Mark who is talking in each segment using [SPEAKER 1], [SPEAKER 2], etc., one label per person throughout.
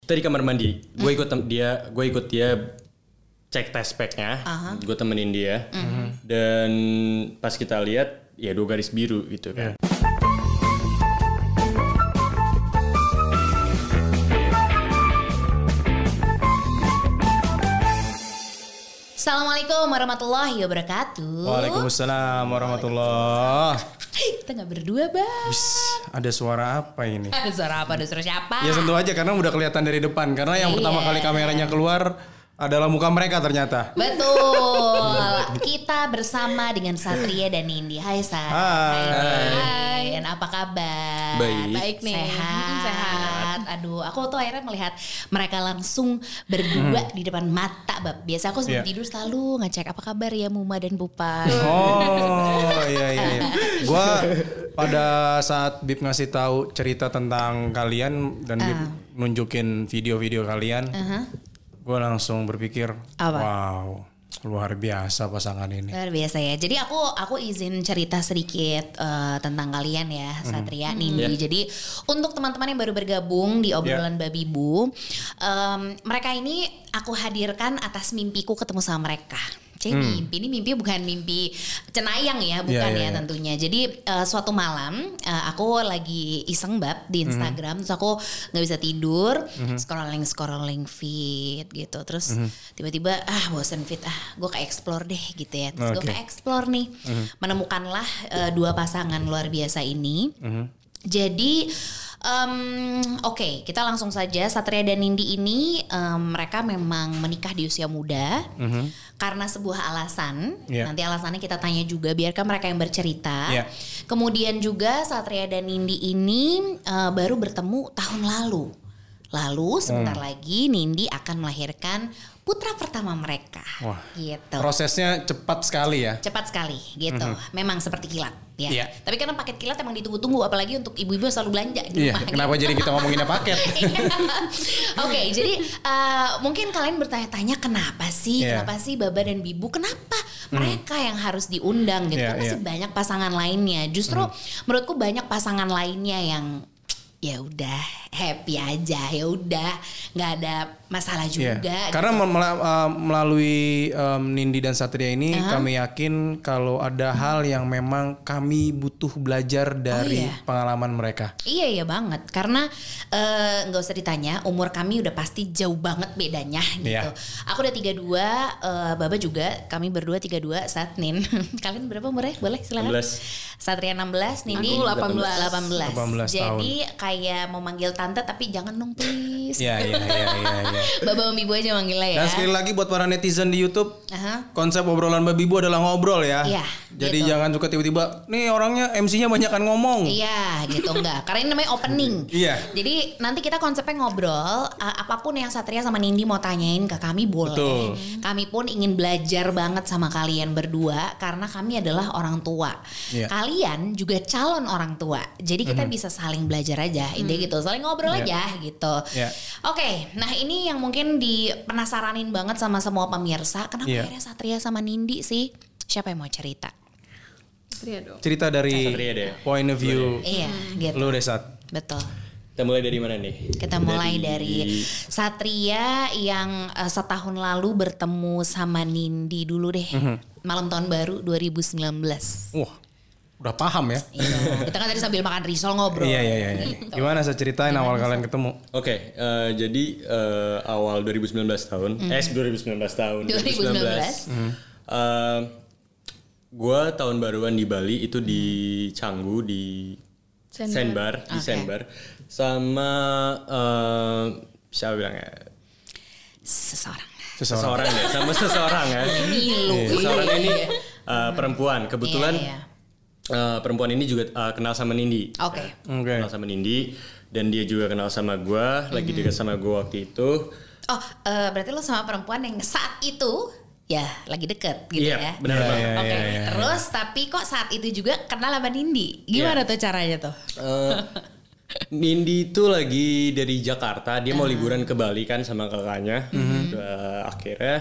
[SPEAKER 1] kita di kamar mandi
[SPEAKER 2] Hmm.
[SPEAKER 1] gue ikut tem- dia gue ikut dia cek test packnya gue temenin dia
[SPEAKER 2] Hmm.
[SPEAKER 1] dan pas kita lihat ya dua garis biru gitu kan
[SPEAKER 3] Ya.
[SPEAKER 2] Assalamualaikum warahmatullahi wabarakatuh.
[SPEAKER 3] Waalaikumsalam warahmatullah.
[SPEAKER 2] Kita nggak berdua bang.
[SPEAKER 3] Wis, Ada suara apa ini?
[SPEAKER 2] Ada suara apa? Ada suara siapa?
[SPEAKER 3] Ya sentuh aja karena udah kelihatan dari depan. Karena yang pertama
[SPEAKER 2] Iya.
[SPEAKER 3] kali kameranya keluar adalah muka mereka ternyata.
[SPEAKER 2] Betul. Kita bersama dengan Satria dan Nindi. Hai Sat.
[SPEAKER 3] Hai.
[SPEAKER 2] Hai. Dan apa kabar?
[SPEAKER 1] Baik.
[SPEAKER 4] Baik nih.
[SPEAKER 2] Sehat.
[SPEAKER 4] Mm, sehat.
[SPEAKER 2] Aduh, aku tuh akhirnya melihat mereka langsung berdua di depan mata, Bab. Biasa aku sebelum
[SPEAKER 3] Iya.
[SPEAKER 2] tidur selalu ngecek apa kabar ya Muma dan Pupa.
[SPEAKER 3] Oh iya iya. iya. Gua pada saat Bib ngasih tahu cerita tentang kalian dan Bib
[SPEAKER 2] Ah.
[SPEAKER 3] nunjukin video-video kalian, gue langsung berpikir,
[SPEAKER 2] Apa?
[SPEAKER 3] wow luar biasa pasangan ini.
[SPEAKER 2] Luar biasa ya. Jadi aku aku izin cerita sedikit eh, tentang kalian ya, Satria, Nindi. Jadi untuk teman-teman yang baru bergabung di obrolan Babi Bu, em, mereka ini aku hadirkan atas mimpiku ketemu sama mereka. Jadi mimpi ini mimpi bukan mimpi cenayang ya, bukan
[SPEAKER 3] iya,
[SPEAKER 2] Hmm. ya
[SPEAKER 3] iya.
[SPEAKER 2] tentunya. Jadi eh, suatu malam eh, aku lagi iseng bab
[SPEAKER 3] Mhm.
[SPEAKER 2] di Instagram, terus aku nggak bisa tidur, scrolling scrolling feed gitu. Terus
[SPEAKER 3] Mhm.
[SPEAKER 2] tiba-tiba ah bosen feed ah, gue ke explore deh gitu ya. Terus gue
[SPEAKER 3] Oke.
[SPEAKER 2] ke explore nih,
[SPEAKER 3] Mhm.
[SPEAKER 2] menemukanlah eh, dua pasangan luar biasa ini.
[SPEAKER 3] Mhm.
[SPEAKER 2] Jadi em, oke kita langsung saja Satria dan Nindi ini em, mereka memang menikah di usia muda karena sebuah alasan.
[SPEAKER 3] Mhm. Iya.
[SPEAKER 2] Nanti alasannya kita tanya juga biarkan mereka yang bercerita.
[SPEAKER 3] Iya.
[SPEAKER 2] Kemudian juga Satria dan Nindi ini eh, baru bertemu tahun lalu. Lalu sebentar
[SPEAKER 3] Hmm.
[SPEAKER 2] lagi Nindi akan melahirkan putra pertama mereka.
[SPEAKER 3] Wah.
[SPEAKER 2] Gitu
[SPEAKER 3] Prosesnya cepat sekali ya.
[SPEAKER 2] cepat sekali gitu. Memang seperti kilat ya.
[SPEAKER 3] Mhm. Iya.
[SPEAKER 2] Tapi karena paket kilat emang ditunggu-tunggu apalagi untuk ibu-ibu yang selalu belanja di
[SPEAKER 3] Iya,
[SPEAKER 2] rumah. gitu.
[SPEAKER 3] kenapa jadi kita ngomonginnya paket?
[SPEAKER 2] Oke, jadi eh, mungkin kalian bertanya-tanya kenapa sih?
[SPEAKER 3] Iya. Mhm.
[SPEAKER 2] Kenapa sih Baba dan Bibu? Kenapa mereka yang harus diundang gitu?
[SPEAKER 3] Iya, Mhm.
[SPEAKER 2] Kan masih
[SPEAKER 3] iya.
[SPEAKER 2] banyak pasangan lainnya. Justru menurutku banyak pasangan lainnya yang ya udah happy aja, ya udah nggak ada masalah juga.
[SPEAKER 3] Iya.
[SPEAKER 2] gitu.
[SPEAKER 3] Karena mel- mel- uh, melalui um, Nindi dan Satria ini kami yakin kalau ada hal yang memang kami butuh belajar dari
[SPEAKER 2] iya.
[SPEAKER 3] pengalaman mereka.
[SPEAKER 2] Iya iya banget karena eh, nggak usah ditanya umur kami udah pasti jauh banget bedanya gitu.
[SPEAKER 3] Iya.
[SPEAKER 2] Aku udah 32, eh, Baba juga, kami berdua 32 saat Nin. Kalian berapa umurnya? Boleh silakan.
[SPEAKER 1] 16.
[SPEAKER 2] Satria 16, Nindi
[SPEAKER 1] Aku 18.
[SPEAKER 2] 18.
[SPEAKER 3] 18
[SPEAKER 2] Jadi kayak mau manggil tante tapi jangan dong please.
[SPEAKER 3] Iya, iya, iya, iya. iya.
[SPEAKER 2] Baba sama Ibu aja manggilnya ya.
[SPEAKER 3] Dan sekali lagi buat para netizen di YouTube,
[SPEAKER 2] Aha.
[SPEAKER 3] konsep obrolan babi bu adalah ngobrol ya.
[SPEAKER 2] Iya,
[SPEAKER 3] Jadi
[SPEAKER 2] gitu.
[SPEAKER 3] jangan suka tiba-tiba, nih orangnya MC-nya banyakan kan ngomong.
[SPEAKER 2] Iya gitu enggak Karena ini namanya opening
[SPEAKER 3] Iya.
[SPEAKER 2] Jadi nanti kita konsepnya ngobrol uh, Apapun yang Satria sama Nindi mau tanyain ke kami boleh
[SPEAKER 3] Betul.
[SPEAKER 2] Kami pun ingin belajar banget sama kalian berdua Karena kami adalah orang tua
[SPEAKER 3] Iya. Mhm.
[SPEAKER 2] Kalian juga calon orang tua Jadi kita bisa saling belajar aja Intinya gitu Saling ngobrol
[SPEAKER 3] Iya.
[SPEAKER 2] aja gitu
[SPEAKER 3] Iya.
[SPEAKER 2] Oke Nah ini yang mungkin di penasaranin banget sama semua pemirsa Kenapa
[SPEAKER 3] Iya.
[SPEAKER 2] akhirnya Satria sama Nindi sih Siapa yang mau cerita?
[SPEAKER 4] Satria dong.
[SPEAKER 3] Cerita dari
[SPEAKER 1] Nah, Satria deh.
[SPEAKER 3] point of view
[SPEAKER 2] Iya gitu
[SPEAKER 3] lu deh Sat.
[SPEAKER 2] Betul
[SPEAKER 1] kita mulai dari mana nih
[SPEAKER 2] Kita mulai dari Satria yang eh, setahun lalu bertemu sama Nindi dulu deh.
[SPEAKER 3] Mhm.
[SPEAKER 2] Malam tahun baru 2019.
[SPEAKER 3] Wah, udah paham ya.
[SPEAKER 2] Iya. Kita kan tadi sambil makan risol ngobrol.
[SPEAKER 3] Iya, iya, iya. iya.
[SPEAKER 2] Gitu.
[SPEAKER 3] Gimana saya ceritain awal kalian ketemu?
[SPEAKER 1] Oke, eh, jadi eh, awal 2019 tahun,
[SPEAKER 2] Hmm.
[SPEAKER 1] eh 2019 tahun,
[SPEAKER 2] 2019.
[SPEAKER 1] Eh, gua tahun baruan di Bali itu di Canggu di
[SPEAKER 4] Sandbar.
[SPEAKER 1] Sandbar, di
[SPEAKER 2] Oke.
[SPEAKER 1] Sandbar sama eh, siapa bilang ya?
[SPEAKER 2] Seseorang.
[SPEAKER 1] Seseorang
[SPEAKER 3] Seseorang.
[SPEAKER 1] deh, sama seseorang ya.
[SPEAKER 2] Milu.
[SPEAKER 1] Seseorang ini eh, perempuan, kebetulan
[SPEAKER 2] Iya, Oh.
[SPEAKER 1] eh, perempuan ini juga eh, kenal sama Nindi.
[SPEAKER 2] Oke.
[SPEAKER 3] Oke.
[SPEAKER 1] Kenal sama Nindi dan dia juga kenal sama gua, lagi dekat sama gua waktu itu.
[SPEAKER 2] Oh, eh, berarti lo sama perempuan yang saat itu ya lagi deket gitu
[SPEAKER 1] Iya,
[SPEAKER 2] ya.
[SPEAKER 1] benar
[SPEAKER 3] Iya,
[SPEAKER 1] banget.
[SPEAKER 3] iya,
[SPEAKER 2] Oke,
[SPEAKER 3] iya, iya.
[SPEAKER 2] terus tapi kok saat itu juga kenal sama Nindi? Gimana
[SPEAKER 3] Iya.
[SPEAKER 2] tuh caranya tuh?
[SPEAKER 1] Eh, Nindi itu lagi dari Jakarta, dia
[SPEAKER 2] Ah.
[SPEAKER 1] mau liburan ke Bali kan sama kakaknya.
[SPEAKER 2] Mhm.
[SPEAKER 1] Eh, akhirnya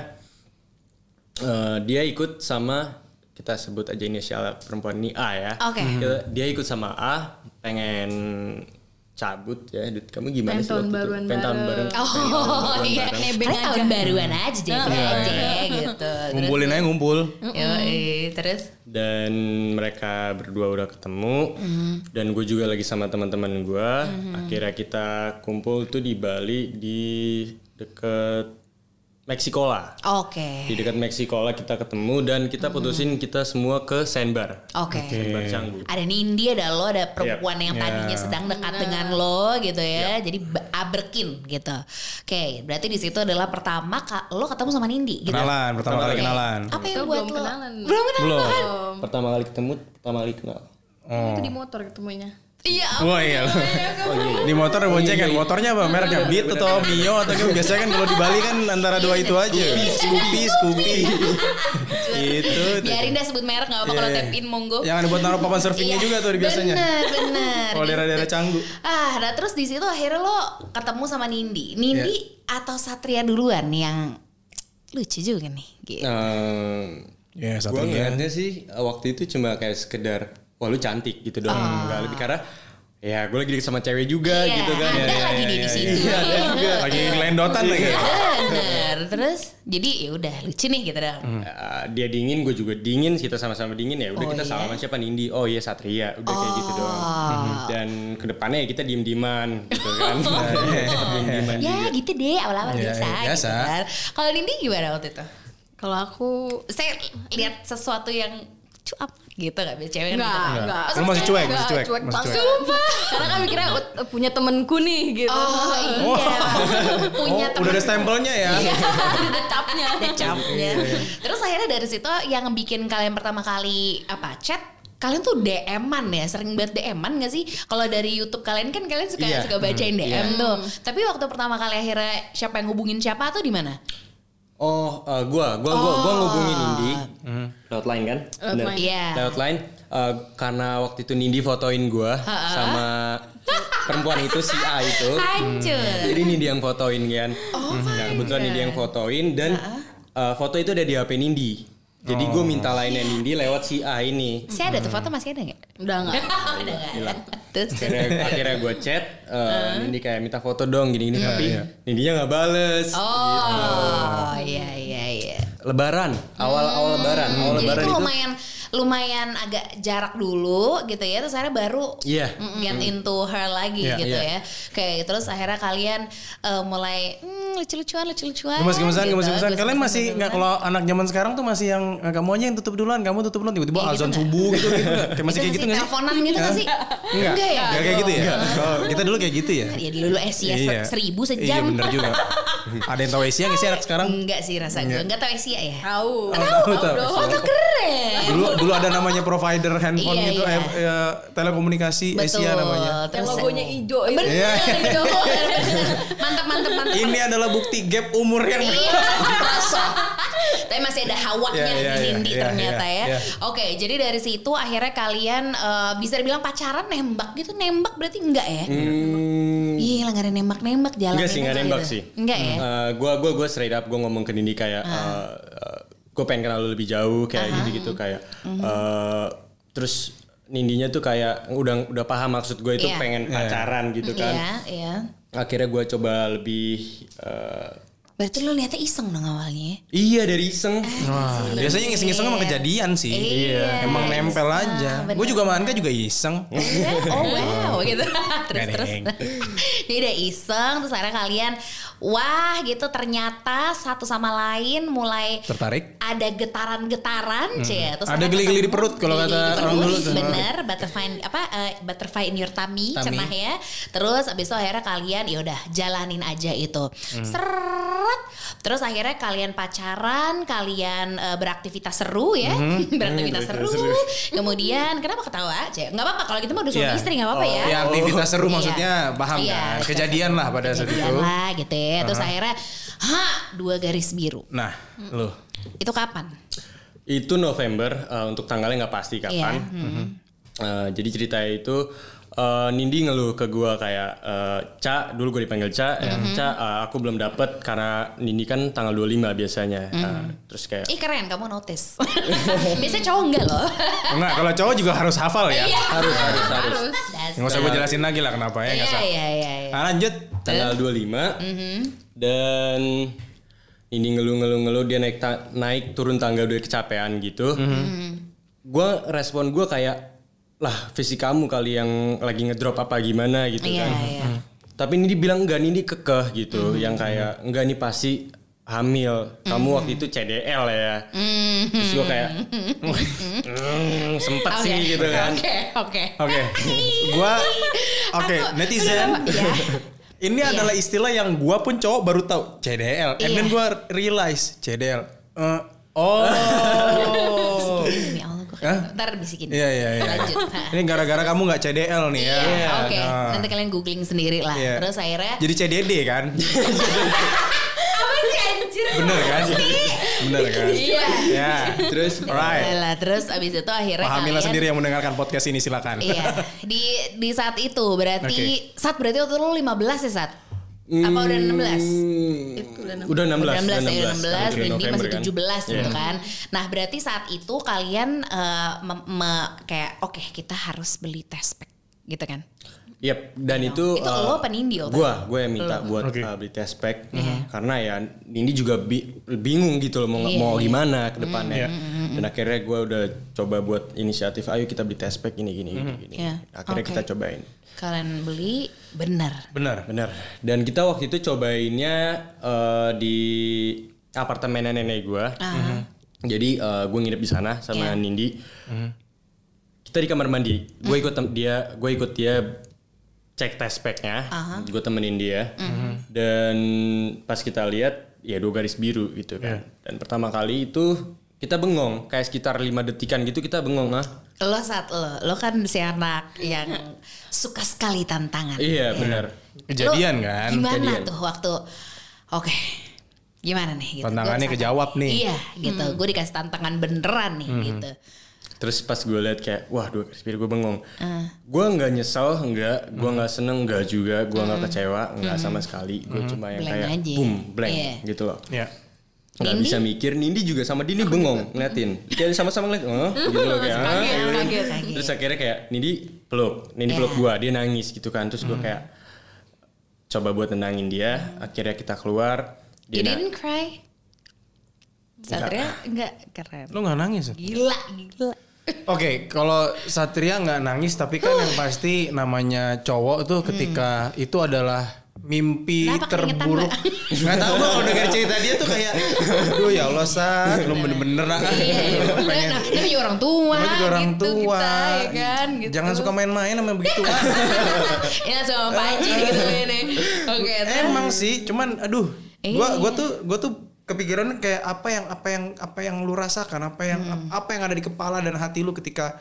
[SPEAKER 1] eh, dia ikut sama kita sebut aja inisial perempuan ini A ya.
[SPEAKER 2] Oke.
[SPEAKER 1] Kita- Dia ikut sama A, pengen cabut ya. Dut, kamu gimana sih
[SPEAKER 4] Penton
[SPEAKER 1] waktu
[SPEAKER 4] baruan
[SPEAKER 1] itu? Penton
[SPEAKER 4] bareng.
[SPEAKER 1] bareng.
[SPEAKER 2] Oh iya,
[SPEAKER 5] Nebeng
[SPEAKER 2] Karena tahun baruan aja
[SPEAKER 3] Iya,
[SPEAKER 2] deh, aja gitu.
[SPEAKER 3] Ngumpulin aja ngumpul.
[SPEAKER 2] Hmm. Yoi, terus
[SPEAKER 1] dan mereka berdua udah ketemu
[SPEAKER 2] Mm-hmm.
[SPEAKER 1] dan gue juga lagi sama teman-teman gue akhirnya kita kumpul tuh di Bali di deket Meksikola
[SPEAKER 2] oke,
[SPEAKER 1] di dekat Meksikola kita ketemu dan kita
[SPEAKER 2] Mm-hmm.
[SPEAKER 1] putusin kita semua ke Sandbar
[SPEAKER 2] oke.
[SPEAKER 1] Sandbar Canggu
[SPEAKER 2] Ada Nindi, ada lo, ada perempuan yang tadinya sedang dekat dengan lo gitu ya. Jadi ba- aberkin gitu. Oke, berarti di situ adalah pertama ka- lo ketemu sama Nindi gitu.
[SPEAKER 3] Kenalan, pertama kali
[SPEAKER 2] Oke.
[SPEAKER 3] kenalan.
[SPEAKER 2] Apa
[SPEAKER 4] Itu
[SPEAKER 2] yang buat
[SPEAKER 4] belum
[SPEAKER 2] lo?
[SPEAKER 4] kenalan.
[SPEAKER 2] Belum kenalan.
[SPEAKER 3] Belum.
[SPEAKER 1] pertama kali ketemu pertama kali kenal
[SPEAKER 4] Itu di motor ketemunya.
[SPEAKER 2] Iya.
[SPEAKER 3] Wah iya loh. Oh.
[SPEAKER 2] Oh,
[SPEAKER 3] Di motor ada boncengan. Motornya apa?
[SPEAKER 2] Iya.
[SPEAKER 3] Mereknya Beat atau Mio atau gimana? Biasanya kan kalau di Bali kan antara dua itu aja.
[SPEAKER 2] Iya.
[SPEAKER 3] Scoopy, Scoopy. Itu. itu.
[SPEAKER 2] Biarin dah sebut merek gak apa-apa kalau
[SPEAKER 3] Gitu, Iya, iya.
[SPEAKER 2] tap in monggo.
[SPEAKER 3] Yang ada buat naruh papan surfingnya
[SPEAKER 2] Iya,
[SPEAKER 3] juga tuh di biasanya.
[SPEAKER 2] Bener, bener.
[SPEAKER 3] Kalau daerah-daerah Canggu.
[SPEAKER 2] Ah, nah terus di situ akhirnya lo ketemu sama Nindi. Nindi atau Satria duluan yang lucu juga nih. Gitu.
[SPEAKER 1] Ehm,
[SPEAKER 3] Ya
[SPEAKER 1] Gue
[SPEAKER 3] satu
[SPEAKER 1] ngeliatnya sih uh, waktu itu cuma kayak sekedar wah lu cantik gitu doang Nggak lebih karena ya gue lagi deket sama cewek juga
[SPEAKER 2] Ah. Iya,
[SPEAKER 1] gitu kan
[SPEAKER 2] ada lagi di- di situ.
[SPEAKER 3] Iya, Lagi ngelendotan lagi.
[SPEAKER 2] Ah, Bener. Terus jadi ya udah lucu nih gitu dong.
[SPEAKER 3] Hmm.
[SPEAKER 1] Uh, dia dingin gue juga dingin kita sama-sama dingin ya udah
[SPEAKER 2] Oh,
[SPEAKER 1] kita
[SPEAKER 2] iya. Oh.
[SPEAKER 1] salaman siapa Nindi oh iya Satria udah kayak gitu doang dan kedepannya ya kita diem dieman gitu kan diem dieman
[SPEAKER 2] Ya gitu deh awal-awal
[SPEAKER 3] Iya,
[SPEAKER 2] biasa.
[SPEAKER 3] iya,
[SPEAKER 2] gitu
[SPEAKER 3] biasa.
[SPEAKER 2] kan. Kalau Nindi gimana waktu itu?
[SPEAKER 4] Kalau aku
[SPEAKER 2] Saya lihat sesuatu yang cuap gitu gak biasa cewek kan
[SPEAKER 4] enggak,
[SPEAKER 2] gitu.
[SPEAKER 4] enggak.
[SPEAKER 3] Lu Iya, masih cuek, masih
[SPEAKER 4] Enggak,
[SPEAKER 3] cuek, masih
[SPEAKER 4] banget.
[SPEAKER 3] cuek.
[SPEAKER 4] Sumpah. Karena kan mikirnya "Ut, punya temenku nih gitu.
[SPEAKER 2] Oh iya. Punya Iya.
[SPEAKER 3] Oh, udah ada Iya, stempelnya ya.
[SPEAKER 2] ada capnya ada capnya terus akhirnya dari situ yang bikin kalian pertama kali apa chat kalian tuh DM-an ya sering banget DM-an gak sih kalau dari YouTube kalian kan kalian suka
[SPEAKER 1] Iya.
[SPEAKER 2] suka bacain
[SPEAKER 1] Hmm,
[SPEAKER 2] DM tuh tapi waktu pertama kali akhirnya siapa yang hubungin siapa tuh di mana
[SPEAKER 1] oh uh, gue gue gue gue ngubungin Nindi lewat line kan
[SPEAKER 4] Lewat
[SPEAKER 1] Bener.
[SPEAKER 4] line.
[SPEAKER 2] Oh. Iya.
[SPEAKER 1] lewat line uh, karena waktu itu Nindi fotoin gue sama perempuan itu si A itu
[SPEAKER 2] hancur
[SPEAKER 1] Jadi Nindi yang fotoin kan.
[SPEAKER 2] Oh
[SPEAKER 3] Mhm.
[SPEAKER 2] Iya,
[SPEAKER 1] nah, kebetulan Nindi yang fotoin dan uh, foto itu ada di HP Nindi. Jadi gue minta lainnya Nindi lewat si A ini.
[SPEAKER 2] Saya ada tuh foto masih ada gak?
[SPEAKER 4] Udah enggak.
[SPEAKER 2] Udah gak Oh,
[SPEAKER 3] Iya.
[SPEAKER 2] ada.
[SPEAKER 1] Hilang.
[SPEAKER 2] Terus
[SPEAKER 1] Akhirnya, akhirnya gue chat, uh, Nindi kayak minta foto dong gini-gini
[SPEAKER 2] Iya,
[SPEAKER 1] tapi Nindinya nggak bales.
[SPEAKER 2] Oh iya iya iya
[SPEAKER 1] Lebaran, awal-awal Lebaran, awal
[SPEAKER 2] Jadi
[SPEAKER 1] Lebaran
[SPEAKER 2] itu
[SPEAKER 1] itu.
[SPEAKER 2] lumayan lumayan agak jarak dulu gitu ya terus akhirnya baru
[SPEAKER 1] Iya.
[SPEAKER 2] get into her lagi
[SPEAKER 3] Iya,
[SPEAKER 2] gitu
[SPEAKER 1] iya.
[SPEAKER 2] ya. Kayak terus akhirnya kalian eh, mulai hmm, lucu-lucuan, lucu-lucuan.
[SPEAKER 3] Gemes-gemesan,
[SPEAKER 2] gitu.
[SPEAKER 3] gemes-gemesan. Kalian
[SPEAKER 2] Gemes-gemesan,
[SPEAKER 3] masih nggak
[SPEAKER 2] gemes-gemesan.
[SPEAKER 3] kalau anak zaman sekarang tuh masih yang eh, kamu aja yang tutup duluan, kamu tutup duluan tiba-tiba
[SPEAKER 2] Kayak gitu
[SPEAKER 3] azan
[SPEAKER 2] nggak?
[SPEAKER 3] subuh gitu gitu. nggak? Kayak masih
[SPEAKER 2] Itu
[SPEAKER 3] kayak gitu
[SPEAKER 2] masih
[SPEAKER 3] nggak sih?
[SPEAKER 2] teleponan gitu nggak sih?
[SPEAKER 3] Enggak.
[SPEAKER 2] ya.
[SPEAKER 3] Enggak kayak gitu ya. Kalau kita dulu kayak gitu ya.
[SPEAKER 2] Ya dulu lu Asia
[SPEAKER 3] Iya.
[SPEAKER 2] seribu
[SPEAKER 3] Iya
[SPEAKER 2] sejam.
[SPEAKER 3] bener juga. Ada yang tahu Asia nggak sih anak sekarang?
[SPEAKER 2] Enggak sih rasa gue. Enggak tahu Asia ya.
[SPEAKER 4] Tahu.
[SPEAKER 3] Tahu tahu.
[SPEAKER 2] Oh, tuh keren.
[SPEAKER 3] Dulu dulu ada namanya provider handphone
[SPEAKER 2] Iya,
[SPEAKER 3] gitu,
[SPEAKER 2] iya.
[SPEAKER 3] eh, eh, telekomunikasi
[SPEAKER 2] Betul.
[SPEAKER 3] Asia Iya ya namanya.
[SPEAKER 4] Yang
[SPEAKER 2] Terus
[SPEAKER 4] logonya hijau itu.
[SPEAKER 2] Bener,
[SPEAKER 3] Iya.
[SPEAKER 2] bener, bener. Mantap, mantap, mantap.
[SPEAKER 3] Ini adalah bukti gap umur yang
[SPEAKER 2] Iya, terasa. Tapi masih ada hawanya
[SPEAKER 3] Iya, iya,
[SPEAKER 2] di Nindi
[SPEAKER 3] iya, iya,
[SPEAKER 2] ternyata
[SPEAKER 3] iya,
[SPEAKER 2] ya.
[SPEAKER 3] iya.
[SPEAKER 2] Oke, jadi dari situ akhirnya kalian eh, bisa dibilang pacaran nembak gitu. Nembak berarti enggak ya?
[SPEAKER 3] Mm.
[SPEAKER 1] Hmm,
[SPEAKER 2] Iya, nggak ada nembak-nembak jalan.
[SPEAKER 1] Enggak sih, enggak nembak sih.
[SPEAKER 2] Enggak ya? Ah.
[SPEAKER 1] Eh, gua gua gua straight up gua ngomong ke Nindi kayak gue pengen kenal lu lebih jauh kayak gitu-gitu kayak
[SPEAKER 2] Mhm.
[SPEAKER 1] eh, terus Nindinya tuh kayak udah udah paham maksud gue itu
[SPEAKER 2] Iya.
[SPEAKER 1] pengen pacaran gitu kan.
[SPEAKER 2] Iya, iya.
[SPEAKER 1] Akhirnya gua coba lebih eh,
[SPEAKER 2] Berarti lo liatnya iseng dong awalnya.
[SPEAKER 1] iya dari iseng.
[SPEAKER 2] Ah.
[SPEAKER 3] Wah, biasanya iseng-iseng emang kejadian sih.
[SPEAKER 2] Iya,
[SPEAKER 3] Emang nempel aja.
[SPEAKER 2] bener.
[SPEAKER 3] Gue juga sama Anka juga iseng.
[SPEAKER 2] oh wow gitu. terus
[SPEAKER 3] Nggak,
[SPEAKER 2] terus.
[SPEAKER 3] Neng.
[SPEAKER 2] Jadi udah iseng terus akhirnya kalian wah gitu ternyata satu sama lain mulai
[SPEAKER 3] Tertarik?
[SPEAKER 2] ada getaran-getaran cie. Terus
[SPEAKER 3] Hmm. Ada
[SPEAKER 2] akhirnya
[SPEAKER 3] geli-geli
[SPEAKER 2] ketemu-
[SPEAKER 3] di perut kalau kata
[SPEAKER 2] geli-geli di
[SPEAKER 3] orang
[SPEAKER 2] perut,
[SPEAKER 3] dulu tuh.
[SPEAKER 2] Bener, butterfly apa eh, butterfly in your tummy,
[SPEAKER 3] Tummy.
[SPEAKER 2] cenah ya. Terus abis itu akhirnya kalian ya udah jalanin aja itu.
[SPEAKER 3] Hmm.
[SPEAKER 2] Seret. Terus akhirnya kalian pacaran, kalian eh, beraktivitas seru ya, beraktivitas
[SPEAKER 1] Hmm,
[SPEAKER 2] seru.
[SPEAKER 1] beraktivitas
[SPEAKER 2] Kenapa ketawa? Cie, nggak apa-apa kalau gitu mah udah suami
[SPEAKER 3] Iya.
[SPEAKER 2] istri nggak apa-apa
[SPEAKER 3] Oh,
[SPEAKER 2] ya.
[SPEAKER 3] iya, aktivitas seru
[SPEAKER 2] Iya.
[SPEAKER 3] maksudnya paham
[SPEAKER 2] Iya,
[SPEAKER 3] kan.
[SPEAKER 2] aktivitas
[SPEAKER 3] Kejadian lah pada saat
[SPEAKER 2] Kejadian
[SPEAKER 3] itu. Uh-huh.
[SPEAKER 2] lah gitu ya. Terus akhirnya, ha dua garis biru.
[SPEAKER 3] Nah, lu
[SPEAKER 2] Itu kapan?
[SPEAKER 1] Itu November eh, untuk tanggalnya nggak pasti kapan.
[SPEAKER 2] Iya.
[SPEAKER 1] Eh, jadi ceritanya itu eh, eh, Nindi ngeluh ke gue kayak eh, Ca, dulu gue dipanggil Ca, ya, Ca eh, aku belum dapet karena Nindi kan tanggal 25 biasanya. Nah, terus kayak
[SPEAKER 2] Ih keren kamu notice. Biasanya cowok enggak loh.
[SPEAKER 3] Enggak, kalau cowok juga harus hafal ya.
[SPEAKER 2] Iya.
[SPEAKER 1] harus harus harus.
[SPEAKER 2] Das-
[SPEAKER 3] Nggak usah gue jelasin lagi lah kenapa ya,
[SPEAKER 2] Iya
[SPEAKER 3] nggak usah.
[SPEAKER 2] iya iya. iya.
[SPEAKER 3] Nah, lanjut.
[SPEAKER 1] Tanggal 25
[SPEAKER 2] Mm-hmm.
[SPEAKER 1] dan Nindi ngeluh-ngeluh-ngeluh dia naik ta- naik turun tangga udah kecapean gitu.
[SPEAKER 2] Mm-hmm.
[SPEAKER 1] Gue respon gue kayak lah fisik kamu kali yang lagi ngedrop apa gimana gitu
[SPEAKER 2] Iya
[SPEAKER 1] kan.
[SPEAKER 2] iya. Mm-hmm.
[SPEAKER 1] Tapi ini dibilang enggak ini kekeh gitu, yang kayak enggak nih pasti hamil. Kamu waktu itu CDL ya.
[SPEAKER 2] Mm-hmm.
[SPEAKER 1] Terus gue kayak "Mm, sempet sih
[SPEAKER 2] Oke,
[SPEAKER 1] gitu kan.
[SPEAKER 2] Oke oke.
[SPEAKER 3] Oke. Gua Oke, netizen.
[SPEAKER 2] iya.
[SPEAKER 3] Ini adalah istilah yang gua pun cowok baru tahu CDL. And then
[SPEAKER 2] Iya.
[SPEAKER 3] gua realize CDL. Eh, oh.
[SPEAKER 2] Demi Allah gue.
[SPEAKER 3] Hah?
[SPEAKER 2] Ntar bisikin.
[SPEAKER 3] Iya iya iya.
[SPEAKER 2] Lanjut.
[SPEAKER 3] Ini gara-gara kamu nggak CDL nih ya.
[SPEAKER 2] Iya, Oke,
[SPEAKER 3] Nah.
[SPEAKER 2] nanti kalian googling sendiri lah.
[SPEAKER 3] Iya.
[SPEAKER 2] Terus akhirnya
[SPEAKER 3] Jadi CDD kan?
[SPEAKER 2] apa sih Iya, anjir?
[SPEAKER 3] Bener kan? Bener kan?
[SPEAKER 2] Iya.
[SPEAKER 3] Ya.
[SPEAKER 1] Terus
[SPEAKER 3] Alright.
[SPEAKER 2] Lah, terus abis itu akhirnya
[SPEAKER 3] Pahamilah
[SPEAKER 2] kalian-
[SPEAKER 3] sendiri yang mendengarkan podcast ini silakan.
[SPEAKER 2] ya. Iya. Di di saat itu berarti saat berarti waktu lu 15 ya saat?
[SPEAKER 3] Hmm,
[SPEAKER 2] Apa udah 16?
[SPEAKER 1] Hmm, udah 16.
[SPEAKER 2] Udah 16, ya, udah 16,
[SPEAKER 1] Udah
[SPEAKER 2] dan ini
[SPEAKER 1] November
[SPEAKER 2] masih
[SPEAKER 1] kan.
[SPEAKER 2] 17 gitu kan. Nah berarti saat itu kalian eh, mem- me- kayak oke kita harus beli test pack gitu kan.
[SPEAKER 1] Yep, dan itu
[SPEAKER 2] Itu
[SPEAKER 1] eh,
[SPEAKER 2] lo apa Nindi waktu Iya.
[SPEAKER 1] Gua, gua yang minta buat
[SPEAKER 3] Oke.
[SPEAKER 1] eh, beli test pack karena ya ini juga bi- bingung gitu loh mau
[SPEAKER 2] Iya,
[SPEAKER 1] mau
[SPEAKER 2] iya. Mm,
[SPEAKER 1] gimana ke depannya.
[SPEAKER 3] Iya.
[SPEAKER 1] Dan akhirnya gua udah coba buat inisiatif ayo kita beli test pack ini gini gini, gini.
[SPEAKER 2] Iya.
[SPEAKER 1] Akhirnya
[SPEAKER 2] Oke.
[SPEAKER 1] kita cobain.
[SPEAKER 2] Kalian beli bener.
[SPEAKER 3] Bener.
[SPEAKER 1] Bener. Dan kita waktu itu cobainnya eh, di apartemen nenek gua. Mm-hmm. Jadi eh, gue nginep di sana sama
[SPEAKER 2] Iya.
[SPEAKER 1] Nindi. Kita di kamar mandi. Gue ikut tem- dia, gue ikut dia cek test packnya. Gue temenin dia. Dan pas kita lihat ya dua garis biru gitu kan. Dan pertama kali itu kita bengong kayak sekitar lima detikan gitu kita bengong ah.
[SPEAKER 2] Lo saat lo, lo kan si anak yang suka sekali tantangan.
[SPEAKER 1] Iya benar.
[SPEAKER 3] Kejadian
[SPEAKER 2] Lo
[SPEAKER 3] kan?
[SPEAKER 2] Gimana
[SPEAKER 1] Kejadian.
[SPEAKER 2] tuh waktu oke. Gimana nih gitu. Gua
[SPEAKER 3] Tantangannya
[SPEAKER 2] saat-
[SPEAKER 3] kejawab nih.
[SPEAKER 2] Iya gitu.
[SPEAKER 1] Hmm.
[SPEAKER 2] Gue dikasih tantangan beneran nih gitu.
[SPEAKER 1] Terus pas gue lihat kayak wah dua garis biru gue bengong.
[SPEAKER 2] Ah.
[SPEAKER 1] Gue nggak nyesel nggak, gue nggak
[SPEAKER 2] Hmm.
[SPEAKER 1] seneng nggak juga, gue nggak kecewa nggak sama sekali. Gue cuma yang
[SPEAKER 2] Blank
[SPEAKER 1] kayak
[SPEAKER 2] aja.
[SPEAKER 1] boom blank
[SPEAKER 2] Iya.
[SPEAKER 1] gitu loh.
[SPEAKER 3] Iya.
[SPEAKER 1] Nggak
[SPEAKER 2] Nindi?
[SPEAKER 1] bisa mikir. Nindi juga sama Dini bengong ngeliatin. Kayak sama-sama ngeliat, oh, gitu loh kayak. "Hah?"
[SPEAKER 2] Hmm. Kaget,
[SPEAKER 1] Gitu kan.
[SPEAKER 2] kaget, kaget.
[SPEAKER 1] Terus akhirnya kayak Nindi peluk, Nindi
[SPEAKER 2] Iya. Hmm.
[SPEAKER 1] peluk gue, dia nangis gitu kan. Terus gue kayak coba buat nenangin dia. Akhirnya kita keluar.
[SPEAKER 2] You
[SPEAKER 1] Dia na-
[SPEAKER 2] didn't cry? Satria enggak keren.
[SPEAKER 3] Lo nggak nangis? ya?
[SPEAKER 2] Gila, gila.
[SPEAKER 3] Oke, kalau Satria nggak nangis, tapi kan yang pasti namanya cowok tuh ketika itu adalah mimpi
[SPEAKER 2] Hmm. Kenapa keringetan,
[SPEAKER 3] terburuk.
[SPEAKER 2] Mbak?
[SPEAKER 3] Nggak tahu gue kalau dengar cerita dia tuh kayak, aduh ya Allah Sat, lu bener-bener ah.
[SPEAKER 2] Iya, iya. Udah,
[SPEAKER 3] Pengen-
[SPEAKER 2] nah, namanya juga orang tua.
[SPEAKER 3] Namanya juga orang
[SPEAKER 2] gitu
[SPEAKER 3] tua.
[SPEAKER 2] Kita, ya kan, gitu.
[SPEAKER 3] Jangan suka main-main sama begitu.
[SPEAKER 2] ya
[SPEAKER 4] Iya,
[SPEAKER 2] sama Pak Haji gitu ini. Oke, terus.
[SPEAKER 3] Emang sih, cuman aduh, gua gua tuh gua tuh kepikiran kayak apa yang apa yang apa yang lu rasakan, apa yang apa yang ada di kepala dan hati lu ketika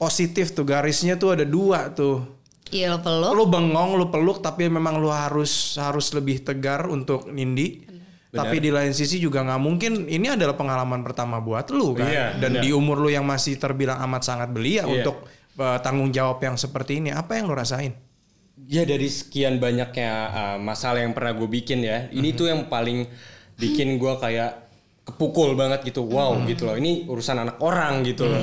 [SPEAKER 3] positif tuh garisnya tuh ada dua tuh.
[SPEAKER 2] Iya lo peluk.
[SPEAKER 3] lu bengong, lu peluk tapi memang lu harus harus lebih tegar untuk Nindi. Tapi di lain sisi juga nggak mungkin ini adalah pengalaman pertama buat lu kan.
[SPEAKER 1] Iya, benar. Iya.
[SPEAKER 3] Dan di umur lu yang masih terbilang amat sangat belia untuk eh, tanggung jawab yang seperti ini, apa yang lu rasain?
[SPEAKER 1] Ya dari sekian banyaknya uh, masalah yang pernah gue bikin ya, ini tuh yang paling bikin gue kayak kepukul banget gitu, wow gitu loh. Ini urusan anak orang gitu loh,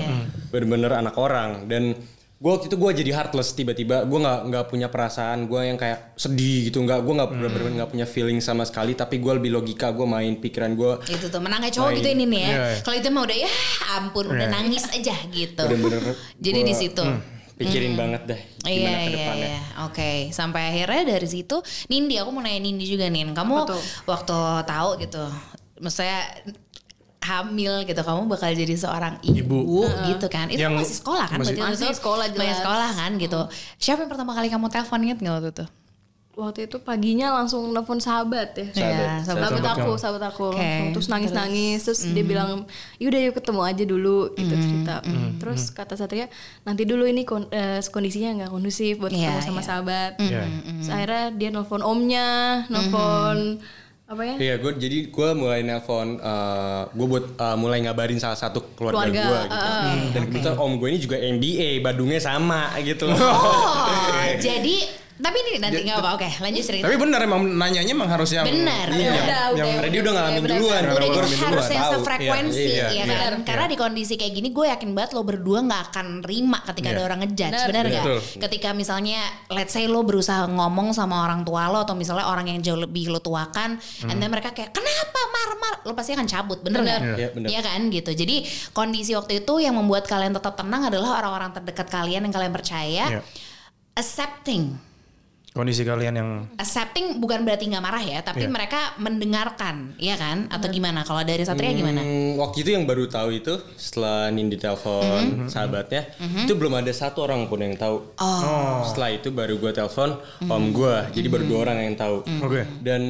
[SPEAKER 1] bener-bener anak orang. Dan gue waktu itu gue jadi heartless tiba-tiba, gue nggak nggak punya perasaan, gue yang kayak sedih gitu, nggak gue nggak bener-bener nggak punya feeling sama sekali. Tapi gue lebih logika, gue main pikiran gue
[SPEAKER 2] Itu tuh menangnya cowok gitu ini
[SPEAKER 1] Iya,
[SPEAKER 2] nih ya. Kalau itu mah udah ya ampun udah nangis aja gitu.
[SPEAKER 1] bener-bener. Hmm.
[SPEAKER 2] Jadi di situ.
[SPEAKER 1] pikirin banget deh
[SPEAKER 2] Iya
[SPEAKER 1] gimana ke
[SPEAKER 2] iya
[SPEAKER 1] depannya.
[SPEAKER 2] iya. Oke, sampai akhirnya dari situ Nindi aku mau nanya Nindi juga nih. Kamu
[SPEAKER 4] Apa tuh?
[SPEAKER 2] waktu tahu gitu, maksudnya hamil gitu, kamu bakal jadi seorang ibu, gitu kan? Itu
[SPEAKER 3] Yang-
[SPEAKER 2] masih sekolah kan?
[SPEAKER 3] masih-
[SPEAKER 2] Berarti waktu
[SPEAKER 4] Masih
[SPEAKER 2] itu
[SPEAKER 4] sekolah
[SPEAKER 2] Masih
[SPEAKER 4] jelas.
[SPEAKER 2] sekolah kan gitu. Siapa yang pertama kali kamu telepon inget nggak waktu itu?
[SPEAKER 4] Waktu itu paginya langsung nelfon sahabat ya.
[SPEAKER 2] Iya,
[SPEAKER 1] Sahabat,
[SPEAKER 2] sahabat.
[SPEAKER 4] Sahabat
[SPEAKER 3] Sahabat
[SPEAKER 4] aku,
[SPEAKER 3] kamu.
[SPEAKER 4] sahabat aku.
[SPEAKER 2] Oke. Mhm.
[SPEAKER 4] Langsung Terus nangis-nangis, terus dia bilang, "Yaudah yuk ketemu aja dulu," gitu cerita.
[SPEAKER 1] Mhm.
[SPEAKER 4] Terus kata Satria, "Nanti dulu ini kon- eh, kondisinya nggak kondusif buat
[SPEAKER 2] Iya,
[SPEAKER 4] ketemu sama
[SPEAKER 2] iya.
[SPEAKER 4] sahabat."
[SPEAKER 3] Iya.
[SPEAKER 4] Terus akhirnya dia nelfon omnya, nelfon
[SPEAKER 2] Mhm.
[SPEAKER 4] apa ya?
[SPEAKER 1] Iya, gue jadi gue mulai nelpon, gue buat eh, mulai ngabarin salah satu keluarga,
[SPEAKER 4] Keluarga,
[SPEAKER 1] gue gitu. Dan kebetulan om gue ini juga MBA, Badungnya sama gitu.
[SPEAKER 2] Oh, jadi tapi ini nanti nggak apa, oke lanjut cerita.
[SPEAKER 3] Tapi benar emang nanyanya emang harus yang
[SPEAKER 2] Gitu. Benar,
[SPEAKER 3] Iya.
[SPEAKER 2] benar.
[SPEAKER 3] Yang-
[SPEAKER 1] Karena dia udah ngalamin duluan.
[SPEAKER 3] Karena
[SPEAKER 2] udah
[SPEAKER 3] orang
[SPEAKER 2] jadi
[SPEAKER 3] minum
[SPEAKER 2] harus
[SPEAKER 3] nggak
[SPEAKER 2] yang
[SPEAKER 1] tahu.
[SPEAKER 2] sefrekuensi
[SPEAKER 1] Iya,
[SPEAKER 2] ya
[SPEAKER 1] iya,
[SPEAKER 2] kan karena di kondisi kayak gini gue yakin banget lo berdua nggak akan terima ketika
[SPEAKER 3] Iya.
[SPEAKER 2] ada orang ngejudge
[SPEAKER 4] Benar.
[SPEAKER 2] benar nggak
[SPEAKER 3] Betul.
[SPEAKER 2] ketika misalnya let's say lo berusaha ngomong sama orang tua lo atau misalnya orang yang jauh lebih lo tuakan and then mereka kayak kenapa mar mar lo pasti akan cabut bener nggak
[SPEAKER 1] Iya, Hmm. benar.
[SPEAKER 2] Iya kan gitu jadi kondisi waktu itu yang membuat kalian tetap tenang adalah orang-orang terdekat kalian yang kalian percaya
[SPEAKER 3] Iya.
[SPEAKER 2] accepting
[SPEAKER 3] kondisi kalian yang
[SPEAKER 2] accepting bukan berarti nggak marah ya, tapi
[SPEAKER 3] Iya.
[SPEAKER 2] mereka mendengarkan, ya kan? Atau gimana? Kalau dari Satria gimana?
[SPEAKER 1] Hmm, waktu itu yang baru tahu itu setelah Nindi
[SPEAKER 2] Mhm.
[SPEAKER 1] telepon sahabatnya, itu belum ada satu orang pun yang tahu.
[SPEAKER 2] Oh.
[SPEAKER 1] Setelah itu baru gue telepon
[SPEAKER 2] Mhm.
[SPEAKER 1] om gue, jadi baru dua orang yang tahu.
[SPEAKER 3] Oke.
[SPEAKER 1] Dan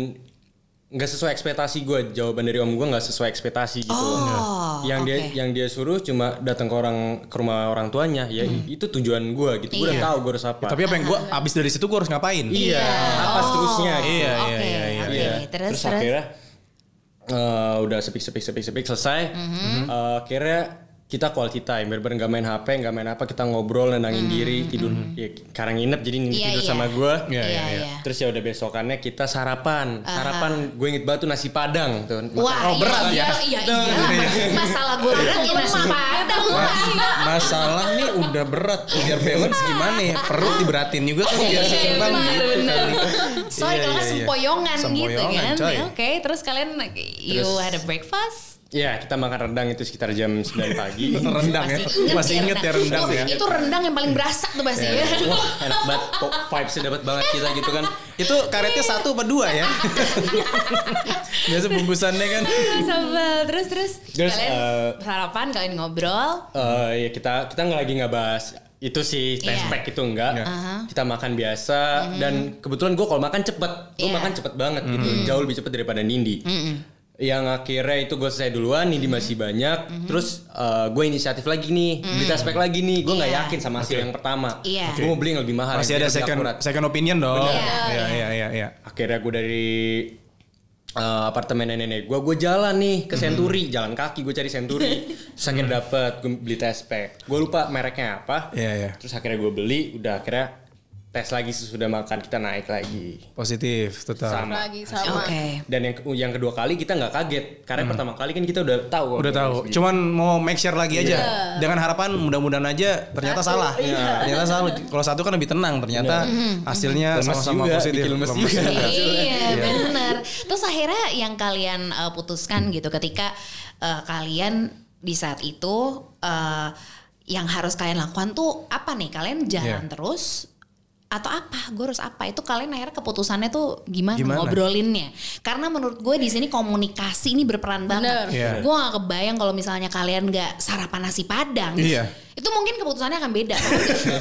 [SPEAKER 1] nggak sesuai ekspektasi gue, jawaban dari om gue nggak sesuai ekspektasi gitu.
[SPEAKER 2] Oh,
[SPEAKER 1] yang dia
[SPEAKER 2] oke.
[SPEAKER 1] yang dia suruh cuma datang ke orang ke rumah orang tuanya, ya i- itu tujuan gue gitu. Gue udah
[SPEAKER 2] Mhm. Iya.
[SPEAKER 1] tahu gue harus apa.
[SPEAKER 3] Tapi apa yang gue abis dari situ gue harus ngapain?
[SPEAKER 1] iya, apa seterusnya?
[SPEAKER 2] Oh,
[SPEAKER 1] gitu.
[SPEAKER 3] Iya,
[SPEAKER 2] Oke,
[SPEAKER 3] iya, iya, iya.
[SPEAKER 2] oke.
[SPEAKER 1] Iya.
[SPEAKER 2] Terus terus.
[SPEAKER 1] akhirnya eh, udah sepik sepik sepik sepik selesai.
[SPEAKER 2] Mhm.
[SPEAKER 1] Eh, akhirnya kita quality time, bener-bener gak main HP, gak main apa, kita ngobrol, nenangin diri, tidur. Ya, karang nginep jadi Nindi
[SPEAKER 2] Mhm, Iya,
[SPEAKER 1] tidur
[SPEAKER 2] iya.
[SPEAKER 1] sama gue.
[SPEAKER 3] Iya,
[SPEAKER 2] Iya,
[SPEAKER 3] iya,
[SPEAKER 2] iya.
[SPEAKER 1] Terus ya udah besokannya kita sarapan. Sarapan gue inget banget tuh nasi padang tuh. Makan-
[SPEAKER 2] Wah,
[SPEAKER 1] oh, berat
[SPEAKER 2] iya,
[SPEAKER 1] ya.
[SPEAKER 2] Iya, iyalah. Masalah gue
[SPEAKER 3] Iya,
[SPEAKER 2] berat ini nasi padang.
[SPEAKER 3] Masalah nih udah berat biar balance gimana ya? Perut diberatin juga kan
[SPEAKER 2] Iya,
[SPEAKER 3] biar seimbang gitu kali.
[SPEAKER 2] Sorry
[SPEAKER 3] Iya,
[SPEAKER 2] kalau nggak
[SPEAKER 3] iya, iya.
[SPEAKER 2] sempoyongan gitu
[SPEAKER 3] Sempoyongan,
[SPEAKER 2] kan.
[SPEAKER 3] coy.
[SPEAKER 2] Ya, Oke, terus kalian you
[SPEAKER 1] Terus-
[SPEAKER 2] had a breakfast?
[SPEAKER 1] Iya, kita makan rendang itu sekitar jam 9 pagi.
[SPEAKER 2] gitu,
[SPEAKER 3] Rendang ya. Masih inget ya rendang
[SPEAKER 2] Wah,
[SPEAKER 3] ya. Iya,
[SPEAKER 2] Itu rendang yang paling berasa tuh pasti ya.
[SPEAKER 1] Wah, enak banget. Kok vibes-nya dapat banget kita gitu kan.
[SPEAKER 3] Itu karetnya satu apa dua ya? Biasa bungkusannya kan.
[SPEAKER 2] Sambal terus terus,
[SPEAKER 1] Terus,
[SPEAKER 2] kalian
[SPEAKER 1] eh,
[SPEAKER 2] sarapan kalian ngobrol
[SPEAKER 1] Eh, ya kita kita nggak lagi nggak bahas itu sih test
[SPEAKER 2] Iya.
[SPEAKER 1] pack itu enggak
[SPEAKER 3] Iya.
[SPEAKER 1] kita makan biasa dan kebetulan gue kalau makan cepet gue
[SPEAKER 2] Iya. Mm-hmm.
[SPEAKER 1] makan cepet banget gitu jauh lebih cepet daripada Nindi yang akhirnya itu gue selesai duluan Nindi masih banyak terus gue inisiatif lagi nih beli test pack lagi nih gue nggak
[SPEAKER 2] Iya.
[SPEAKER 1] yakin sama hasil yang pertama
[SPEAKER 2] Iya.
[SPEAKER 1] gue mau beli yang lebih mahal
[SPEAKER 3] Masih
[SPEAKER 1] yang
[SPEAKER 3] ada
[SPEAKER 1] lebih
[SPEAKER 3] second
[SPEAKER 1] akurat.
[SPEAKER 3] second opinion dong.
[SPEAKER 2] Iya,
[SPEAKER 3] Iya, iya, iya, iya.
[SPEAKER 1] akhirnya gue dari eh, apartemen nenek gue gue jalan nih
[SPEAKER 3] Mhm.
[SPEAKER 1] ke Century jalan kaki gue cari Century terus akhirnya dapet gue beli test pack gue lupa mereknya apa
[SPEAKER 3] Iya, iya.
[SPEAKER 1] terus akhirnya gue beli udah akhirnya tes lagi sesudah makan kita naik lagi
[SPEAKER 3] Positif tetap.
[SPEAKER 1] sama
[SPEAKER 4] lagi sama
[SPEAKER 1] dan yang ke- yang kedua kali kita nggak kaget karena pertama kali kan kita udah tahu
[SPEAKER 3] Mhm. Udah tahu. Cuman mau make sure lagi
[SPEAKER 2] Iya.
[SPEAKER 3] aja. Dengan harapan mudah-mudahan aja ternyata salah. Iya, Ternyata salah. Kalau satu kan lebih tenang ternyata hasilnya
[SPEAKER 1] Mm-hmm. Lemes
[SPEAKER 3] sama-sama
[SPEAKER 1] juga,
[SPEAKER 3] positif.
[SPEAKER 1] bikin lemes
[SPEAKER 3] Lemes
[SPEAKER 1] juga.
[SPEAKER 3] juga.
[SPEAKER 2] Iya benar. Terus akhirnya yang kalian uh, putuskan gitu ketika uh, kalian di saat itu uh, yang harus kalian lakukan tuh apa nih? Kalian jalan
[SPEAKER 3] Iya.
[SPEAKER 2] terus atau apa? Gue harus apa? Itu kalian akhirnya keputusannya tuh gimana,
[SPEAKER 3] Gimana?
[SPEAKER 2] ngobrolinnya? Karena menurut gue di sini komunikasi ini berperan banget.
[SPEAKER 4] Bener.
[SPEAKER 3] Iya.
[SPEAKER 2] Gue gak kebayang kalau misalnya kalian gak sarapan nasi padang.
[SPEAKER 3] Iya.
[SPEAKER 2] Itu mungkin keputusannya akan beda.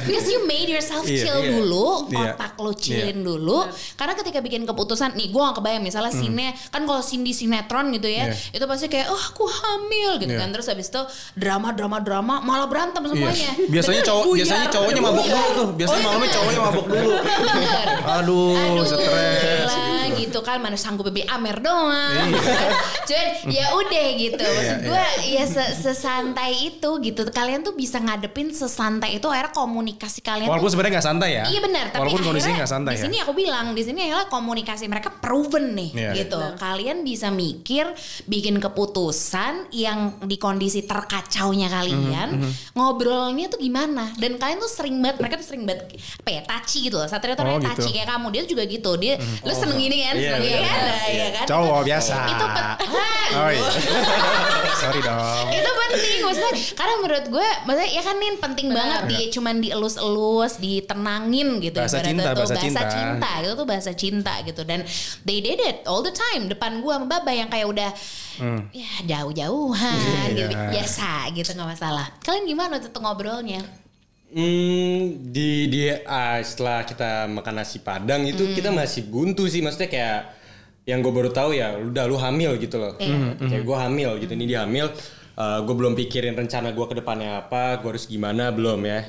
[SPEAKER 2] Because you made yourself
[SPEAKER 3] Iya.
[SPEAKER 2] chill
[SPEAKER 1] Iya.
[SPEAKER 2] dulu,
[SPEAKER 3] Iya. Hmm.
[SPEAKER 2] otak lo chillin dulu. Karena ketika bikin keputusan, nih gue gak kebayang misalnya sine, kan kalau Cindy sinetron gitu ya, itu pasti kayak, oh aku hamil gitu
[SPEAKER 3] Iya.
[SPEAKER 2] kan. Terus habis itu drama-drama-drama, malah berantem semuanya.
[SPEAKER 3] Iya. Biasanya
[SPEAKER 2] Bener,
[SPEAKER 3] cowok
[SPEAKER 2] buyar,
[SPEAKER 3] biasanya cowoknya
[SPEAKER 2] buyar.
[SPEAKER 3] mabok dulu tuh. Biasanya
[SPEAKER 2] Oh, iya,
[SPEAKER 3] malamnya
[SPEAKER 2] bener.
[SPEAKER 3] cowoknya mabok dulu.
[SPEAKER 2] Bener.
[SPEAKER 3] Aduh, stres.
[SPEAKER 2] gila, gitu kan mana sanggup bebe amer doang. Cuman ya udah gitu. Maksud
[SPEAKER 3] Iya,
[SPEAKER 2] gue ya se- sesantai itu gitu. Kalian tuh bisa ngadepin sesantai itu akhirnya komunikasi kalian tuh
[SPEAKER 3] Walaupun sebenarnya nggak santai ya.
[SPEAKER 2] Iya benar, tapi
[SPEAKER 3] Walaupun
[SPEAKER 2] akhirnya
[SPEAKER 3] kondisinya nggak santai
[SPEAKER 2] di
[SPEAKER 3] ya.
[SPEAKER 2] sini aku bilang di sini adalah komunikasi mereka proven nih
[SPEAKER 3] Iya.
[SPEAKER 2] gitu. Kalian bisa mikir, bikin keputusan yang di kondisi terkacaunya kalian,
[SPEAKER 3] Mhm,
[SPEAKER 2] ngobrolnya tuh gimana? Dan kalian tuh sering banget, mereka tuh sering banget apa ya, taci gitu loh. Satria tuh
[SPEAKER 3] Oh,
[SPEAKER 2] orangnya
[SPEAKER 3] gitu. Mhm. Oh,
[SPEAKER 2] taci kayak kamu, dia juga gitu. Dia lu seneng gini kan,
[SPEAKER 1] Iya,
[SPEAKER 2] seneng gini
[SPEAKER 1] benar,
[SPEAKER 2] kan?
[SPEAKER 1] benar.
[SPEAKER 2] Nah, iya kan?
[SPEAKER 3] Cowok biasa.
[SPEAKER 2] Itu pet- Hah,
[SPEAKER 3] Oh iya. Sorry dong.
[SPEAKER 2] itu penting maksudnya karena menurut gue maksudnya ya kan Nin penting banget di cuman dielus-elus ditenangin gitu
[SPEAKER 3] Bahasa
[SPEAKER 2] ibaratnya
[SPEAKER 3] cinta,
[SPEAKER 2] tuh,
[SPEAKER 3] bahasa cinta.
[SPEAKER 2] itu tuh bahasa cinta gitu dan they did it all the time depan gue sama Baba yang kayak udah ya jauh-jauhan gitu
[SPEAKER 3] Hmm. Iya.
[SPEAKER 2] biasa gitu nggak masalah kalian gimana tuh ngobrolnya
[SPEAKER 1] Hmm, di di ah, setelah kita makan nasi padang itu kita masih buntu sih maksudnya kayak yang gue baru tahu ya udah lu hamil gitu loh kayak gue hamil gitu ini dia hamil Eh, gue belum pikirin rencana gue ke depannya apa gue harus gimana belum ya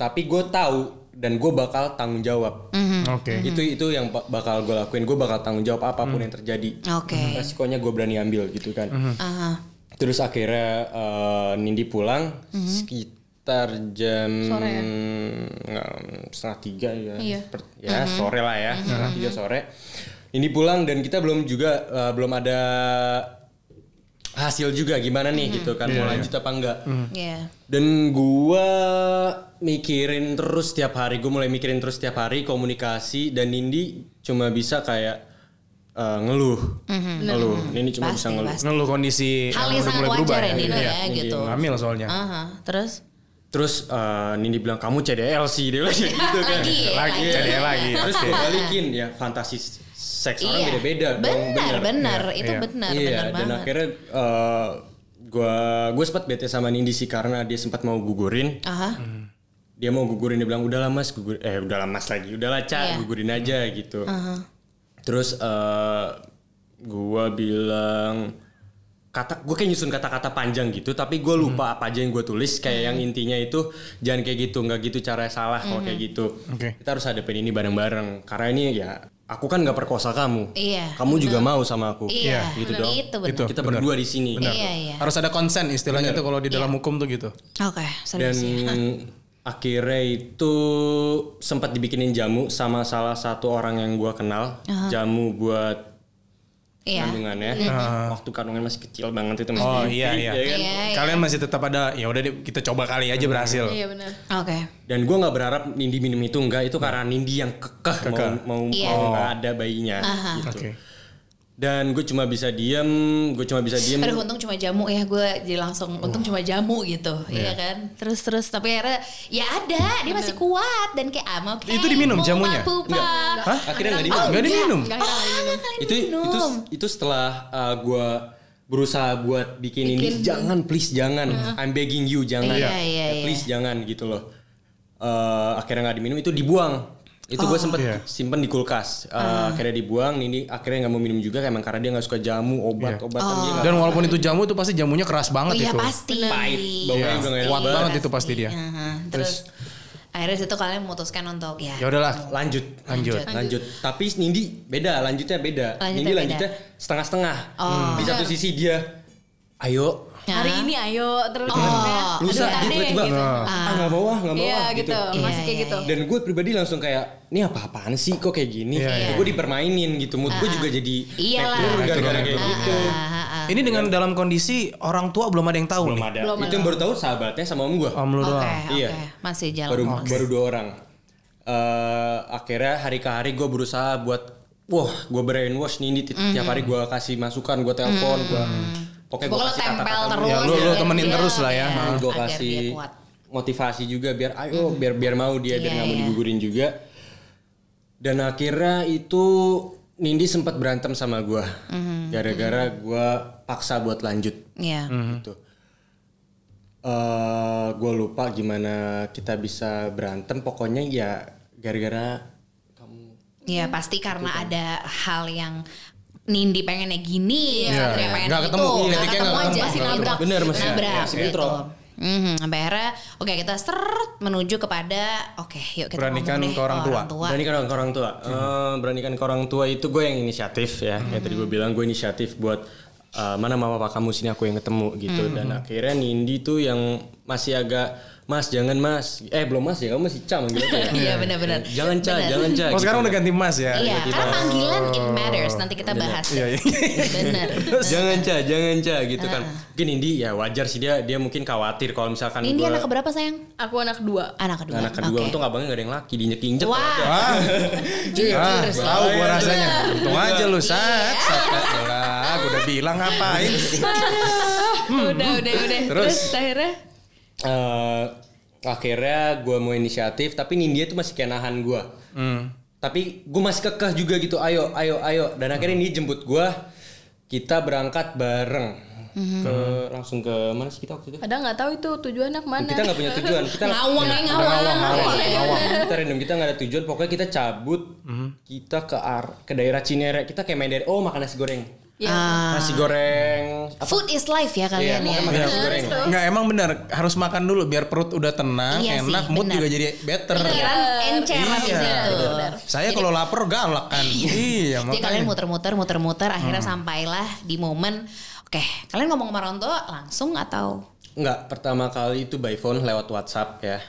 [SPEAKER 1] tapi gue tahu dan gue bakal tanggung jawab.
[SPEAKER 2] Hmm.
[SPEAKER 3] Oke.
[SPEAKER 1] Itu itu yang ba- bakal gue lakuin. Gue bakal tanggung jawab apapun yang terjadi.
[SPEAKER 2] Oke.
[SPEAKER 1] Resikonya gue berani ambil gitu kan.
[SPEAKER 2] Aha.
[SPEAKER 1] Terus akhirnya eh, Nindi pulang sekitar jam
[SPEAKER 4] Mhm. Sore ya?
[SPEAKER 1] nggak, setengah tiga ya,
[SPEAKER 4] Iya. Mhm.
[SPEAKER 1] Seper- ya sore lah ya setengah tiga sore. Nindi pulang dan kita belum juga eh, belum ada hasil juga gimana nih
[SPEAKER 4] Mhm.
[SPEAKER 1] gitu kan mau lanjut apa enggak.
[SPEAKER 2] Iya.
[SPEAKER 1] Dan gua mikirin terus tiap hari, gue mulai mikirin terus tiap hari komunikasi dan Nindi cuma bisa kayak eh, ngeluh,
[SPEAKER 4] Mhm.
[SPEAKER 1] ngeluh. Nindi cuma bisa
[SPEAKER 2] Pasti,
[SPEAKER 1] ngeluh.
[SPEAKER 2] pasti.
[SPEAKER 3] Ngeluh kondisi
[SPEAKER 2] Hal
[SPEAKER 3] yang
[SPEAKER 2] yang
[SPEAKER 3] udah
[SPEAKER 2] sangat
[SPEAKER 3] mulai berubah
[SPEAKER 2] wajar ya
[SPEAKER 3] ya.
[SPEAKER 2] Dino
[SPEAKER 3] Iya.
[SPEAKER 2] ya gitu.
[SPEAKER 3] Hamil soalnya.
[SPEAKER 2] Aha. Terus?
[SPEAKER 1] Terus eh, Nindi bilang kamu CDL sih dia bilang kayak gitu kan. Iya,
[SPEAKER 2] Lagi,
[SPEAKER 3] Lagi
[SPEAKER 2] lagi.
[SPEAKER 3] jadi lagi.
[SPEAKER 1] Terus
[SPEAKER 3] Oke.
[SPEAKER 1] gue balikin ya fantasi seks orang
[SPEAKER 2] Iya.
[SPEAKER 1] beda-beda dong
[SPEAKER 2] Benar, benar. Itu
[SPEAKER 3] Iya.
[SPEAKER 2] benar,
[SPEAKER 1] Iya,
[SPEAKER 2] benar
[SPEAKER 1] dan
[SPEAKER 2] banget.
[SPEAKER 1] akhirnya eh, gua gue sempat bete sama Nindi sih karena dia sempat mau gugurin.
[SPEAKER 2] Aha.
[SPEAKER 3] Hmm.
[SPEAKER 1] Dia mau gugurin dia bilang udahlah Mas gugur eh udahlah Mas lagi, udahlah Ca
[SPEAKER 2] Iya. Uh-huh.
[SPEAKER 1] gugurin aja gitu. Terus eh gua bilang kata gue kayak nyusun kata-kata panjang gitu tapi
[SPEAKER 3] Hmm.
[SPEAKER 1] gue lupa apa aja yang gue tulis kayak yang
[SPEAKER 2] Hmm.
[SPEAKER 1] intinya itu jangan kayak gitu nggak gitu caranya salah kalau kayak gitu
[SPEAKER 3] Oke.
[SPEAKER 1] kita harus hadapin ini bareng-bareng karena ini ya aku kan nggak perkosa kamu
[SPEAKER 2] Iya,
[SPEAKER 1] kamu juga mau sama aku
[SPEAKER 2] Iya,
[SPEAKER 1] gitu
[SPEAKER 2] benar.
[SPEAKER 1] dong
[SPEAKER 2] Itu benar.
[SPEAKER 3] Itu.
[SPEAKER 1] kita
[SPEAKER 3] benar.
[SPEAKER 1] berdua di sini
[SPEAKER 3] Benar.
[SPEAKER 2] Iya, iya.
[SPEAKER 3] Harus ada konsen istilahnya
[SPEAKER 1] Iya.
[SPEAKER 3] itu kalau di dalam hukum tuh gitu.
[SPEAKER 2] Oke,
[SPEAKER 1] dan
[SPEAKER 2] serius ya.
[SPEAKER 1] akhirnya itu sempat dibikinin jamu sama salah satu orang yang gue kenal jamu buat
[SPEAKER 2] Iya.
[SPEAKER 1] kandungannya waktu kandungan masih kecil banget itu masih
[SPEAKER 3] Oh
[SPEAKER 1] baby,
[SPEAKER 3] iya iya.
[SPEAKER 1] ya kan?
[SPEAKER 2] Iya, iya.
[SPEAKER 3] Kalian masih tetap ada ya udah deh, kita coba kali aja berhasil.
[SPEAKER 4] Iya benar.
[SPEAKER 2] Oke.
[SPEAKER 1] Dan gue nggak berharap Nindi minum itu enggak itu karena Nindi yang kekeh
[SPEAKER 3] Kekeh. Oh.
[SPEAKER 1] mau mau
[SPEAKER 2] Iya.
[SPEAKER 1] mau nggak ada bayinya gitu.
[SPEAKER 3] Oke.
[SPEAKER 1] Dan gue cuma bisa diem, gue cuma bisa diem.
[SPEAKER 2] Aduh untung cuma jamu ya gue jadi langsung untung cuma jamu gitu Iya kan Terus terus tapi akhirnya ya ada dia masih kuat dan kayak "Ah, I'm okay
[SPEAKER 3] Itu diminum
[SPEAKER 2] Pupa,
[SPEAKER 3] jamunya?
[SPEAKER 2] Pupa.
[SPEAKER 3] Hah?
[SPEAKER 1] Akhirnya nggak diminum.
[SPEAKER 2] Oh,
[SPEAKER 3] Nggak diminum?
[SPEAKER 2] enggak. Oh, alah, kalian
[SPEAKER 1] itu itu
[SPEAKER 2] minum.
[SPEAKER 1] itu setelah gue berusaha buat bikin, ini jangan please jangan I'm begging you jangan
[SPEAKER 2] Iya,
[SPEAKER 1] Eh,
[SPEAKER 2] iya, iya.
[SPEAKER 1] please jangan gitu loh Eh, akhirnya nggak diminum itu dibuang itu
[SPEAKER 2] Oh.
[SPEAKER 1] gue sempet
[SPEAKER 3] Iya.
[SPEAKER 1] simpen di kulkas Eh, akhirnya dibuang Nindi akhirnya nggak mau minum juga emang karena dia nggak suka jamu obat
[SPEAKER 3] Iya.
[SPEAKER 1] obatan dia nggak
[SPEAKER 3] Dan walaupun itu jamu itu pasti jamunya
[SPEAKER 2] Oh,
[SPEAKER 3] keras banget
[SPEAKER 2] iya
[SPEAKER 3] itu.
[SPEAKER 2] pasti.
[SPEAKER 1] pahit baunya
[SPEAKER 3] Iya,
[SPEAKER 1] juga nggak
[SPEAKER 3] kuat
[SPEAKER 1] enak.
[SPEAKER 3] banget itu pasti dia.
[SPEAKER 2] Aha, Terus akhirnya situ kalian memutuskan untuk ya.
[SPEAKER 3] Ya udahlah.
[SPEAKER 1] lanjut
[SPEAKER 3] Lanjut.
[SPEAKER 1] lanjut tapi Nindi beda lanjutnya beda
[SPEAKER 2] Lanjutnya
[SPEAKER 1] Nindi
[SPEAKER 2] beda. Oh.
[SPEAKER 1] lanjutnya setengah-setengah di satu sisi dia ayo
[SPEAKER 2] Nah,
[SPEAKER 4] Hari ini ayo terus kayak,
[SPEAKER 2] Ya. Oh,
[SPEAKER 1] lusa dia
[SPEAKER 4] aduh, aneh,
[SPEAKER 1] tiba-tiba
[SPEAKER 4] gitu.
[SPEAKER 3] Nah.
[SPEAKER 1] ah nggak mau ah nggak mau
[SPEAKER 4] Iya
[SPEAKER 1] ah
[SPEAKER 4] gitu,
[SPEAKER 1] gitu
[SPEAKER 2] Iya,
[SPEAKER 4] masih kayak
[SPEAKER 2] iya,
[SPEAKER 4] gitu.
[SPEAKER 1] dan gue pribadi langsung kayak ini apa-apaan sih kok kayak gini
[SPEAKER 3] Iya,
[SPEAKER 1] Gitu,
[SPEAKER 2] iya.
[SPEAKER 1] gue dipermainin gitu mood gue juga jadi
[SPEAKER 2] Ah. Iyalah.
[SPEAKER 1] naik turun gara-gara
[SPEAKER 3] Naik
[SPEAKER 1] kayak
[SPEAKER 3] turun,
[SPEAKER 1] gitu
[SPEAKER 2] Ah.
[SPEAKER 3] Ini dengan dalam kondisi orang tua belum ada yang tahu
[SPEAKER 1] belum
[SPEAKER 3] nih.
[SPEAKER 1] ada itu yang baru tahu sahabatnya sama om gue
[SPEAKER 3] Om lu
[SPEAKER 2] Oke,
[SPEAKER 3] doang.
[SPEAKER 2] oke.
[SPEAKER 1] Iya.
[SPEAKER 2] Masih jalan.
[SPEAKER 1] baru baru dua orang Eh, akhirnya hari ke hari gue berusaha buat wah gue brainwash nih ini ti-
[SPEAKER 2] Mhm.
[SPEAKER 1] tiap hari gue kasih masukan gue telepon gue pokoknya gue
[SPEAKER 2] Pokoknya
[SPEAKER 1] kasih
[SPEAKER 2] tempel
[SPEAKER 1] kata-kata
[SPEAKER 2] terus.
[SPEAKER 3] Ya, lu, lu
[SPEAKER 2] Iya,
[SPEAKER 3] temenin
[SPEAKER 2] iya,
[SPEAKER 3] terus lah ya.
[SPEAKER 2] iya.
[SPEAKER 1] gue
[SPEAKER 2] Agar
[SPEAKER 1] Ah, kasih
[SPEAKER 2] dia kuat. Hmm.
[SPEAKER 1] motivasi juga biar ayo biar biar mau dia biar
[SPEAKER 2] Iya,
[SPEAKER 1] nggak mau
[SPEAKER 2] iya.
[SPEAKER 1] digugurin juga dan akhirnya itu Nindi sempat berantem sama gue
[SPEAKER 2] Hmm.
[SPEAKER 1] gara-gara gue paksa buat lanjut
[SPEAKER 2] Iya.
[SPEAKER 3] Hmm.
[SPEAKER 1] gitu. Eh, gue lupa gimana kita bisa berantem. Pokoknya ya gara-gara kamu.
[SPEAKER 2] Iya, pasti
[SPEAKER 1] Gitu
[SPEAKER 2] karena
[SPEAKER 1] kan.
[SPEAKER 2] ada hal yang Nindi pengennya gini,
[SPEAKER 3] Iya.
[SPEAKER 2] Satria
[SPEAKER 3] Iya.
[SPEAKER 2] pengen
[SPEAKER 3] Nggak ketemu,
[SPEAKER 2] gitu. Nggak
[SPEAKER 3] titiknya
[SPEAKER 2] ketemu
[SPEAKER 3] nggak
[SPEAKER 2] aja
[SPEAKER 3] ketemu,
[SPEAKER 2] sih
[SPEAKER 3] nggak
[SPEAKER 2] nabrak.
[SPEAKER 1] ketemu. Bener, Mas, ya.
[SPEAKER 2] Nabrak
[SPEAKER 1] Ya, si
[SPEAKER 2] gitu.
[SPEAKER 1] Metro.
[SPEAKER 2] Mhm, sampai akhirnya oke kita seret menuju kepada oke yuk kita
[SPEAKER 3] Beranikan
[SPEAKER 2] ngomong deh
[SPEAKER 3] ke orang tua.
[SPEAKER 1] Beranikan ke orang tua.
[SPEAKER 2] Hmm.
[SPEAKER 1] Eh, beranikan ke orang tua itu gue yang inisiatif ya. Kayak tadi
[SPEAKER 2] Hmm.
[SPEAKER 1] gue bilang gue inisiatif buat eh, mana mama papa kamu sini aku yang ketemu gitu.
[SPEAKER 2] Hmm.
[SPEAKER 1] Dan akhirnya Nindi tuh yang masih agak Mas jangan mas, eh belum mas ya kamu masih cah manggil aku ya.
[SPEAKER 2] Iya, benar-benar.
[SPEAKER 1] Jangan cah,
[SPEAKER 2] Benar.
[SPEAKER 1] jangan gitu. cah.
[SPEAKER 3] Oh sekarang udah ganti mas ya.
[SPEAKER 2] Iya, karena panggilan it matters nanti kita bahas.
[SPEAKER 3] Iya, iya.
[SPEAKER 2] Bener.
[SPEAKER 1] jangan cah, jangan cah gitu kan.
[SPEAKER 2] Ah.
[SPEAKER 1] Mungkin Nindi ya wajar sih dia dia mungkin khawatir kalau misalkan
[SPEAKER 2] Nindi
[SPEAKER 1] gua-
[SPEAKER 2] anak keberapa sayang?
[SPEAKER 4] Aku anak dua.
[SPEAKER 2] Anak kedua.
[SPEAKER 1] anak kedua
[SPEAKER 2] Oke.
[SPEAKER 1] untung abangnya gak ada yang laki diinjek injek
[SPEAKER 2] Wah.
[SPEAKER 3] Ah, ah,
[SPEAKER 2] Jujur sih.
[SPEAKER 3] tahu
[SPEAKER 1] Iya.
[SPEAKER 3] gua rasanya.
[SPEAKER 2] Iya.
[SPEAKER 3] Untung aja lu sat. Sat Alah, gua udah bilang ngapain.
[SPEAKER 2] Mhm.
[SPEAKER 4] udah, udah, udah.
[SPEAKER 3] Terus?
[SPEAKER 4] akhirnya
[SPEAKER 1] Eh, akhirnya gue mau inisiatif tapi Nindi tuh masih kayak nahan gue tapi gue masih kekeh juga gitu ayo ayo ayo dan akhirnya Nindi jemput gue kita berangkat bareng ke langsung ke mana sih kita waktu itu
[SPEAKER 4] kadang nggak tahu itu tujuan anak mana.
[SPEAKER 1] kita nggak punya tujuan kita
[SPEAKER 2] Ngawang aja,
[SPEAKER 4] eh,
[SPEAKER 1] Iya,
[SPEAKER 2] ngawang.
[SPEAKER 1] ngawang, ngawang. kita random kita nggak ada tujuan pokoknya kita cabut kita ke ar ke daerah Cinere kita kayak main daerah oh makan nasi goreng
[SPEAKER 2] Ah.
[SPEAKER 4] Ya,
[SPEAKER 3] Ah.
[SPEAKER 1] Nasi goreng.
[SPEAKER 2] Food is life ya
[SPEAKER 1] Iya,
[SPEAKER 2] kalian
[SPEAKER 1] pokoknya
[SPEAKER 2] ya.
[SPEAKER 1] makan nasi goreng. lah.
[SPEAKER 3] Nggak emang benar harus makan dulu biar perut udah tenang,
[SPEAKER 2] Iya sih,
[SPEAKER 3] enak, mood
[SPEAKER 2] benar.
[SPEAKER 3] juga jadi better. Iya.
[SPEAKER 2] Pikiran kan
[SPEAKER 1] Iya,
[SPEAKER 2] encer habis itu.
[SPEAKER 3] Saya kalau lapar galak kan. iya,
[SPEAKER 2] Jadi kalian muter-muter, muter-muter, akhirnya
[SPEAKER 1] Hmm.
[SPEAKER 2] sampailah di momen, oke, kalian ngomong sama Ronto langsung atau
[SPEAKER 1] Enggak, pertama kali itu by phone lewat WhatsApp ya.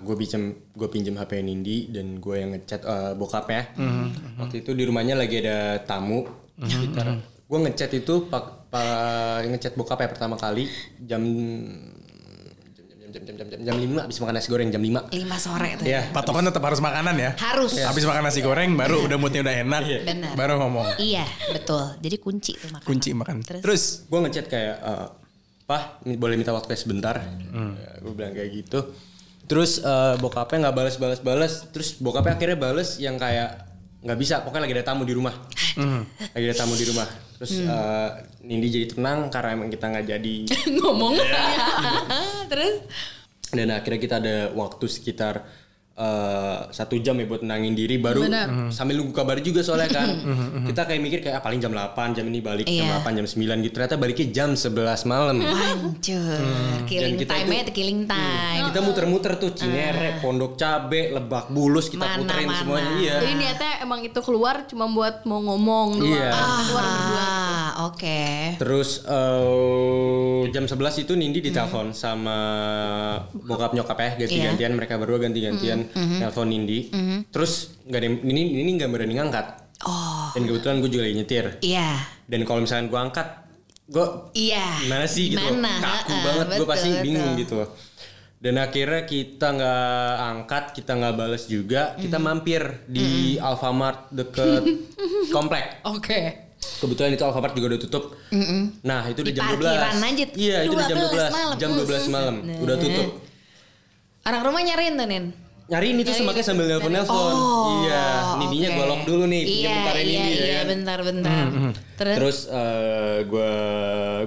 [SPEAKER 1] gue pinjem gue pinjem HP Nindi dan gue yang ngechat eh, bokapnya. Waktu itu di rumahnya lagi ada tamu sekitar. Gue ngechat itu pak pa, ngechat bokapnya pertama kali jam jam jam jam jam jam, jam 5 habis makan nasi goreng jam 5.
[SPEAKER 2] lima sore tuh? ya?"
[SPEAKER 1] Iya.
[SPEAKER 3] Patokan tetap harus makanan ya.
[SPEAKER 2] Harus.
[SPEAKER 3] Habis makan nasi goreng baru udah moodnya udah enak.
[SPEAKER 2] Benar.
[SPEAKER 3] Baru ngomong.
[SPEAKER 2] Iya, betul. Jadi kunci tuh makanan.
[SPEAKER 3] Kunci makan.
[SPEAKER 2] Terus,
[SPEAKER 3] Terus,
[SPEAKER 1] gue ngechat kayak eh, pah ini boleh minta waktu sebentar gue bilang kayak gitu terus eh, bokapnya nggak balas balas balas terus bokapnya akhirnya balas yang kayak nggak bisa pokoknya lagi ada tamu di rumah lagi ada tamu di rumah terus eh, Nindi jadi tenang karena emang kita nggak jadi
[SPEAKER 2] ngomong.
[SPEAKER 1] Iya.
[SPEAKER 2] Terus
[SPEAKER 1] dan akhirnya kita ada waktu sekitar eh, satu jam ya buat tenangin diri baru sambil nunggu kabar juga soalnya kan kita kayak mikir kayak ah, paling jam 8 jam ini balik
[SPEAKER 2] Iya.
[SPEAKER 1] jam 8 jam 9 gitu ternyata baliknya jam 11 malam
[SPEAKER 2] hancur.
[SPEAKER 1] Dan
[SPEAKER 2] Killing
[SPEAKER 1] Hmm, kita
[SPEAKER 2] time
[SPEAKER 1] itu- Iya.
[SPEAKER 2] ya, itu killing time.
[SPEAKER 1] Kita muter-muter tuh Cinere, Pondok Cabe, Lebak Bulus kita
[SPEAKER 2] Mana-mana.
[SPEAKER 1] puterin semuanya. Iya.
[SPEAKER 4] Jadi niatnya emang itu keluar cuma buat mau ngomong doang.
[SPEAKER 1] Iya.
[SPEAKER 4] Keluar berdua.
[SPEAKER 2] Ah, oke.
[SPEAKER 1] Terus eh, jam 11 itu Nindi ditelepon sama bokap nyokap ya ganti-gantian mereka berdua ganti-gantian telepon Nindi. Terus nggak ada ini ini nggak berani ngangkat.
[SPEAKER 2] Oh,
[SPEAKER 1] Dan kebetulan gue juga lagi nyetir.
[SPEAKER 2] iya.
[SPEAKER 1] Dan kalau misalkan gue angkat, gue
[SPEAKER 2] Iya.
[SPEAKER 1] gimana sih gitu loh.
[SPEAKER 2] Gimana?
[SPEAKER 1] kaku
[SPEAKER 2] Heeh,
[SPEAKER 1] banget gue
[SPEAKER 2] betul,
[SPEAKER 1] pasti bingung
[SPEAKER 2] betul.
[SPEAKER 1] gitu loh. dan akhirnya kita nggak angkat kita nggak bales juga kita
[SPEAKER 2] Mm-hmm.
[SPEAKER 1] mampir di Alfamart deket komplek
[SPEAKER 2] Oke.
[SPEAKER 1] kebetulan itu Alfamart juga udah tutup nah itu udah
[SPEAKER 2] Di
[SPEAKER 1] jam 12
[SPEAKER 2] parkiran aja,
[SPEAKER 1] iya itu udah jam
[SPEAKER 2] 12
[SPEAKER 1] 12 jam
[SPEAKER 2] malam.
[SPEAKER 1] 12 malam
[SPEAKER 2] Nah.
[SPEAKER 1] udah tutup
[SPEAKER 2] Anak rumah nyariin tuh, Nin.
[SPEAKER 1] nyariin itu semaknya sambil nelpon nelpon iya nidinya
[SPEAKER 2] Oh, oke.
[SPEAKER 1] gue lock dulu nih pinjam
[SPEAKER 2] Iya,
[SPEAKER 1] bentar ini
[SPEAKER 2] iya,
[SPEAKER 1] ya
[SPEAKER 2] iya,
[SPEAKER 1] kan.
[SPEAKER 2] bentar, bentar. Terus,
[SPEAKER 1] Terus eh, gue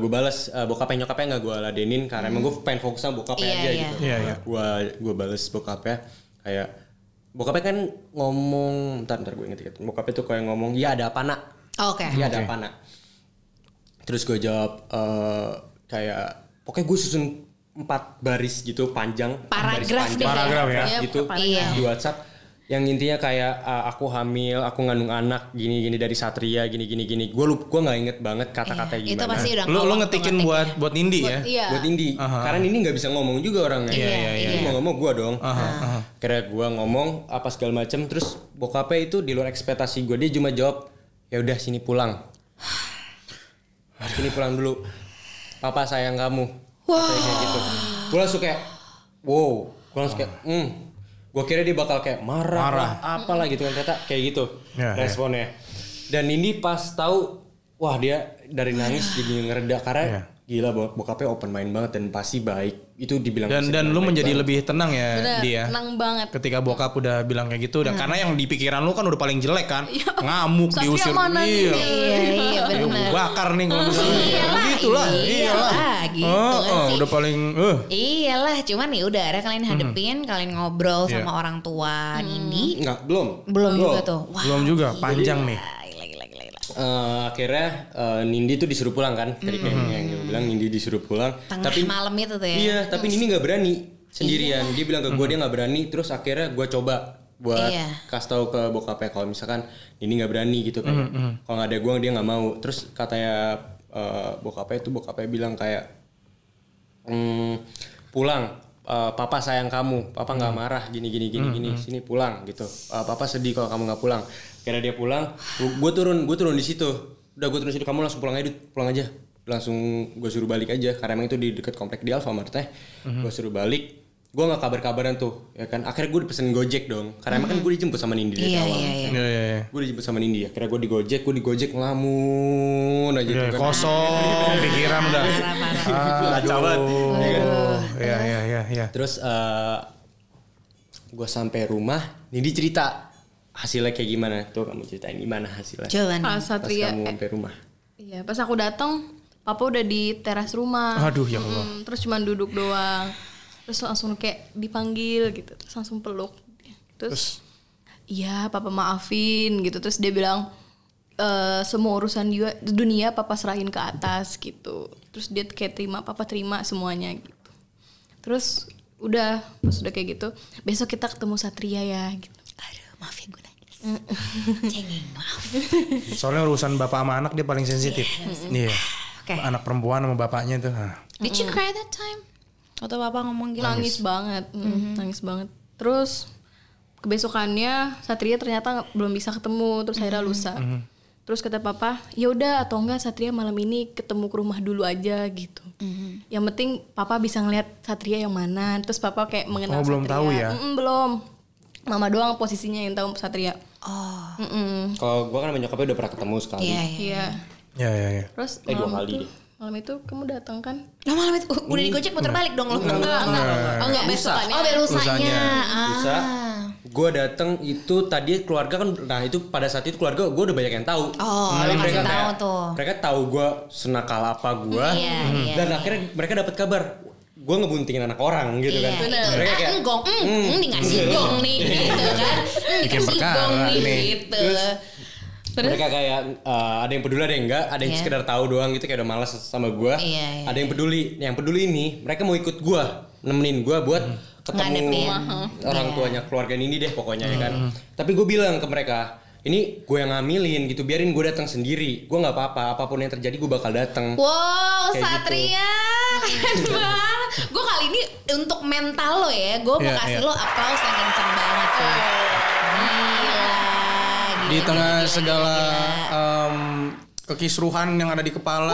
[SPEAKER 1] gue balas eh, bokapnya nyokapnya nggak gue ladenin karena emang gue pengen fokus sama bokapnya
[SPEAKER 2] Hmm. Iya,
[SPEAKER 1] aja
[SPEAKER 2] iya.
[SPEAKER 1] gitu.
[SPEAKER 3] Iya, iya.
[SPEAKER 1] Gue gue balas bokapnya kayak bokapnya kan ngomong ntar ntar gue inget inget bokapnya tuh kayak ngomong ya ada apa nak
[SPEAKER 2] Oh, oke.
[SPEAKER 1] ya ada apa nak terus gue jawab eh, kayak pokoknya gue susun empat baris gitu panjang empat baris
[SPEAKER 2] Paragraf deh.
[SPEAKER 3] Paragraf ya.
[SPEAKER 4] Iya,
[SPEAKER 1] gitu
[SPEAKER 2] Iya.
[SPEAKER 1] di WhatsApp yang intinya kayak uh, aku hamil, aku ngandung anak, gini-gini dari Satria, gini-gini gini. Gue lup, gue nggak inget banget kata-kata
[SPEAKER 2] Iya, Itu
[SPEAKER 1] gimana.
[SPEAKER 2] pasti udah
[SPEAKER 3] lu lu
[SPEAKER 2] ngolok
[SPEAKER 3] ngetikin
[SPEAKER 2] tuh
[SPEAKER 3] buat buat Nindi ya.
[SPEAKER 4] Iya.
[SPEAKER 1] Buat Indi, karena Indi nggak bisa ngomong juga orangnya.
[SPEAKER 3] Iya, iya,
[SPEAKER 1] Dia
[SPEAKER 2] iya.
[SPEAKER 1] Mau ngomong gue dong. Kira gue ngomong apa segala macem, terus bokapnya itu di luar ekspektasi gue dia cuma jawab ya udah sini pulang, sini pulang dulu. Papa sayang kamu. Katanya kayak gitu. Gue langsung kayak wow, gue langsung kayak hmm. Gue kira dia bakal kayak marah,
[SPEAKER 3] Marah.
[SPEAKER 1] marah. apalah gitu kan ternyata kayak gitu
[SPEAKER 3] Ya, ya.
[SPEAKER 1] responnya. Dan ini pas tahu wah dia dari nangis jadi ngereda karena
[SPEAKER 3] Ya.
[SPEAKER 1] gila bok- bokapnya open mind banget dan pasti baik. Itu dibilang
[SPEAKER 3] Dan
[SPEAKER 1] pasti
[SPEAKER 3] dan
[SPEAKER 1] open
[SPEAKER 3] lu
[SPEAKER 1] mind
[SPEAKER 3] menjadi
[SPEAKER 1] banget.
[SPEAKER 3] lebih tenang ya
[SPEAKER 4] Bener,
[SPEAKER 3] dia.
[SPEAKER 4] tenang banget.
[SPEAKER 3] Ketika bokap udah bilang kayak gitu dan karena yang di pikiran lu kan udah paling jelek kan. Ngamuk,
[SPEAKER 4] Satria
[SPEAKER 3] diusir.
[SPEAKER 4] mana nih?
[SPEAKER 3] iya.
[SPEAKER 2] Iya, iya
[SPEAKER 3] Ya, gua
[SPEAKER 2] benar.
[SPEAKER 3] bakar nih kalau misalnya. gitu lah.
[SPEAKER 2] iya
[SPEAKER 3] iyalah.
[SPEAKER 2] lah, gitu
[SPEAKER 3] Oh,
[SPEAKER 2] kan
[SPEAKER 3] oh,
[SPEAKER 2] sih.
[SPEAKER 3] udah paling eh
[SPEAKER 2] Iyalah, cuman ya udah akhirnya kalian hadepin, kalian ngobrol sama
[SPEAKER 3] Iya.
[SPEAKER 2] orang tua Nindi.
[SPEAKER 1] Enggak, belum.
[SPEAKER 2] Belum
[SPEAKER 1] Belum.
[SPEAKER 2] juga tuh. Wah,
[SPEAKER 3] belum juga panjang nih.
[SPEAKER 2] gila, gila, gila, gila.
[SPEAKER 1] Eh, akhirnya eh, Nindi tuh disuruh pulang kan tadi kayaknya yang dia bilang Nindi disuruh pulang
[SPEAKER 2] Mm-hmm. Tengah
[SPEAKER 1] tapi
[SPEAKER 2] malam itu tuh ya. Iya. Mm-hmm.
[SPEAKER 1] Iya, tapi Nini nggak berani sendirian. Dia bilang ke gue dia nggak berani. Terus akhirnya gue coba buat
[SPEAKER 2] Iya.
[SPEAKER 1] kasih tahu ke bokapnya kalau misalkan Nini nggak berani gitu kan.
[SPEAKER 2] Mm-hmm.
[SPEAKER 1] Kalau nggak ada gue dia nggak mau. Terus katanya eh, bokapnya itu bokapnya bilang kayak "Mm, pulang. Eh, papa sayang kamu, papa nggak
[SPEAKER 2] Hmm.
[SPEAKER 1] marah gini gini gini gini, sini pulang gitu. Eh, papa sedih kalau kamu nggak pulang. Karena dia pulang, gue turun, gue turun di situ. Udah gue turun di situ, kamu langsung pulang aja, Dut. pulang aja. Langsung gue suruh balik aja, karena emang itu di dekat komplek di Alfamart teh.
[SPEAKER 2] Hmm.
[SPEAKER 1] Gue suruh balik, gue nggak kabar-kabaran tuh, ya kan. Akhirnya gue pesen gojek dong, karena emang kan gue dijemput sama Nindi dari
[SPEAKER 2] Hmm. Iya,
[SPEAKER 1] awal.
[SPEAKER 2] iya, iya.
[SPEAKER 3] Iya, iya, iya.
[SPEAKER 1] Gue dijemput sama Nindi, akhirnya gue di gojek, gue di gojek ngelamun aja.
[SPEAKER 2] Iya,
[SPEAKER 3] Udah
[SPEAKER 1] tuh kan.
[SPEAKER 3] kosong pikiran udah.
[SPEAKER 2] Parah, parah.
[SPEAKER 1] Kacau banget.
[SPEAKER 3] Aduh. Iya, iya, iya, iya.
[SPEAKER 1] Terus gue sampai rumah, Nindi cerita hasilnya kayak gimana tuh kamu ceritain gimana hasilnya
[SPEAKER 2] iya. Coba nih.
[SPEAKER 4] Pas
[SPEAKER 1] pas
[SPEAKER 2] ya,
[SPEAKER 4] Satria.
[SPEAKER 2] eh.
[SPEAKER 1] kamu sampai rumah.
[SPEAKER 4] Iya, pas aku datang, papa udah di teras rumah.
[SPEAKER 3] Aduh, ya Allah.
[SPEAKER 4] Mm, terus cuman duduk doang. Terus langsung kayak dipanggil gitu, terus langsung peluk. Terus, iya, papa maafin gitu. Terus dia bilang, eh, semua urusan dia dunia papa serahin ke atas gitu terus dia kayak terima papa terima semuanya gitu terus udah pas udah kayak gitu besok kita ketemu Satria ya gitu
[SPEAKER 2] Aduh, maaf ya gue nangis. Cengeng, maaf.
[SPEAKER 3] Soalnya urusan bapak sama anak dia paling sensitif. Iya.
[SPEAKER 2] Oke. Hmm.
[SPEAKER 3] Anak perempuan sama bapaknya tuh. ah.
[SPEAKER 2] Did you cry that time? Atau papa ngomong gila?
[SPEAKER 4] nangis banget mm,
[SPEAKER 2] Mhm.
[SPEAKER 4] nangis banget terus kebesokannya Satria ternyata nggak- belum bisa ketemu terus akhirnya
[SPEAKER 2] Mhm.
[SPEAKER 4] lusa
[SPEAKER 3] Mhm.
[SPEAKER 4] terus kata papa ya udah atau enggak Satria malam ini ketemu ke rumah dulu aja gitu
[SPEAKER 2] Mhm.
[SPEAKER 4] yang penting papa bisa ngelihat Satria yang mana terus papa kayak mengenal
[SPEAKER 3] Oh, belum
[SPEAKER 4] Satria.
[SPEAKER 3] tahu ya?
[SPEAKER 4] Mm-mm, belum mama doang posisinya yang tahu Satria
[SPEAKER 2] Oh,
[SPEAKER 4] Mm-mm.
[SPEAKER 1] Kalau gue kan sama nyokapnya udah pernah ketemu sekali.
[SPEAKER 2] iya iya.
[SPEAKER 4] iya
[SPEAKER 3] Iya iya iya.
[SPEAKER 4] terus
[SPEAKER 1] Eh, dua
[SPEAKER 4] malam
[SPEAKER 1] kali
[SPEAKER 4] itu
[SPEAKER 1] deh.
[SPEAKER 4] malam itu kamu datang kan
[SPEAKER 2] Lo malam itu uh, udah digojek
[SPEAKER 3] Nah.
[SPEAKER 2] muter balik dong lo. Enggak, enggak.
[SPEAKER 4] oh, enggak besokannya
[SPEAKER 2] Oh, belusanya.
[SPEAKER 3] Lusanya.
[SPEAKER 1] Lusa,
[SPEAKER 2] Ah.
[SPEAKER 1] gue datang itu tadi keluarga kan, nah itu pada saat itu keluarga gue udah banyak yang tahu.
[SPEAKER 3] Nah,
[SPEAKER 2] Oh,
[SPEAKER 1] Karena
[SPEAKER 2] lo kasih
[SPEAKER 1] kayak-
[SPEAKER 2] tahu tuh.
[SPEAKER 1] Mereka tahu gue senakal apa gue,
[SPEAKER 2] Oh. Iya, iya,
[SPEAKER 1] dan akhirnya mereka dapat kabar gue ngebuntingin anak orang gitu
[SPEAKER 2] Iya,
[SPEAKER 1] kan.
[SPEAKER 2] itu
[SPEAKER 1] Mereka
[SPEAKER 2] ah,
[SPEAKER 1] kayak hmm. Iya.
[SPEAKER 2] enggong, mm, mm, nih ngasih gong nih gitu kan. Mm,
[SPEAKER 3] Bikin
[SPEAKER 2] dikasih
[SPEAKER 3] perkara
[SPEAKER 2] gong nih
[SPEAKER 3] nih.
[SPEAKER 2] gitu.
[SPEAKER 1] mereka kayak eh, ada yang peduli ada yang enggak, ada yang
[SPEAKER 2] Iya.
[SPEAKER 1] sekedar tahu doang gitu kayak udah malas sama gue.
[SPEAKER 2] Iya, iya,
[SPEAKER 1] ada yang peduli, yang peduli ini mereka mau ikut gue, nemenin gue buat ketemu
[SPEAKER 2] Ngadepin.
[SPEAKER 1] orang
[SPEAKER 2] Iya.
[SPEAKER 1] tuanya keluarga ini deh pokoknya ya kan. Tapi gue bilang ke mereka ini gue yang ngambilin gitu biarin gue datang sendiri gue nggak apa-apa apapun yang terjadi gue bakal datang
[SPEAKER 2] Wow,
[SPEAKER 3] gitu.
[SPEAKER 1] Kayak
[SPEAKER 2] Satria, keren banget. Gue kali ini untuk mental lo ya, gue mau
[SPEAKER 3] Iya,
[SPEAKER 2] kasih
[SPEAKER 3] iya.
[SPEAKER 2] lo aplaus yang kenceng banget sih. Gila, gila,
[SPEAKER 3] Di tengah
[SPEAKER 2] gila,
[SPEAKER 3] segala
[SPEAKER 2] gila.
[SPEAKER 3] em, kekisruhan yang ada di kepala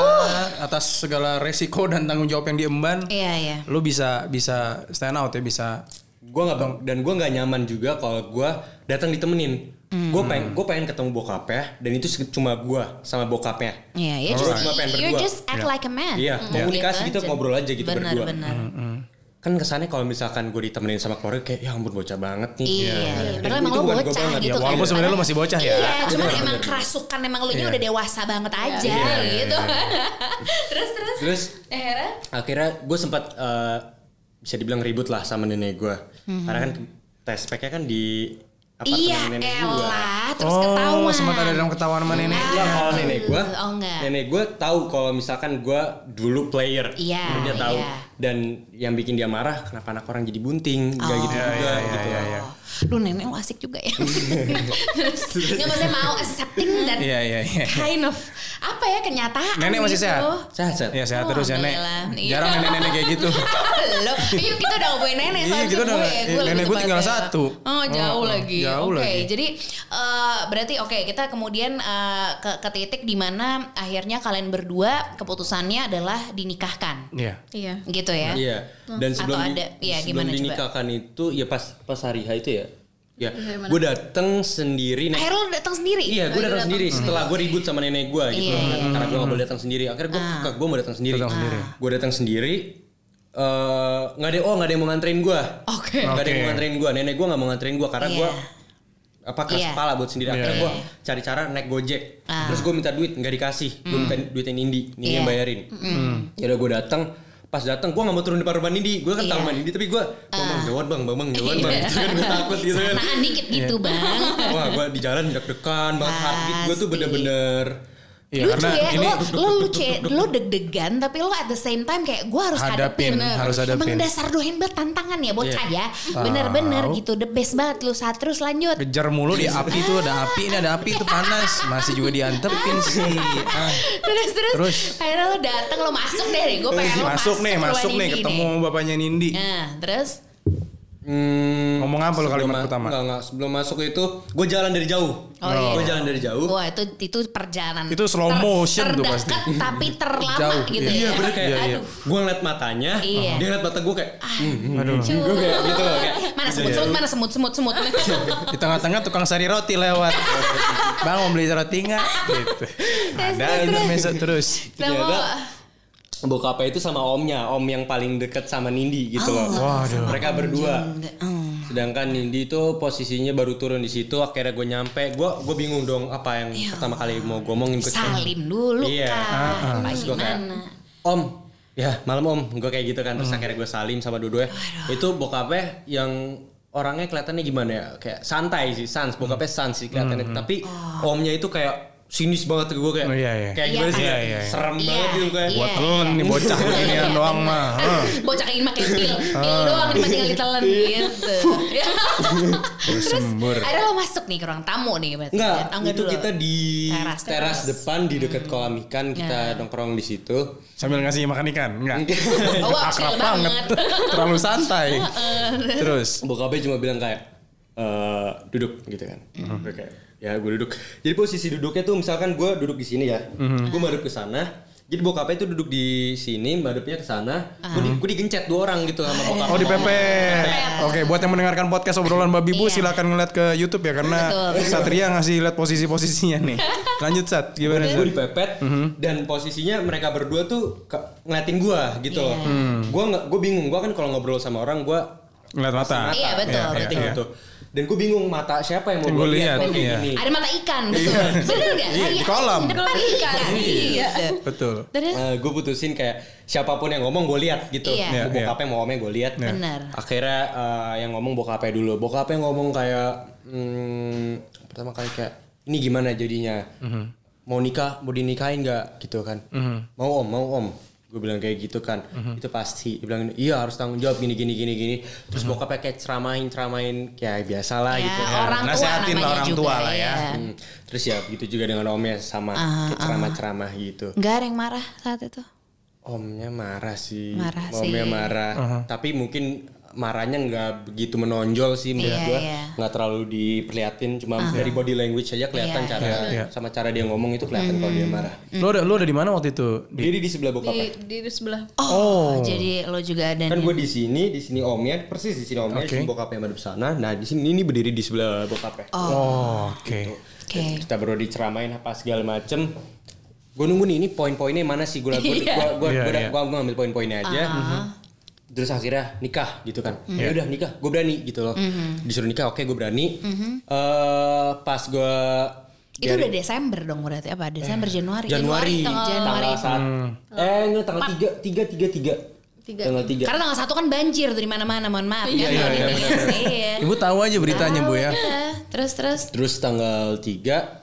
[SPEAKER 3] atas segala resiko dan tanggung jawab yang diemban,
[SPEAKER 2] Iya iya.
[SPEAKER 3] lu bisa bisa stand out ya bisa.
[SPEAKER 1] gue nggak bang dan gue nggak nyaman juga kalau gue datang ditemenin
[SPEAKER 2] Hmm.
[SPEAKER 1] gue pengen gue pengen ketemu bokapnya dan itu se- cuma gue sama bokapnya
[SPEAKER 2] Iya, ya
[SPEAKER 1] Alright.
[SPEAKER 2] just,
[SPEAKER 1] Cuma pengen
[SPEAKER 2] you
[SPEAKER 1] berdua.
[SPEAKER 2] just act like a man.
[SPEAKER 1] Iya,
[SPEAKER 2] Mm,
[SPEAKER 1] komunikasi gitu,
[SPEAKER 2] aja.
[SPEAKER 1] ngobrol aja gitu
[SPEAKER 2] benar,
[SPEAKER 1] berdua.
[SPEAKER 2] Benar,
[SPEAKER 3] Hmm.
[SPEAKER 1] kan kesannya kalau misalkan gue ditemenin sama keluarga kayak ya ampun bocah banget nih
[SPEAKER 2] Iya, iya.
[SPEAKER 1] Dan
[SPEAKER 2] Padahal
[SPEAKER 1] itu
[SPEAKER 2] emang lo
[SPEAKER 1] bukan gua
[SPEAKER 2] bocah
[SPEAKER 1] banget.
[SPEAKER 2] gitu
[SPEAKER 3] Ya,
[SPEAKER 2] kan.
[SPEAKER 3] walaupun sebenarnya lu
[SPEAKER 2] Padahal-
[SPEAKER 3] masih bocah ya.
[SPEAKER 2] Iya, cuman
[SPEAKER 1] Benar,
[SPEAKER 2] emang
[SPEAKER 1] benar.
[SPEAKER 2] kerasukan emang lo nya
[SPEAKER 3] Iya.
[SPEAKER 2] udah dewasa banget aja gitu. terus terus.
[SPEAKER 1] terus
[SPEAKER 2] Akhirnya?
[SPEAKER 1] akhirnya gue sempat eh, bisa dibilang ribut lah sama nenek gue karena kan tes speknya kan di apartemen
[SPEAKER 2] Hmm. Iya,
[SPEAKER 1] nenek gue
[SPEAKER 2] elah, terus
[SPEAKER 3] oh,
[SPEAKER 2] ketahuan.
[SPEAKER 3] sempat ada dalam ketahuan sama nenek.
[SPEAKER 1] Iya, kalau nenek gue,
[SPEAKER 2] Oh, enggak.
[SPEAKER 1] nenek gue tahu kalau misalkan gue dulu player,
[SPEAKER 2] Iya,
[SPEAKER 1] dia tahu.
[SPEAKER 2] iya.
[SPEAKER 1] Dan yang bikin dia marah, kenapa anak orang jadi bunting, gak gitu juga, gitu.
[SPEAKER 3] ya?
[SPEAKER 2] Oh, Lu nenek lu asik juga ya. Terus, Nggak maksudnya mau accepting dan
[SPEAKER 3] Iya iya iya.
[SPEAKER 2] kind of apa ya kenyataan.
[SPEAKER 3] Nenek masih
[SPEAKER 2] gitu.
[SPEAKER 3] sehat?
[SPEAKER 1] Sehat, sehat.
[SPEAKER 3] Ya sehat
[SPEAKER 2] Oh,
[SPEAKER 3] terus ya, Nek.
[SPEAKER 2] alhamdulillah. Iya.
[SPEAKER 3] Jarang nenek-nenek kayak gitu.
[SPEAKER 2] Lo, iya kita udah ngomongin nenek
[SPEAKER 3] Iya,
[SPEAKER 2] soalnya
[SPEAKER 3] kita udah-
[SPEAKER 2] gue,
[SPEAKER 3] iya,
[SPEAKER 2] lebih
[SPEAKER 3] nenek gue
[SPEAKER 2] kepada-
[SPEAKER 3] tinggal satu.
[SPEAKER 2] Oh jauh
[SPEAKER 3] Oh, oh,
[SPEAKER 2] lagi.
[SPEAKER 3] jauh
[SPEAKER 2] oke,
[SPEAKER 3] lagi.
[SPEAKER 2] jadi eh, berarti oke kita kemudian eh, ke, ke titik dimana akhirnya kalian berdua keputusannya adalah dinikahkan,
[SPEAKER 3] Iya.
[SPEAKER 4] iya
[SPEAKER 2] gitu ya?
[SPEAKER 1] Iya. Dan
[SPEAKER 2] Atau
[SPEAKER 1] sebelum
[SPEAKER 2] ada- iya,
[SPEAKER 1] sebelum
[SPEAKER 2] gimana coba?
[SPEAKER 1] dinikahkan itu ya pas pas hari H itu ya. Ya, gue dateng sendiri naik
[SPEAKER 2] Akhirnya lo datang sendiri.
[SPEAKER 1] Iya, gue datang sendiri setelah gue ribut sama nenek gue gitu,
[SPEAKER 2] Iya, Ah.
[SPEAKER 1] kan. karena gue gak boleh datang sendiri. Akhirnya gue kakak gue mau datang sendiri.
[SPEAKER 3] Datang sendiri.
[SPEAKER 1] Gue datang sendiri. eh, nggak ada, oh nggak ada yang mau nganterin gue.
[SPEAKER 2] Oke.
[SPEAKER 1] Nggak ada yang mau
[SPEAKER 3] Oke.
[SPEAKER 1] nganterin gue. Nenek gue nggak mau nganterin gue karena gue
[SPEAKER 2] Iya.
[SPEAKER 1] apa keras
[SPEAKER 2] Iya.
[SPEAKER 1] kepala buat sendiri. Akhirnya gue cari cara naik gojek.
[SPEAKER 2] Ah. Hmm.
[SPEAKER 1] Terus gue minta duit, nggak dikasih. Gue minta duit yang Indi, Nindi yang
[SPEAKER 2] Iya.
[SPEAKER 1] bayarin. Ya udah gue datang. Pas datang gue gak mau turun depan rumah Nindi. Gue kan tahu
[SPEAKER 2] Iya. Ah.
[SPEAKER 1] rumah Nindi tapi gue bang bang jawab bang bang bang jawab bang. Gitu kan gue takut gitu kan.
[SPEAKER 2] Sanaan dikit gitu
[SPEAKER 3] Iya.
[SPEAKER 2] bang.
[SPEAKER 1] Wah gue di jalan deg-degan
[SPEAKER 2] Ah,
[SPEAKER 1] banget heartbeat gue tuh
[SPEAKER 2] Pasti.
[SPEAKER 1] bener-bener
[SPEAKER 3] Iya,
[SPEAKER 2] lucu
[SPEAKER 3] karena
[SPEAKER 2] ya,
[SPEAKER 3] ini
[SPEAKER 2] lo, lo lucu ya, lo deg-degan tapi lo at the same time kayak gue harus hadapin,
[SPEAKER 3] Hadapin, harus hadapin.
[SPEAKER 2] Emang dasar dohen banget tantangan ya bocah
[SPEAKER 1] Iya.
[SPEAKER 2] ya, bener-bener
[SPEAKER 3] Tahu.
[SPEAKER 2] gitu, the best banget lu saat terus lanjut.
[SPEAKER 3] Kejar mulu di api tuh ada api ini ada api itu panas masih juga diantepin sih. Ah.
[SPEAKER 2] terus, terus
[SPEAKER 3] Terus.
[SPEAKER 2] akhirnya lo datang lo masuk deh, gue pengen lo
[SPEAKER 3] Masuk nih,
[SPEAKER 2] ke
[SPEAKER 3] masuk
[SPEAKER 2] ruangan
[SPEAKER 3] nih
[SPEAKER 2] ini
[SPEAKER 3] ketemu
[SPEAKER 2] nih.
[SPEAKER 3] bapaknya Nindi.
[SPEAKER 2] Nah, terus
[SPEAKER 1] Hmm,
[SPEAKER 3] Ngomong apa
[SPEAKER 1] sebelum
[SPEAKER 3] lo kalimat
[SPEAKER 1] ma-
[SPEAKER 3] pertama?
[SPEAKER 1] Enggak, enggak. Sebelum masuk itu gue jalan dari jauh.
[SPEAKER 2] Oh, iya.
[SPEAKER 1] Gue jalan dari jauh.
[SPEAKER 2] wah itu itu perjalanan
[SPEAKER 3] Itu slow motion tuh pasti.
[SPEAKER 2] terdekat tapi terlama
[SPEAKER 3] Jauh,
[SPEAKER 2] gitu
[SPEAKER 3] iya.
[SPEAKER 2] ya.
[SPEAKER 1] Iya bener kayak
[SPEAKER 3] Iya, iya.
[SPEAKER 1] aduh. Gue ngeliat matanya,
[SPEAKER 2] Iya.
[SPEAKER 1] dia ngeliat mata gue kayak gue
[SPEAKER 3] Aduh.
[SPEAKER 1] kayak gitu loh kayak.
[SPEAKER 2] Mana
[SPEAKER 3] Iya,
[SPEAKER 2] semut-semut, mana semut-semut, semut.
[SPEAKER 3] Di tengah-tengah tukang sari roti lewat. Bang mau beli roti nggak? Gitu. Ada itu mesut terus.
[SPEAKER 1] Ternyata
[SPEAKER 2] Sama-
[SPEAKER 1] bokapnya itu sama omnya, om yang paling deket sama Nindi gitu loh.
[SPEAKER 3] Waduh.
[SPEAKER 1] Mereka berdua. Sedangkan Nindi itu posisinya baru turun di situ, akhirnya gue nyampe. Gue gue bingung dong apa yang pertama kali mau gue omongin ke
[SPEAKER 2] salim dulu
[SPEAKER 1] Iya.
[SPEAKER 2] kak
[SPEAKER 3] Ah,
[SPEAKER 2] Apa
[SPEAKER 1] Terus gue kayak
[SPEAKER 2] gimana
[SPEAKER 1] Om Ya malam om Gue kayak gitu kan Terus
[SPEAKER 3] Hmm.
[SPEAKER 1] akhirnya gue salim sama dua-duanya Itu bokapnya yang
[SPEAKER 3] Hmm.
[SPEAKER 1] orangnya kelihatannya gimana ya Kayak santai sih Sans Bokapnya sans sih kelihatannya Tapi omnya itu kayak sinis banget ke gue kayak
[SPEAKER 3] Oh, iya, iya.
[SPEAKER 1] kayak
[SPEAKER 2] hmm. Iya,
[SPEAKER 1] gimana sih
[SPEAKER 2] pasti.
[SPEAKER 3] Iya, iya, iya.
[SPEAKER 1] serem
[SPEAKER 2] Iya,
[SPEAKER 1] banget gitu kayak
[SPEAKER 2] Iya,
[SPEAKER 3] Buat lo
[SPEAKER 2] iya.
[SPEAKER 3] nih bocah beginian doang mah. Hah.
[SPEAKER 2] Bocah ingin pakai pil,
[SPEAKER 3] Ah.
[SPEAKER 2] pil doang ini tinggal ditelan
[SPEAKER 3] Iya.
[SPEAKER 2] gitu. Terus
[SPEAKER 3] Sembur.
[SPEAKER 2] ada lo masuk nih ke ruang tamu nih berarti.
[SPEAKER 1] Enggak,
[SPEAKER 2] Atau enggak
[SPEAKER 1] itu
[SPEAKER 2] dulu?
[SPEAKER 1] kita di
[SPEAKER 2] Teras,
[SPEAKER 1] teras,
[SPEAKER 2] teras. Hmm. Nah.
[SPEAKER 1] depan di dekat kolam ikan kita nongkrong di situ.
[SPEAKER 3] Sambil ngasih makan ikan, enggak.
[SPEAKER 2] Oh, wah, chill
[SPEAKER 3] Akrab banget. Terlalu santai. Terus.
[SPEAKER 1] Bokapnya cuma bilang kayak eh duduk gitu kan.
[SPEAKER 3] Hmm.
[SPEAKER 1] Gue kayak ya gue duduk. Jadi posisi duduknya tuh misalkan gue duduk di sini ya.
[SPEAKER 3] Hmm.
[SPEAKER 1] Gue madep ke sana. Jadi bokapnya tuh duduk di sini, madepnya ke sana.
[SPEAKER 2] Ah.
[SPEAKER 1] Gue di- gue digencet dua orang gitu
[SPEAKER 2] Eh.
[SPEAKER 1] sama bokap.
[SPEAKER 3] Oh di PP. Oke, buat yang mendengarkan podcast obrolan babi bu
[SPEAKER 2] Iya.
[SPEAKER 3] silakan ngeliat ke YouTube ya karena Satria ngasih lihat posisi-posisinya nih. Lanjut Sat, gimana
[SPEAKER 1] gue
[SPEAKER 3] Sat?
[SPEAKER 1] dipepet
[SPEAKER 3] Hmm.
[SPEAKER 1] dan posisinya mereka berdua tuh ke- ngeliatin gue gitu.
[SPEAKER 2] Iya.
[SPEAKER 3] Hmm.
[SPEAKER 1] Gue nggak, gue bingung. Gue kan kalau ngobrol sama orang gue
[SPEAKER 3] Ngeliat mata.
[SPEAKER 2] Iya, betul,
[SPEAKER 3] Iya,
[SPEAKER 1] Ngerti
[SPEAKER 2] betul.
[SPEAKER 1] nggak tuh? gitu. Dan gue bingung mata siapa yang mau
[SPEAKER 3] Yang
[SPEAKER 1] gue
[SPEAKER 3] gua
[SPEAKER 1] lihat
[SPEAKER 3] lihat,
[SPEAKER 1] kalau kayak
[SPEAKER 3] iya.
[SPEAKER 1] gini.
[SPEAKER 2] Ada mata ikan, betul. Bener nggak?
[SPEAKER 3] Iya, di
[SPEAKER 2] Hari-
[SPEAKER 3] kolam.
[SPEAKER 2] Depan ikan. Iya.
[SPEAKER 3] Betul.
[SPEAKER 2] Terus
[SPEAKER 1] gue Eh, putusin kayak siapapun yang ngomong gue lihat gitu.
[SPEAKER 2] Iya.
[SPEAKER 1] Mau
[SPEAKER 3] Iya, iya.
[SPEAKER 1] Bokapnya mau omnya gue lihat.
[SPEAKER 3] Iya.
[SPEAKER 2] Bener.
[SPEAKER 1] Akhirnya eh, yang ngomong bokapnya dulu. Bokapnya ngomong kayak hmm, pertama kali kayak ini gimana jadinya?
[SPEAKER 3] Mhm.
[SPEAKER 1] Mau nikah, mau dinikahin nggak gitu kan? Mau om, mau om. Gue bilang kayak gitu kan.
[SPEAKER 3] Mhm.
[SPEAKER 1] Itu pasti. Dia bilang iya harus tanggung jawab gini gini gini gini. Terus
[SPEAKER 3] Mhm.
[SPEAKER 1] bokapnya kayak ceramain ceramain kayak biasa lah
[SPEAKER 2] Ya,
[SPEAKER 1] gitu.
[SPEAKER 2] orang tua
[SPEAKER 3] Nasehatin lah
[SPEAKER 2] namanya
[SPEAKER 3] orang
[SPEAKER 2] juga,
[SPEAKER 3] tua lah ya.
[SPEAKER 2] iya.
[SPEAKER 1] Hmm, Terus ya begitu juga dengan omnya sama kayak ceramah-ceramah gitu.
[SPEAKER 2] Nggak ada yang marah saat itu.
[SPEAKER 1] Omnya marah sih.
[SPEAKER 2] Marah
[SPEAKER 1] omnya
[SPEAKER 2] sih.
[SPEAKER 1] marah. Tapi mungkin marahnya nggak begitu menonjol sih menurut
[SPEAKER 2] Iya,
[SPEAKER 1] gua.
[SPEAKER 2] iya.
[SPEAKER 1] Nggak terlalu diperlihatin. Cuma dari body language aja kelihatan
[SPEAKER 2] Iya, Hmm.
[SPEAKER 1] cara
[SPEAKER 3] iya.
[SPEAKER 1] sama cara dia ngomong itu kelihatan kalau dia marah.
[SPEAKER 2] Mm.
[SPEAKER 3] Lu ada lu ada di mana waktu itu? Di
[SPEAKER 1] Jadi di sebelah bokapnya.
[SPEAKER 4] di, di sebelah
[SPEAKER 2] Oh, jadi lo juga ada
[SPEAKER 1] Kan
[SPEAKER 2] nih.
[SPEAKER 1] gue di sini, di sini omnya, persis di sini omnya, di
[SPEAKER 3] Oke.
[SPEAKER 1] sini bokapnya madep sana. Nah di sini ini berdiri di sebelah bokapnya.
[SPEAKER 3] Oh, oke.
[SPEAKER 2] Oke.
[SPEAKER 1] kita baru diceramain apa segala macem gue nunggu nih ini poin-poinnya mana sih gue gue gue
[SPEAKER 3] Iya, iya.
[SPEAKER 1] gue ngambil poin-poinnya aja
[SPEAKER 2] Ah.
[SPEAKER 1] Mhm. terus akhirnya nikah gitu kan
[SPEAKER 2] Mhm.
[SPEAKER 1] ya udah nikah gue berani gitu loh disuruh nikah oke gue berani Eh, pas gue
[SPEAKER 2] Mhm. Itu udah Desember dong berarti apa? Desember Januari.
[SPEAKER 1] Januari
[SPEAKER 2] tanggal- Januari.
[SPEAKER 1] tanggal saat eh enggak tanggal tiga tiga tiga tiga
[SPEAKER 4] Tiga.
[SPEAKER 1] tanggal tiga
[SPEAKER 2] Karena tanggal satu kan banjir tuh di mana-mana, mohon maaf kan. Iya, iya, iya.
[SPEAKER 3] Ibu tahu aja beritanya Bu ya.
[SPEAKER 2] Iya. Terus terus
[SPEAKER 1] terus tanggal tiga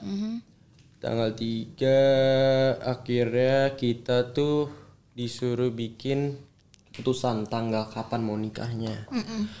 [SPEAKER 1] tanggal tiga akhirnya kita tuh disuruh bikin keputusan tanggal kapan mau nikahnya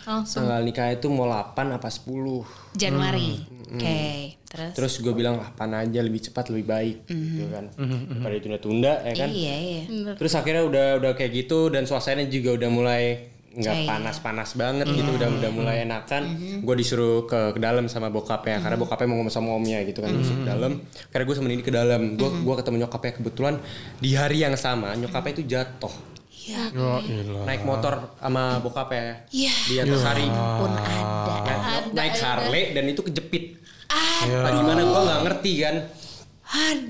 [SPEAKER 4] langsung
[SPEAKER 1] tanggal nikah itu mau 8 apa 10
[SPEAKER 2] Januari. Oke. Terus.
[SPEAKER 1] terus gue bilang 8 aja lebih cepat lebih baik gitu kan daripada ditunda-tunda ya kan
[SPEAKER 2] Iya, iya.
[SPEAKER 1] terus akhirnya udah udah kayak gitu dan suasananya juga udah mulai nggak panas-panas banget gitu
[SPEAKER 2] Mm-hmm.
[SPEAKER 1] udah udah mulai enakan gue disuruh ke, ke dalam sama bokapnya karena
[SPEAKER 2] Mm-hmm.
[SPEAKER 1] bokapnya mau ngomong sama omnya gitu kan disuruh ke dalam karena gue sama ini ke dalam gue
[SPEAKER 2] Mm-hmm.
[SPEAKER 1] gua ketemu nyokapnya kebetulan di hari yang sama nyokapnya itu jatuh
[SPEAKER 2] Ya,
[SPEAKER 3] Yo,
[SPEAKER 2] kan?
[SPEAKER 3] ilah.
[SPEAKER 1] naik motor sama bokapnya
[SPEAKER 2] Iya.
[SPEAKER 1] di atas hari
[SPEAKER 2] Pun ada.
[SPEAKER 1] Nah, naik Harley dan itu kejepit
[SPEAKER 2] Aduh.
[SPEAKER 1] Nah, gimana gue nggak ngerti kan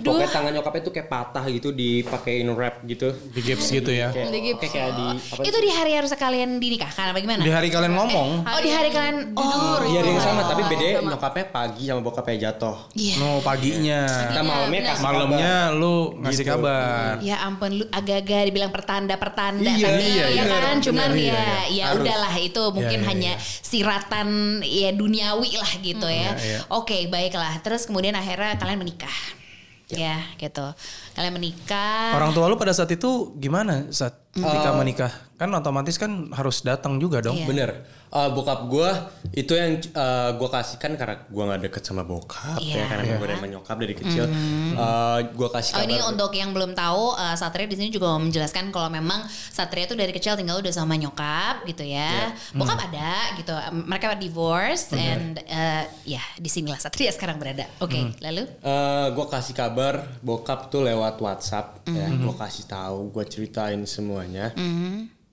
[SPEAKER 1] pokoknya tangan nyokapnya tuh kayak patah gitu dipakein wrap gitu
[SPEAKER 3] Di gips gitu ya.
[SPEAKER 1] kayak kayak, kayak di apa
[SPEAKER 2] Itu di hari harus kalian dinikahkan apa gimana?
[SPEAKER 3] Di hari kalian ngomong,
[SPEAKER 2] oh, di hari kalian oh.
[SPEAKER 1] Iya ada yang sama tapi bedanya nyokapnya pagi sama bokapnya jatuh.
[SPEAKER 2] Iya.
[SPEAKER 3] no paginya.
[SPEAKER 1] Kita malamnya kasih kabar.
[SPEAKER 3] Malamnya lu ngasih kabar.
[SPEAKER 2] Ya ampun lu agak-agak dibilang pertanda-pertanda
[SPEAKER 3] Iya,
[SPEAKER 2] tapi
[SPEAKER 3] iya,
[SPEAKER 2] ya
[SPEAKER 3] iya.
[SPEAKER 2] kan
[SPEAKER 3] Benar,
[SPEAKER 2] cuman
[SPEAKER 3] iya,
[SPEAKER 2] ya ya udahlah itu mungkin
[SPEAKER 3] iya,
[SPEAKER 2] hanya siratan ya duniawi lah gitu ya.
[SPEAKER 3] Iya, iya.
[SPEAKER 2] Oke, baiklah. Terus kemudian akhirnya kalian menikah. Ya, gitu. Kalian menikah.
[SPEAKER 3] Orang tua lu pada saat itu gimana saat ketika menikah? Kan otomatis kan harus datang juga dong.
[SPEAKER 2] Mm. Iya.
[SPEAKER 1] Bener. Eh, bokap gue itu yang eh, gue kasihkan karena gue nggak deket sama bokap ya
[SPEAKER 2] Iya. Hmm.
[SPEAKER 1] karena gue udah sama nyokap dari kecil. gue kasih
[SPEAKER 2] Oh
[SPEAKER 1] kabar.
[SPEAKER 2] ini untuk yang belum tahu eh, Satria di sini juga mau menjelaskan kalau memang Satria tuh dari kecil tinggal udah sama nyokap gitu ya.
[SPEAKER 1] Iya.
[SPEAKER 2] Bokap
[SPEAKER 1] Hmm.
[SPEAKER 2] ada gitu. Em, Mereka divorce and eh, ya di sinilah Satria sekarang berada. Oke,
[SPEAKER 1] Hmm.
[SPEAKER 2] lalu
[SPEAKER 1] gue Eh, kasih kabar bokap tuh lewat WhatsApp. Ya.
[SPEAKER 2] Hmm.
[SPEAKER 1] Gue kasih tahu, gue ceritain semuanya.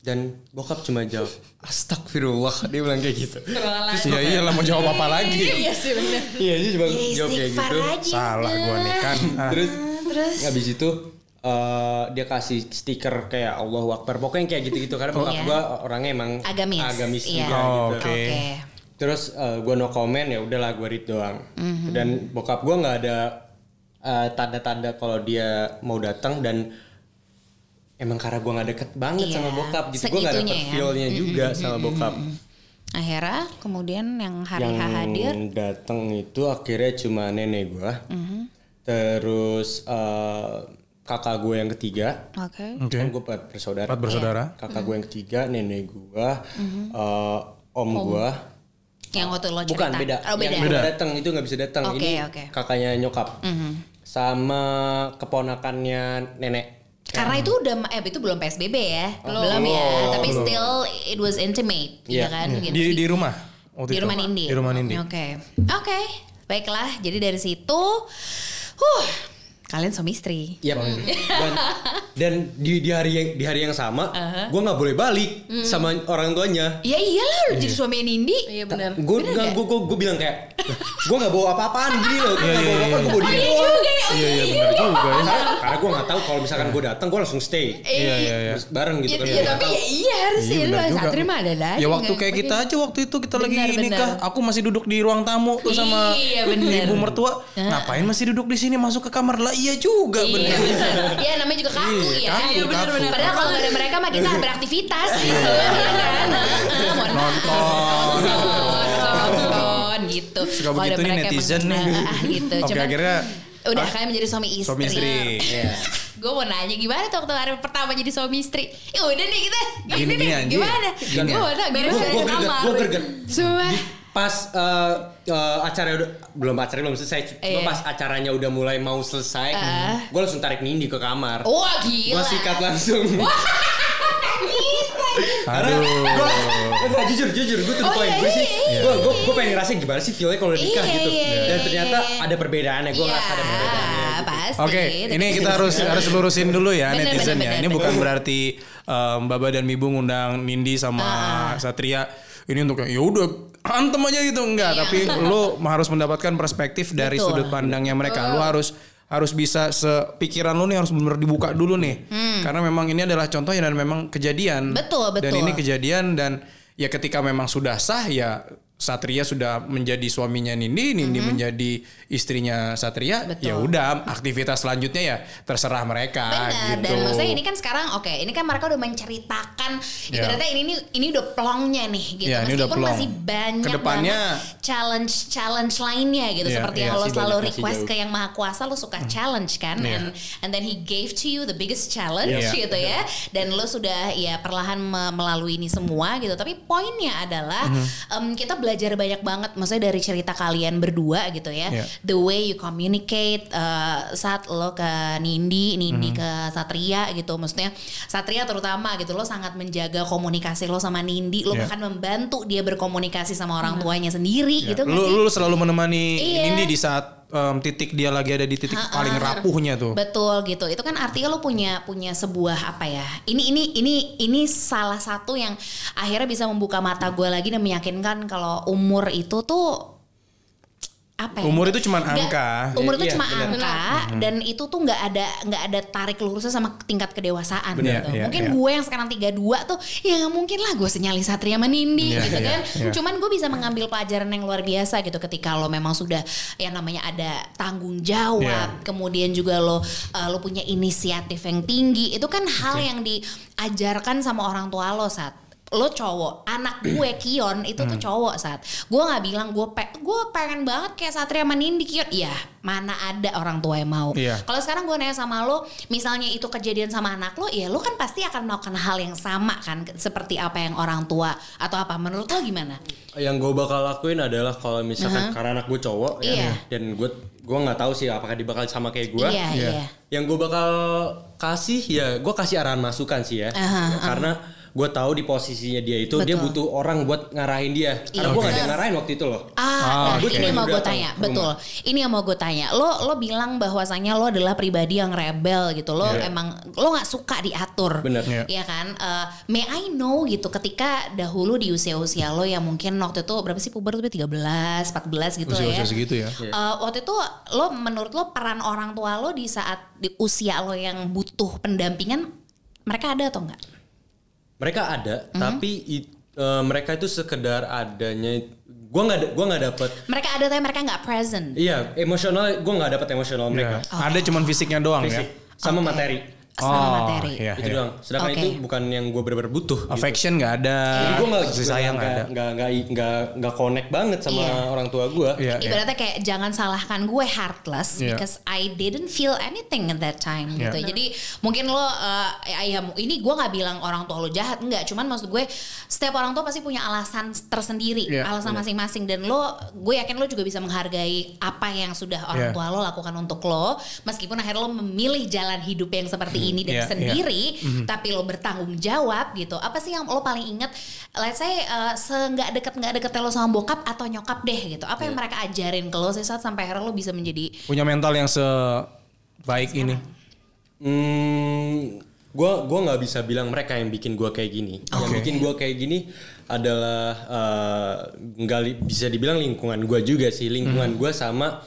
[SPEAKER 1] Dan bokap cuma jawab Astagfirullah dia bilang kayak gitu.
[SPEAKER 3] Terus ya iyalah mau jawab apa lagi?
[SPEAKER 4] iya sih bener
[SPEAKER 1] Iya dia cuma
[SPEAKER 2] Ya,
[SPEAKER 1] jawab kayak
[SPEAKER 2] istighfar
[SPEAKER 1] gitu.
[SPEAKER 2] aja.
[SPEAKER 3] Salah gua nih kan. Ah.
[SPEAKER 1] Terus
[SPEAKER 2] Terus
[SPEAKER 1] Habis itu eh, dia kasih stiker kayak Allahu Akbar. Pokoknya yang kayak gitu-gitu karena bokap
[SPEAKER 2] Iya.
[SPEAKER 1] gua orangnya emang
[SPEAKER 2] Agamis.
[SPEAKER 1] agamis
[SPEAKER 2] Iya.
[SPEAKER 1] juga
[SPEAKER 3] Oh,
[SPEAKER 1] gitu.
[SPEAKER 2] Oke.
[SPEAKER 3] Oke.
[SPEAKER 1] Terus eh, gua no comment ya udahlah gua read doang.
[SPEAKER 2] Mhm.
[SPEAKER 1] Dan bokap gua nggak ada eh, tanda-tanda kalau dia mau datang dan emang karena gua nggak deket banget
[SPEAKER 2] Iya.
[SPEAKER 1] sama bokap gitu. Gua nggak dapet
[SPEAKER 2] Segitunya ya.
[SPEAKER 1] feelnya juga sama bokap.
[SPEAKER 2] Mhm. Akhirnya kemudian yang hari H
[SPEAKER 1] Yang
[SPEAKER 2] hadir Mhm.
[SPEAKER 1] datang itu akhirnya cuma nenek gua. Terus eh, kakak gue yang ketiga,
[SPEAKER 2] Oke.
[SPEAKER 3] Oke.
[SPEAKER 1] Kan gue empat bersaudara.
[SPEAKER 3] Empat bersaudara.
[SPEAKER 1] Kakak gue yang
[SPEAKER 2] Mhm.
[SPEAKER 1] ketiga, nenek gue, eh, om gue.
[SPEAKER 2] Yang waktu lo Mhm. cerita.
[SPEAKER 1] Bukan beda.
[SPEAKER 2] Oh, beda.
[SPEAKER 1] Yang nggak datang itu nggak bisa datang.
[SPEAKER 2] Oke,
[SPEAKER 1] Ini
[SPEAKER 2] oke. Mhm.
[SPEAKER 1] kakaknya nyokap. Sama keponakannya nenek.
[SPEAKER 2] Karena itu udah eh itu belum PSBB ya. belum ya, tapi still it was intimate,
[SPEAKER 1] Iya.
[SPEAKER 2] ya kan? Gitu.
[SPEAKER 3] Di di rumah. waktu
[SPEAKER 2] Di
[SPEAKER 3] itu.
[SPEAKER 2] rumah Nindi.
[SPEAKER 3] Di rumah Nindi.
[SPEAKER 2] Oke. Oke. Baiklah, jadi dari situ huh kalian suami istri.
[SPEAKER 1] Yap. Iya. Dan, dan di, di hari yang di hari yang sama,
[SPEAKER 2] Uh-huh.
[SPEAKER 1] gue nggak boleh balik
[SPEAKER 2] Mhm.
[SPEAKER 1] sama orang tuanya.
[SPEAKER 2] Ya iyalah lu jadi suami Nindi.
[SPEAKER 4] Iya benar.
[SPEAKER 1] Gue gue gue bilang kayak, gue nggak bawa apa-apaan gini loh. Gue nggak bawa apa-apa, gue
[SPEAKER 2] Oh,
[SPEAKER 1] bawa diri
[SPEAKER 2] ya.
[SPEAKER 1] doang.
[SPEAKER 3] Iya iya benar juga ya.
[SPEAKER 1] Karena, karena gue nggak tahu kalau misalkan gue datang, gue langsung stay.
[SPEAKER 3] Iya iya iya.
[SPEAKER 1] Terus bareng gitu
[SPEAKER 2] Ya,
[SPEAKER 1] kan.
[SPEAKER 2] ya, tapi ya iya harus
[SPEAKER 3] Iya,
[SPEAKER 2] ya lu
[SPEAKER 3] benar
[SPEAKER 2] harus
[SPEAKER 3] juga.
[SPEAKER 2] terima adalah.
[SPEAKER 3] Ya waktu kayak kita aja waktu itu kita lagi
[SPEAKER 2] Benar, benar.
[SPEAKER 3] nikah, aku masih duduk di ruang tamu tuh sama
[SPEAKER 2] Iya, benar.
[SPEAKER 3] ibu mertua. Ngapain masih duduk di sini masuk ke kamar lah? Iya juga
[SPEAKER 2] Iya,
[SPEAKER 3] bener.
[SPEAKER 2] benar. Iya, namanya juga kaku
[SPEAKER 3] Iya,
[SPEAKER 2] ya.
[SPEAKER 3] kaku, Iya, benar, kaku. benar.
[SPEAKER 2] Padahal kalau nggak ada mereka mah kita beraktivitas gitu. Iya kan? Heeh, mohon maaf.
[SPEAKER 3] Nonton.
[SPEAKER 2] Nonton, nonton, gitu.
[SPEAKER 3] Suka
[SPEAKER 2] Kalau ada
[SPEAKER 3] begitu nih
[SPEAKER 2] mereka emang
[SPEAKER 3] netizen nih.
[SPEAKER 2] kena, ah, gitu.
[SPEAKER 3] Oke
[SPEAKER 2] Cuman,
[SPEAKER 3] akhirnya
[SPEAKER 2] udah
[SPEAKER 3] ah,
[SPEAKER 2] kalian menjadi suami istri.
[SPEAKER 3] suami istri.
[SPEAKER 2] Iya. Gue mau nanya gimana tuh waktu hari pertama jadi suami istri. Ya udah nih kita.
[SPEAKER 3] Gini,
[SPEAKER 2] Gini,
[SPEAKER 3] gini,
[SPEAKER 2] nih
[SPEAKER 3] anjing.
[SPEAKER 2] gimana?
[SPEAKER 3] Gini.
[SPEAKER 2] Gue mau nanya
[SPEAKER 1] Gue
[SPEAKER 2] gimana?
[SPEAKER 1] gue greget, gue greget.
[SPEAKER 2] Semua.
[SPEAKER 1] Pas eh, eh, acaranya udah belum acaranya belum selesai, cuma
[SPEAKER 2] Iya.
[SPEAKER 1] pas acaranya udah mulai mau selesai, gue langsung tarik Nindi ke kamar.
[SPEAKER 2] Wah Oh, gila.
[SPEAKER 1] Gue sikat langsung.
[SPEAKER 3] Aduh.
[SPEAKER 1] Gua- enggak, jujur jujur gue tuh
[SPEAKER 2] Oh,
[SPEAKER 1] poin
[SPEAKER 2] iya,
[SPEAKER 1] gue sih.
[SPEAKER 2] iya,
[SPEAKER 1] Gue gue gue pengen ngerasain gimana sih feelnya kalau udah nikah
[SPEAKER 2] Iya,
[SPEAKER 1] gitu.
[SPEAKER 2] iya, iya,
[SPEAKER 1] Dan
[SPEAKER 2] iya,
[SPEAKER 1] ternyata
[SPEAKER 2] iya.
[SPEAKER 1] ada perbedaannya. Gue ngerasa ada perbedaannya.
[SPEAKER 2] Iya, pasti. kan
[SPEAKER 3] Oke, ini kita harus harus lurusin dulu ya
[SPEAKER 2] Bener, bener,
[SPEAKER 3] netizen ya.
[SPEAKER 2] bener,
[SPEAKER 3] Ini
[SPEAKER 2] bener.
[SPEAKER 3] bukan berarti em, Baba dan Bibu ngundang Nindi
[SPEAKER 2] Ah,
[SPEAKER 3] sama Satria ini untuk yang, ya udah antem aja gitu enggak, tapi lu harus mendapatkan perspektif dari
[SPEAKER 2] Iya. Betul.
[SPEAKER 3] sudut pandangnya mereka. Lu harus harus bisa sepikiran lu nih harus benar dibuka dulu nih. Karena memang ini adalah contoh dan memang kejadian.
[SPEAKER 2] Hmm. Betul,
[SPEAKER 3] Dan
[SPEAKER 2] betul.
[SPEAKER 3] ini kejadian dan ya ketika memang sudah sah ya Satria sudah menjadi suaminya Nindi,
[SPEAKER 2] Mm-hmm.
[SPEAKER 3] Nindi menjadi istrinya Satria. Ya udah, aktivitas selanjutnya ya terserah mereka
[SPEAKER 2] Benar.
[SPEAKER 3] gitu.
[SPEAKER 2] Dan maksudnya ini kan sekarang oke, ini kan mereka udah menceritakan
[SPEAKER 3] Ya.
[SPEAKER 2] ibaratnya ini ini ini udah plongnya nih gitu.
[SPEAKER 3] Ya, ini udah
[SPEAKER 2] Meskipun
[SPEAKER 3] plong.
[SPEAKER 2] masih banyak
[SPEAKER 3] Kedepannya-
[SPEAKER 2] banget challenge-challenge lainnya gitu
[SPEAKER 3] Ya,
[SPEAKER 2] seperti
[SPEAKER 3] ya,
[SPEAKER 2] yang lo
[SPEAKER 1] sih,
[SPEAKER 2] selalu
[SPEAKER 1] banyak, masih
[SPEAKER 2] request
[SPEAKER 1] jauh.
[SPEAKER 2] ke yang Maha Kuasa lo suka challenge kan
[SPEAKER 3] Ya.
[SPEAKER 2] and and then he gave to you the biggest challenge
[SPEAKER 3] Ya.
[SPEAKER 2] gitu ya. Dan lo sudah ya perlahan me- melalui ini semua gitu. Tapi poinnya adalah em,
[SPEAKER 3] Hmm.
[SPEAKER 2] kita belajar banyak banget maksudnya dari cerita kalian berdua gitu ya.
[SPEAKER 3] Ya.
[SPEAKER 2] The way you communicate eh, saat lo ke Nindi,
[SPEAKER 3] Mm-hmm.
[SPEAKER 2] Nindi ke Satria gitu. Maksudnya Satria terutama gitu lo sangat menjaga komunikasi lo sama Nindi, lo
[SPEAKER 3] Ya.
[SPEAKER 2] bahkan membantu dia berkomunikasi sama orang tuanya sendiri gitu kan sih?
[SPEAKER 3] Mm-hmm. Lu, lu selalu menemani
[SPEAKER 2] Iya.
[SPEAKER 3] Nindi di saat em, titik dia lagi ada di titik paling rapuhnya tuh.
[SPEAKER 2] Betul gitu. Itu kan artinya lo punya punya sebuah apa ya? Ini ini ini ini salah satu yang akhirnya bisa membuka mata gue lagi dan meyakinkan kalau umur itu tuh apa ya?
[SPEAKER 3] Umur itu cuman
[SPEAKER 2] Nggak-
[SPEAKER 3] angka. Mm-hmm.
[SPEAKER 2] Umur itu
[SPEAKER 1] Iya,
[SPEAKER 2] cuma
[SPEAKER 1] benar.
[SPEAKER 2] angka dan itu tuh nggak ada nggak ada tarik lurusnya sama tingkat kedewasaan gitu.
[SPEAKER 3] Benar, iya,
[SPEAKER 2] mungkin
[SPEAKER 3] iya.
[SPEAKER 2] gue yang sekarang 32 tuh ya nggak mungkin lah gue senyali Satria Manindi
[SPEAKER 3] Iya,
[SPEAKER 2] gitu
[SPEAKER 3] iya,
[SPEAKER 2] kan.
[SPEAKER 3] iya.
[SPEAKER 2] Cuman gue bisa mengambil pelajaran yang luar biasa gitu ketika lo memang sudah yang namanya ada tanggung jawab,
[SPEAKER 3] Iya.
[SPEAKER 2] kemudian juga lo uh, lo punya inisiatif yang tinggi. Itu kan hal yang diajarkan sama orang tua lo saat lo cowok anak gue Kion itu
[SPEAKER 3] Hmm.
[SPEAKER 2] tuh cowok saat gue nggak bilang gue pe gue pengen banget kayak Satria Manindi Kion iya mana ada orang tua yang mau
[SPEAKER 3] Iya.
[SPEAKER 2] kalau sekarang gue nanya sama lo misalnya itu kejadian sama anak lo ya lo kan pasti akan melakukan hal yang sama kan ke- seperti apa yang orang tua atau apa menurut lo gimana
[SPEAKER 1] yang gue bakal lakuin adalah kalau misalkan karena anak gue cowok ya,
[SPEAKER 2] Iya.
[SPEAKER 1] dan gue gue nggak tahu sih apakah dia bakal sama kayak gue
[SPEAKER 2] iya
[SPEAKER 3] Iya.
[SPEAKER 2] iya
[SPEAKER 1] yang gue bakal kasih ya gue kasih arahan masukan sih ya,
[SPEAKER 2] Aha,
[SPEAKER 1] Ya, karena gue tahu di posisinya dia itu dia
[SPEAKER 2] Betul.
[SPEAKER 1] butuh orang buat ngarahin dia karena
[SPEAKER 2] Iya,
[SPEAKER 1] gue gak ada yang
[SPEAKER 2] bener.
[SPEAKER 1] ngarahin waktu itu loh
[SPEAKER 2] Ah,
[SPEAKER 3] Ah,
[SPEAKER 2] nah,
[SPEAKER 1] oke.
[SPEAKER 2] ini yang mau gue
[SPEAKER 1] Datang
[SPEAKER 2] tanya,
[SPEAKER 1] ke
[SPEAKER 2] betul. Ini yang mau gue tanya. Lo lo bilang bahwasanya lo adalah pribadi yang rebel gitu. Lo
[SPEAKER 1] Iya.
[SPEAKER 2] emang lo nggak suka diatur.
[SPEAKER 1] Bener.
[SPEAKER 3] Iya.
[SPEAKER 2] Iya kan? Eh, may I know gitu ketika dahulu di usia-usia lo yang mungkin waktu itu berapa sih puber tuh 13, 14 gitu
[SPEAKER 3] Usia-usia
[SPEAKER 2] ya.
[SPEAKER 3] segitu ya.
[SPEAKER 2] Eh, waktu itu lo menurut lo peran orang tua lo di saat di usia lo yang butuh pendampingan mereka ada atau enggak?
[SPEAKER 1] mereka ada
[SPEAKER 2] Mhm.
[SPEAKER 1] tapi it- eh, mereka itu sekedar adanya gue nggak ada- gua nggak dapet
[SPEAKER 2] Mereka ada tapi mereka nggak present.
[SPEAKER 3] Ya.
[SPEAKER 1] iya emosional gue nggak dapet emosional mereka
[SPEAKER 2] Oh.
[SPEAKER 3] Iya. Ada cuman fisiknya doang
[SPEAKER 1] fisik
[SPEAKER 3] ya.
[SPEAKER 1] sama materi
[SPEAKER 2] sama
[SPEAKER 3] Oh,
[SPEAKER 2] materi.
[SPEAKER 3] iya.
[SPEAKER 1] itu doang. Sedangkan
[SPEAKER 2] Oke.
[SPEAKER 1] itu bukan yang gue bener-bener butuh. gitu.
[SPEAKER 3] Affection nggak ada.
[SPEAKER 1] Gue nggak
[SPEAKER 3] Kasih sayang nggak ada.
[SPEAKER 1] nggak nggak nggak nggak connect banget sama
[SPEAKER 2] Iya.
[SPEAKER 1] orang tua gue.
[SPEAKER 3] Iya. iya.
[SPEAKER 2] Ibaratnya kayak jangan salahkan gue heartless
[SPEAKER 3] Iya.
[SPEAKER 2] because I didn't feel anything at that time
[SPEAKER 3] Iya.
[SPEAKER 2] gitu. Jadi mungkin lo uh, ya, ya, ini gue nggak bilang orang tua lo jahat enggak, cuman maksud gue setiap orang tua pasti punya alasan tersendiri,
[SPEAKER 3] Iya,
[SPEAKER 2] alasan masing-masing dan lo gue yakin lo juga bisa menghargai apa yang sudah
[SPEAKER 3] Iya.
[SPEAKER 2] orang tua lo lakukan untuk lo meskipun akhirnya lo memilih jalan hidup yang seperti ini dan
[SPEAKER 3] iya, iya.
[SPEAKER 2] sendiri, tapi lo bertanggung jawab gitu. Apa sih yang lo paling inget? Let's say uh, se nggak deket nggak deket lo sama bokap atau nyokap deh gitu.
[SPEAKER 3] Iya.
[SPEAKER 2] Apa yang mereka ajarin ke lo sih saat sampai akhirnya lo bisa menjadi
[SPEAKER 3] Punya mental yang sebaik ini.
[SPEAKER 1] Hmm, gue gua nggak bisa bilang mereka yang bikin gue kayak gini. Yang bikin gue kayak gini adalah eh, nggak li- bisa dibilang lingkungan gue juga sih, lingkungan
[SPEAKER 3] Hmm.
[SPEAKER 1] gue sama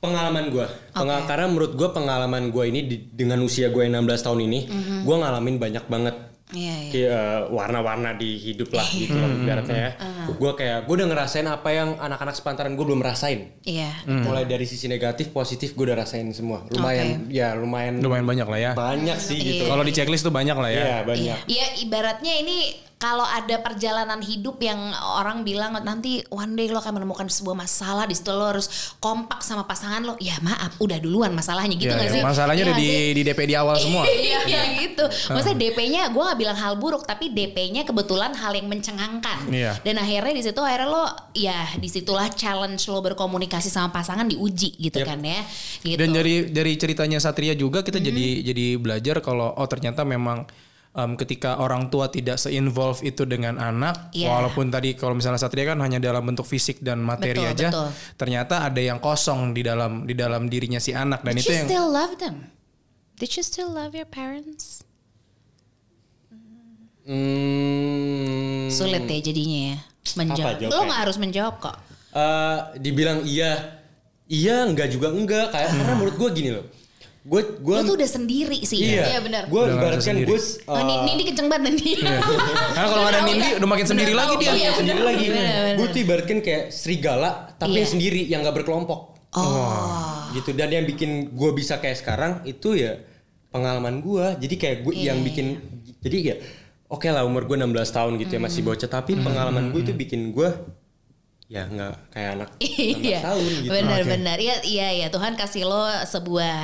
[SPEAKER 1] pengalaman gue. Karena menurut gue pengalaman gue ini di- dengan usia gue 16 tahun ini,
[SPEAKER 3] Hmm.
[SPEAKER 1] gue ngalamin banyak banget
[SPEAKER 2] Iya, iya.
[SPEAKER 1] kayak, eh, warna-warna di hidup lah gitu loh ibaratnya ya. Gue kayak gue udah ngerasain apa yang anak-anak sepantaran gue belum rasain
[SPEAKER 2] Iya.
[SPEAKER 1] mulai dari sisi negatif positif gue udah rasain semua lumayan ya lumayan
[SPEAKER 3] Lumayan banyak lah ya.
[SPEAKER 1] banyak sih gitu
[SPEAKER 3] Kalau di checklist tuh banyak lah ya.
[SPEAKER 1] ya banyak
[SPEAKER 2] Iya, ibaratnya ini kalau ada perjalanan hidup yang orang bilang nanti one day lo akan menemukan sebuah masalah di situ lo harus kompak sama pasangan lo. Ya maaf, udah duluan masalahnya gitu
[SPEAKER 3] Iya,
[SPEAKER 2] nggak
[SPEAKER 3] iya.
[SPEAKER 2] sih?
[SPEAKER 3] Masalahnya
[SPEAKER 2] Iya
[SPEAKER 3] udah di
[SPEAKER 2] nggak sih?
[SPEAKER 3] di DP di awal semua.
[SPEAKER 2] Iya kayak gitu. Maksudnya DP-nya gue gak bilang hal buruk tapi DP-nya kebetulan hal yang mencengangkan.
[SPEAKER 3] Iya.
[SPEAKER 2] Dan akhirnya di situ akhirnya lo ya disitulah challenge lo berkomunikasi sama pasangan diuji gitu kan ya. Gitu. Mm-hmm.
[SPEAKER 3] Dan dari dari ceritanya Satria juga kita jadi jadi belajar kalau oh ternyata memang em, ketika orang tua tidak se-involve itu dengan anak,
[SPEAKER 2] Iya.
[SPEAKER 3] walaupun tadi kalau misalnya Satria kan hanya dalam bentuk fisik dan materi
[SPEAKER 2] Betul,
[SPEAKER 3] aja,
[SPEAKER 2] betul.
[SPEAKER 3] ternyata ada yang kosong di dalam di dalam dirinya si anak dan
[SPEAKER 2] Did
[SPEAKER 3] itu
[SPEAKER 2] you
[SPEAKER 3] yang
[SPEAKER 2] still love them? Did you still love your parents?
[SPEAKER 1] Hmm,
[SPEAKER 2] Sulit ya jadinya ya menjawab.
[SPEAKER 1] jawabnya?
[SPEAKER 2] Lo gak harus menjawab kok.
[SPEAKER 1] eh, dibilang iya iya enggak juga enggak kayak karena menurut gue gini loh gue gue
[SPEAKER 2] Lo tuh udah sendiri sih.
[SPEAKER 1] iya
[SPEAKER 4] Iya, benar.
[SPEAKER 1] gue
[SPEAKER 3] Udah ngerasa
[SPEAKER 1] ibaratkan
[SPEAKER 3] sendiri.
[SPEAKER 1] gue
[SPEAKER 2] Oh, Ni-
[SPEAKER 3] Ah.
[SPEAKER 2] Nindi kenceng banget Nindi.
[SPEAKER 3] Karena kalau ada Nindi udah makin sendiri lagi dia.
[SPEAKER 2] Iya,
[SPEAKER 1] sendiri
[SPEAKER 2] benar.
[SPEAKER 1] lagi
[SPEAKER 2] Benar, benar.
[SPEAKER 1] gue tuh ibaratkan kayak serigala tapi
[SPEAKER 2] Iya.
[SPEAKER 1] yang sendiri yang nggak berkelompok
[SPEAKER 2] Oh.
[SPEAKER 1] gitu dan yang bikin gue bisa kayak sekarang itu ya pengalaman gue jadi kayak gue
[SPEAKER 2] Iya,
[SPEAKER 1] yang bikin jadi ya oke lah umur gue 16 tahun gitu
[SPEAKER 2] Hmm.
[SPEAKER 1] ya masih bocah tapi pengalaman gue itu bikin gue ya nggak kayak anak 16
[SPEAKER 2] Iya,
[SPEAKER 1] tahun gitu
[SPEAKER 2] benar-benar. Iya, iya, iya. Tuhan kasih lo sebuah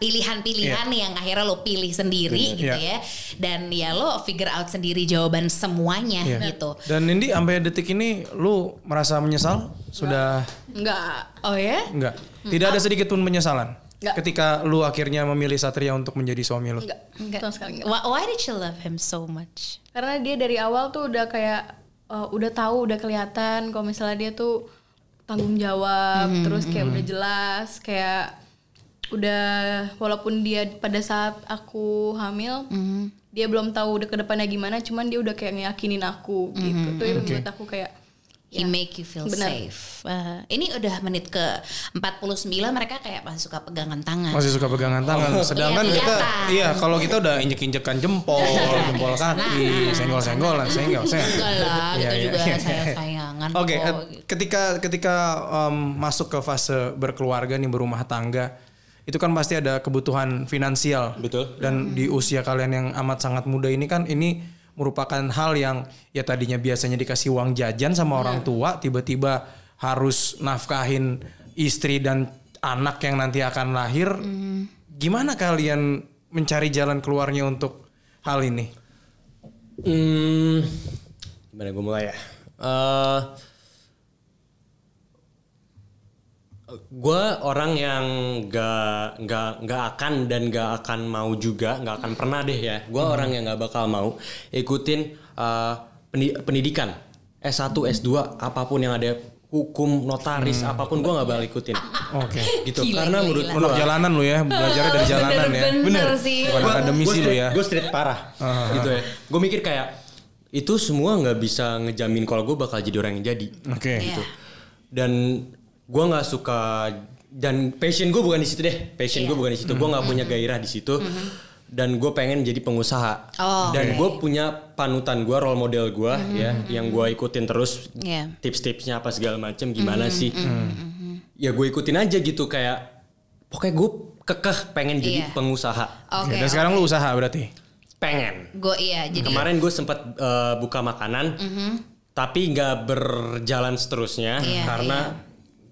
[SPEAKER 2] pilihan-pilihan yang akhirnya lo pilih sendiri gitu
[SPEAKER 3] Iya.
[SPEAKER 2] ya. Dan ya lo figure out sendiri jawaban semuanya
[SPEAKER 3] Iya.
[SPEAKER 2] gitu.
[SPEAKER 3] Dan Nindi sampai detik ini lu merasa menyesal sudah
[SPEAKER 4] Enggak.
[SPEAKER 2] Oh ya?
[SPEAKER 3] enggak? Tidak ada sedikit pun penyesalan
[SPEAKER 4] Enggak.
[SPEAKER 3] ketika lu akhirnya memilih Satria untuk menjadi suami lu.
[SPEAKER 4] Enggak.
[SPEAKER 2] Enggak.
[SPEAKER 4] Sama sekali enggak.
[SPEAKER 2] Why, why did you love him so much?
[SPEAKER 4] Karena dia dari awal tuh udah kayak eh, udah tahu, udah kelihatan kalau misalnya dia tuh tanggung jawab,
[SPEAKER 3] Hmm,
[SPEAKER 4] terus kayak udah jelas, kayak udah walaupun dia pada saat aku hamil
[SPEAKER 3] Hmm.
[SPEAKER 4] dia belum tahu udah kedepannya gimana, cuman dia udah kayak ngeyakinin aku
[SPEAKER 3] Hmm,
[SPEAKER 4] gitu. Tuh itu menurut aku kayak
[SPEAKER 2] He make you feel
[SPEAKER 4] Ya. benar.
[SPEAKER 2] safe. Uh, ini udah menit ke 49 mereka kayak masih suka pegangan tangan.
[SPEAKER 3] masih suka pegangan tangan. Sedangkan
[SPEAKER 2] Iya,
[SPEAKER 3] kita,
[SPEAKER 2] kelihatan.
[SPEAKER 3] iya kalau kita udah injek-injekan jempol, jempol
[SPEAKER 2] Nah.
[SPEAKER 3] kaki, senggol-senggolan, senggol,
[SPEAKER 2] Enggak
[SPEAKER 3] senggol.
[SPEAKER 2] lah,
[SPEAKER 3] Iya,
[SPEAKER 2] kita
[SPEAKER 3] iya,
[SPEAKER 2] juga
[SPEAKER 3] iya.
[SPEAKER 2] sayang-sayangan. kok,
[SPEAKER 3] Oke, eh,
[SPEAKER 2] gitu.
[SPEAKER 3] ketika ketika em, masuk ke fase berkeluarga nih berumah tangga, itu kan pasti ada kebutuhan finansial.
[SPEAKER 1] Betul.
[SPEAKER 2] Hmm.
[SPEAKER 3] Dan di usia kalian yang amat sangat muda ini kan ini merupakan hal yang ya tadinya biasanya dikasih uang jajan sama
[SPEAKER 2] Iya.
[SPEAKER 3] orang tua, tiba-tiba harus nafkahin istri dan anak yang nanti akan lahir.
[SPEAKER 2] Hmm.
[SPEAKER 3] Gimana kalian mencari jalan keluarnya untuk hal ini?
[SPEAKER 1] Hmm, gimana gue mulai ya? Eh gue orang yang gak nggak nggak akan dan gak akan mau juga, nggak akan pernah deh ya. Gue orang yang gak bakal mau ikutin eh, pendi- pendidikan S1, S2, apapun yang ada hukum notaris apapun gue nggak bakal ikutin
[SPEAKER 3] Oke.
[SPEAKER 1] gitu
[SPEAKER 2] Gila,
[SPEAKER 1] karena
[SPEAKER 2] gila,
[SPEAKER 1] menurut
[SPEAKER 2] gila.
[SPEAKER 3] Anak
[SPEAKER 1] gue
[SPEAKER 3] jalanan lo ya, belajarnya dari jalanan ya.
[SPEAKER 2] Bener-bener sih.
[SPEAKER 3] Bukan akademisi lo ya. Ah.
[SPEAKER 1] Gue street parah. Gitu ya. Gue mikir kayak itu semua nggak bisa ngejamin kalau gue bakal jadi orang yang jadi.
[SPEAKER 3] Oke.
[SPEAKER 2] Iya.
[SPEAKER 1] Dan gue nggak suka dan passion gue bukan di situ deh. Passion gue
[SPEAKER 2] Iya.
[SPEAKER 1] bukan di situ. Gue nggak punya gairah di situ. Dan gue pengen jadi pengusaha.
[SPEAKER 2] Mm-hmm. Oh, Mm-hmm.
[SPEAKER 1] dan gue punya panutan gue, role model gue ya, yang gue ikutin terus.
[SPEAKER 2] Iya. Mm-hmm.
[SPEAKER 1] Tips-tipsnya apa
[SPEAKER 3] Mm-hmm.
[SPEAKER 1] segala macem, gimana sih? Ya gue ikutin aja gitu kayak pokoknya gue kekeh pengen jadi
[SPEAKER 2] Iya.
[SPEAKER 1] pengusaha.
[SPEAKER 2] Oke.
[SPEAKER 3] Ya, dan sekarang lu usaha berarti.
[SPEAKER 1] Pengen.
[SPEAKER 2] Gue iya jadi
[SPEAKER 1] Kemarin gue sempat buka makanan, tapi nggak berjalan seterusnya
[SPEAKER 2] Iya,
[SPEAKER 1] karena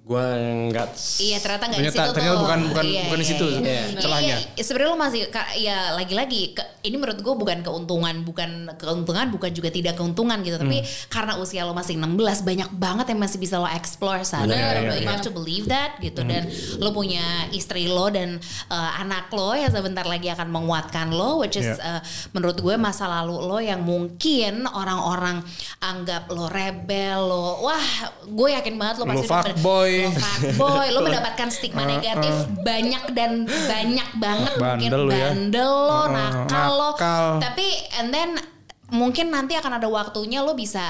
[SPEAKER 1] gue nggak.
[SPEAKER 2] Iya ternyata nggak di
[SPEAKER 3] Ternyata-
[SPEAKER 2] situ
[SPEAKER 3] ternyata
[SPEAKER 2] tuh.
[SPEAKER 3] bukan- bukan-
[SPEAKER 2] Iya,
[SPEAKER 3] bukan di
[SPEAKER 2] iya,
[SPEAKER 3] situ
[SPEAKER 2] iya.
[SPEAKER 3] Iya.
[SPEAKER 2] Iya,
[SPEAKER 3] celahnya.
[SPEAKER 2] iya. Sebenarnya lo masih ka- ya lagi-lagi ke- ini menurut gue bukan keuntungan, bukan keuntungan, bukan juga tidak keuntungan gitu. Tapi
[SPEAKER 3] Hmm.
[SPEAKER 2] karena usia lo masih 16 banyak banget yang masih bisa lo explore sana.
[SPEAKER 3] Benar, iya, Hmm.
[SPEAKER 2] you have to believe that gitu dan lo punya istri lo dan eh, anak lo yang sebentar lagi akan menguatkan lo, which is eh,
[SPEAKER 3] Iya.
[SPEAKER 2] menurut gue masa lalu lo yang mungkin orang-orang anggap lo rebel lo, wah gue yakin banget lo
[SPEAKER 3] Lo
[SPEAKER 2] pasti
[SPEAKER 3] fuckboy.
[SPEAKER 2] lo fuckboy lo mendapatkan stigma negatif banyak dan banyak banget mungkin
[SPEAKER 3] Bandel lo ya.
[SPEAKER 2] bandel lo
[SPEAKER 3] Uh,
[SPEAKER 2] nakal lo
[SPEAKER 3] nakal.
[SPEAKER 2] tapi and then mungkin nanti akan ada waktunya lo bisa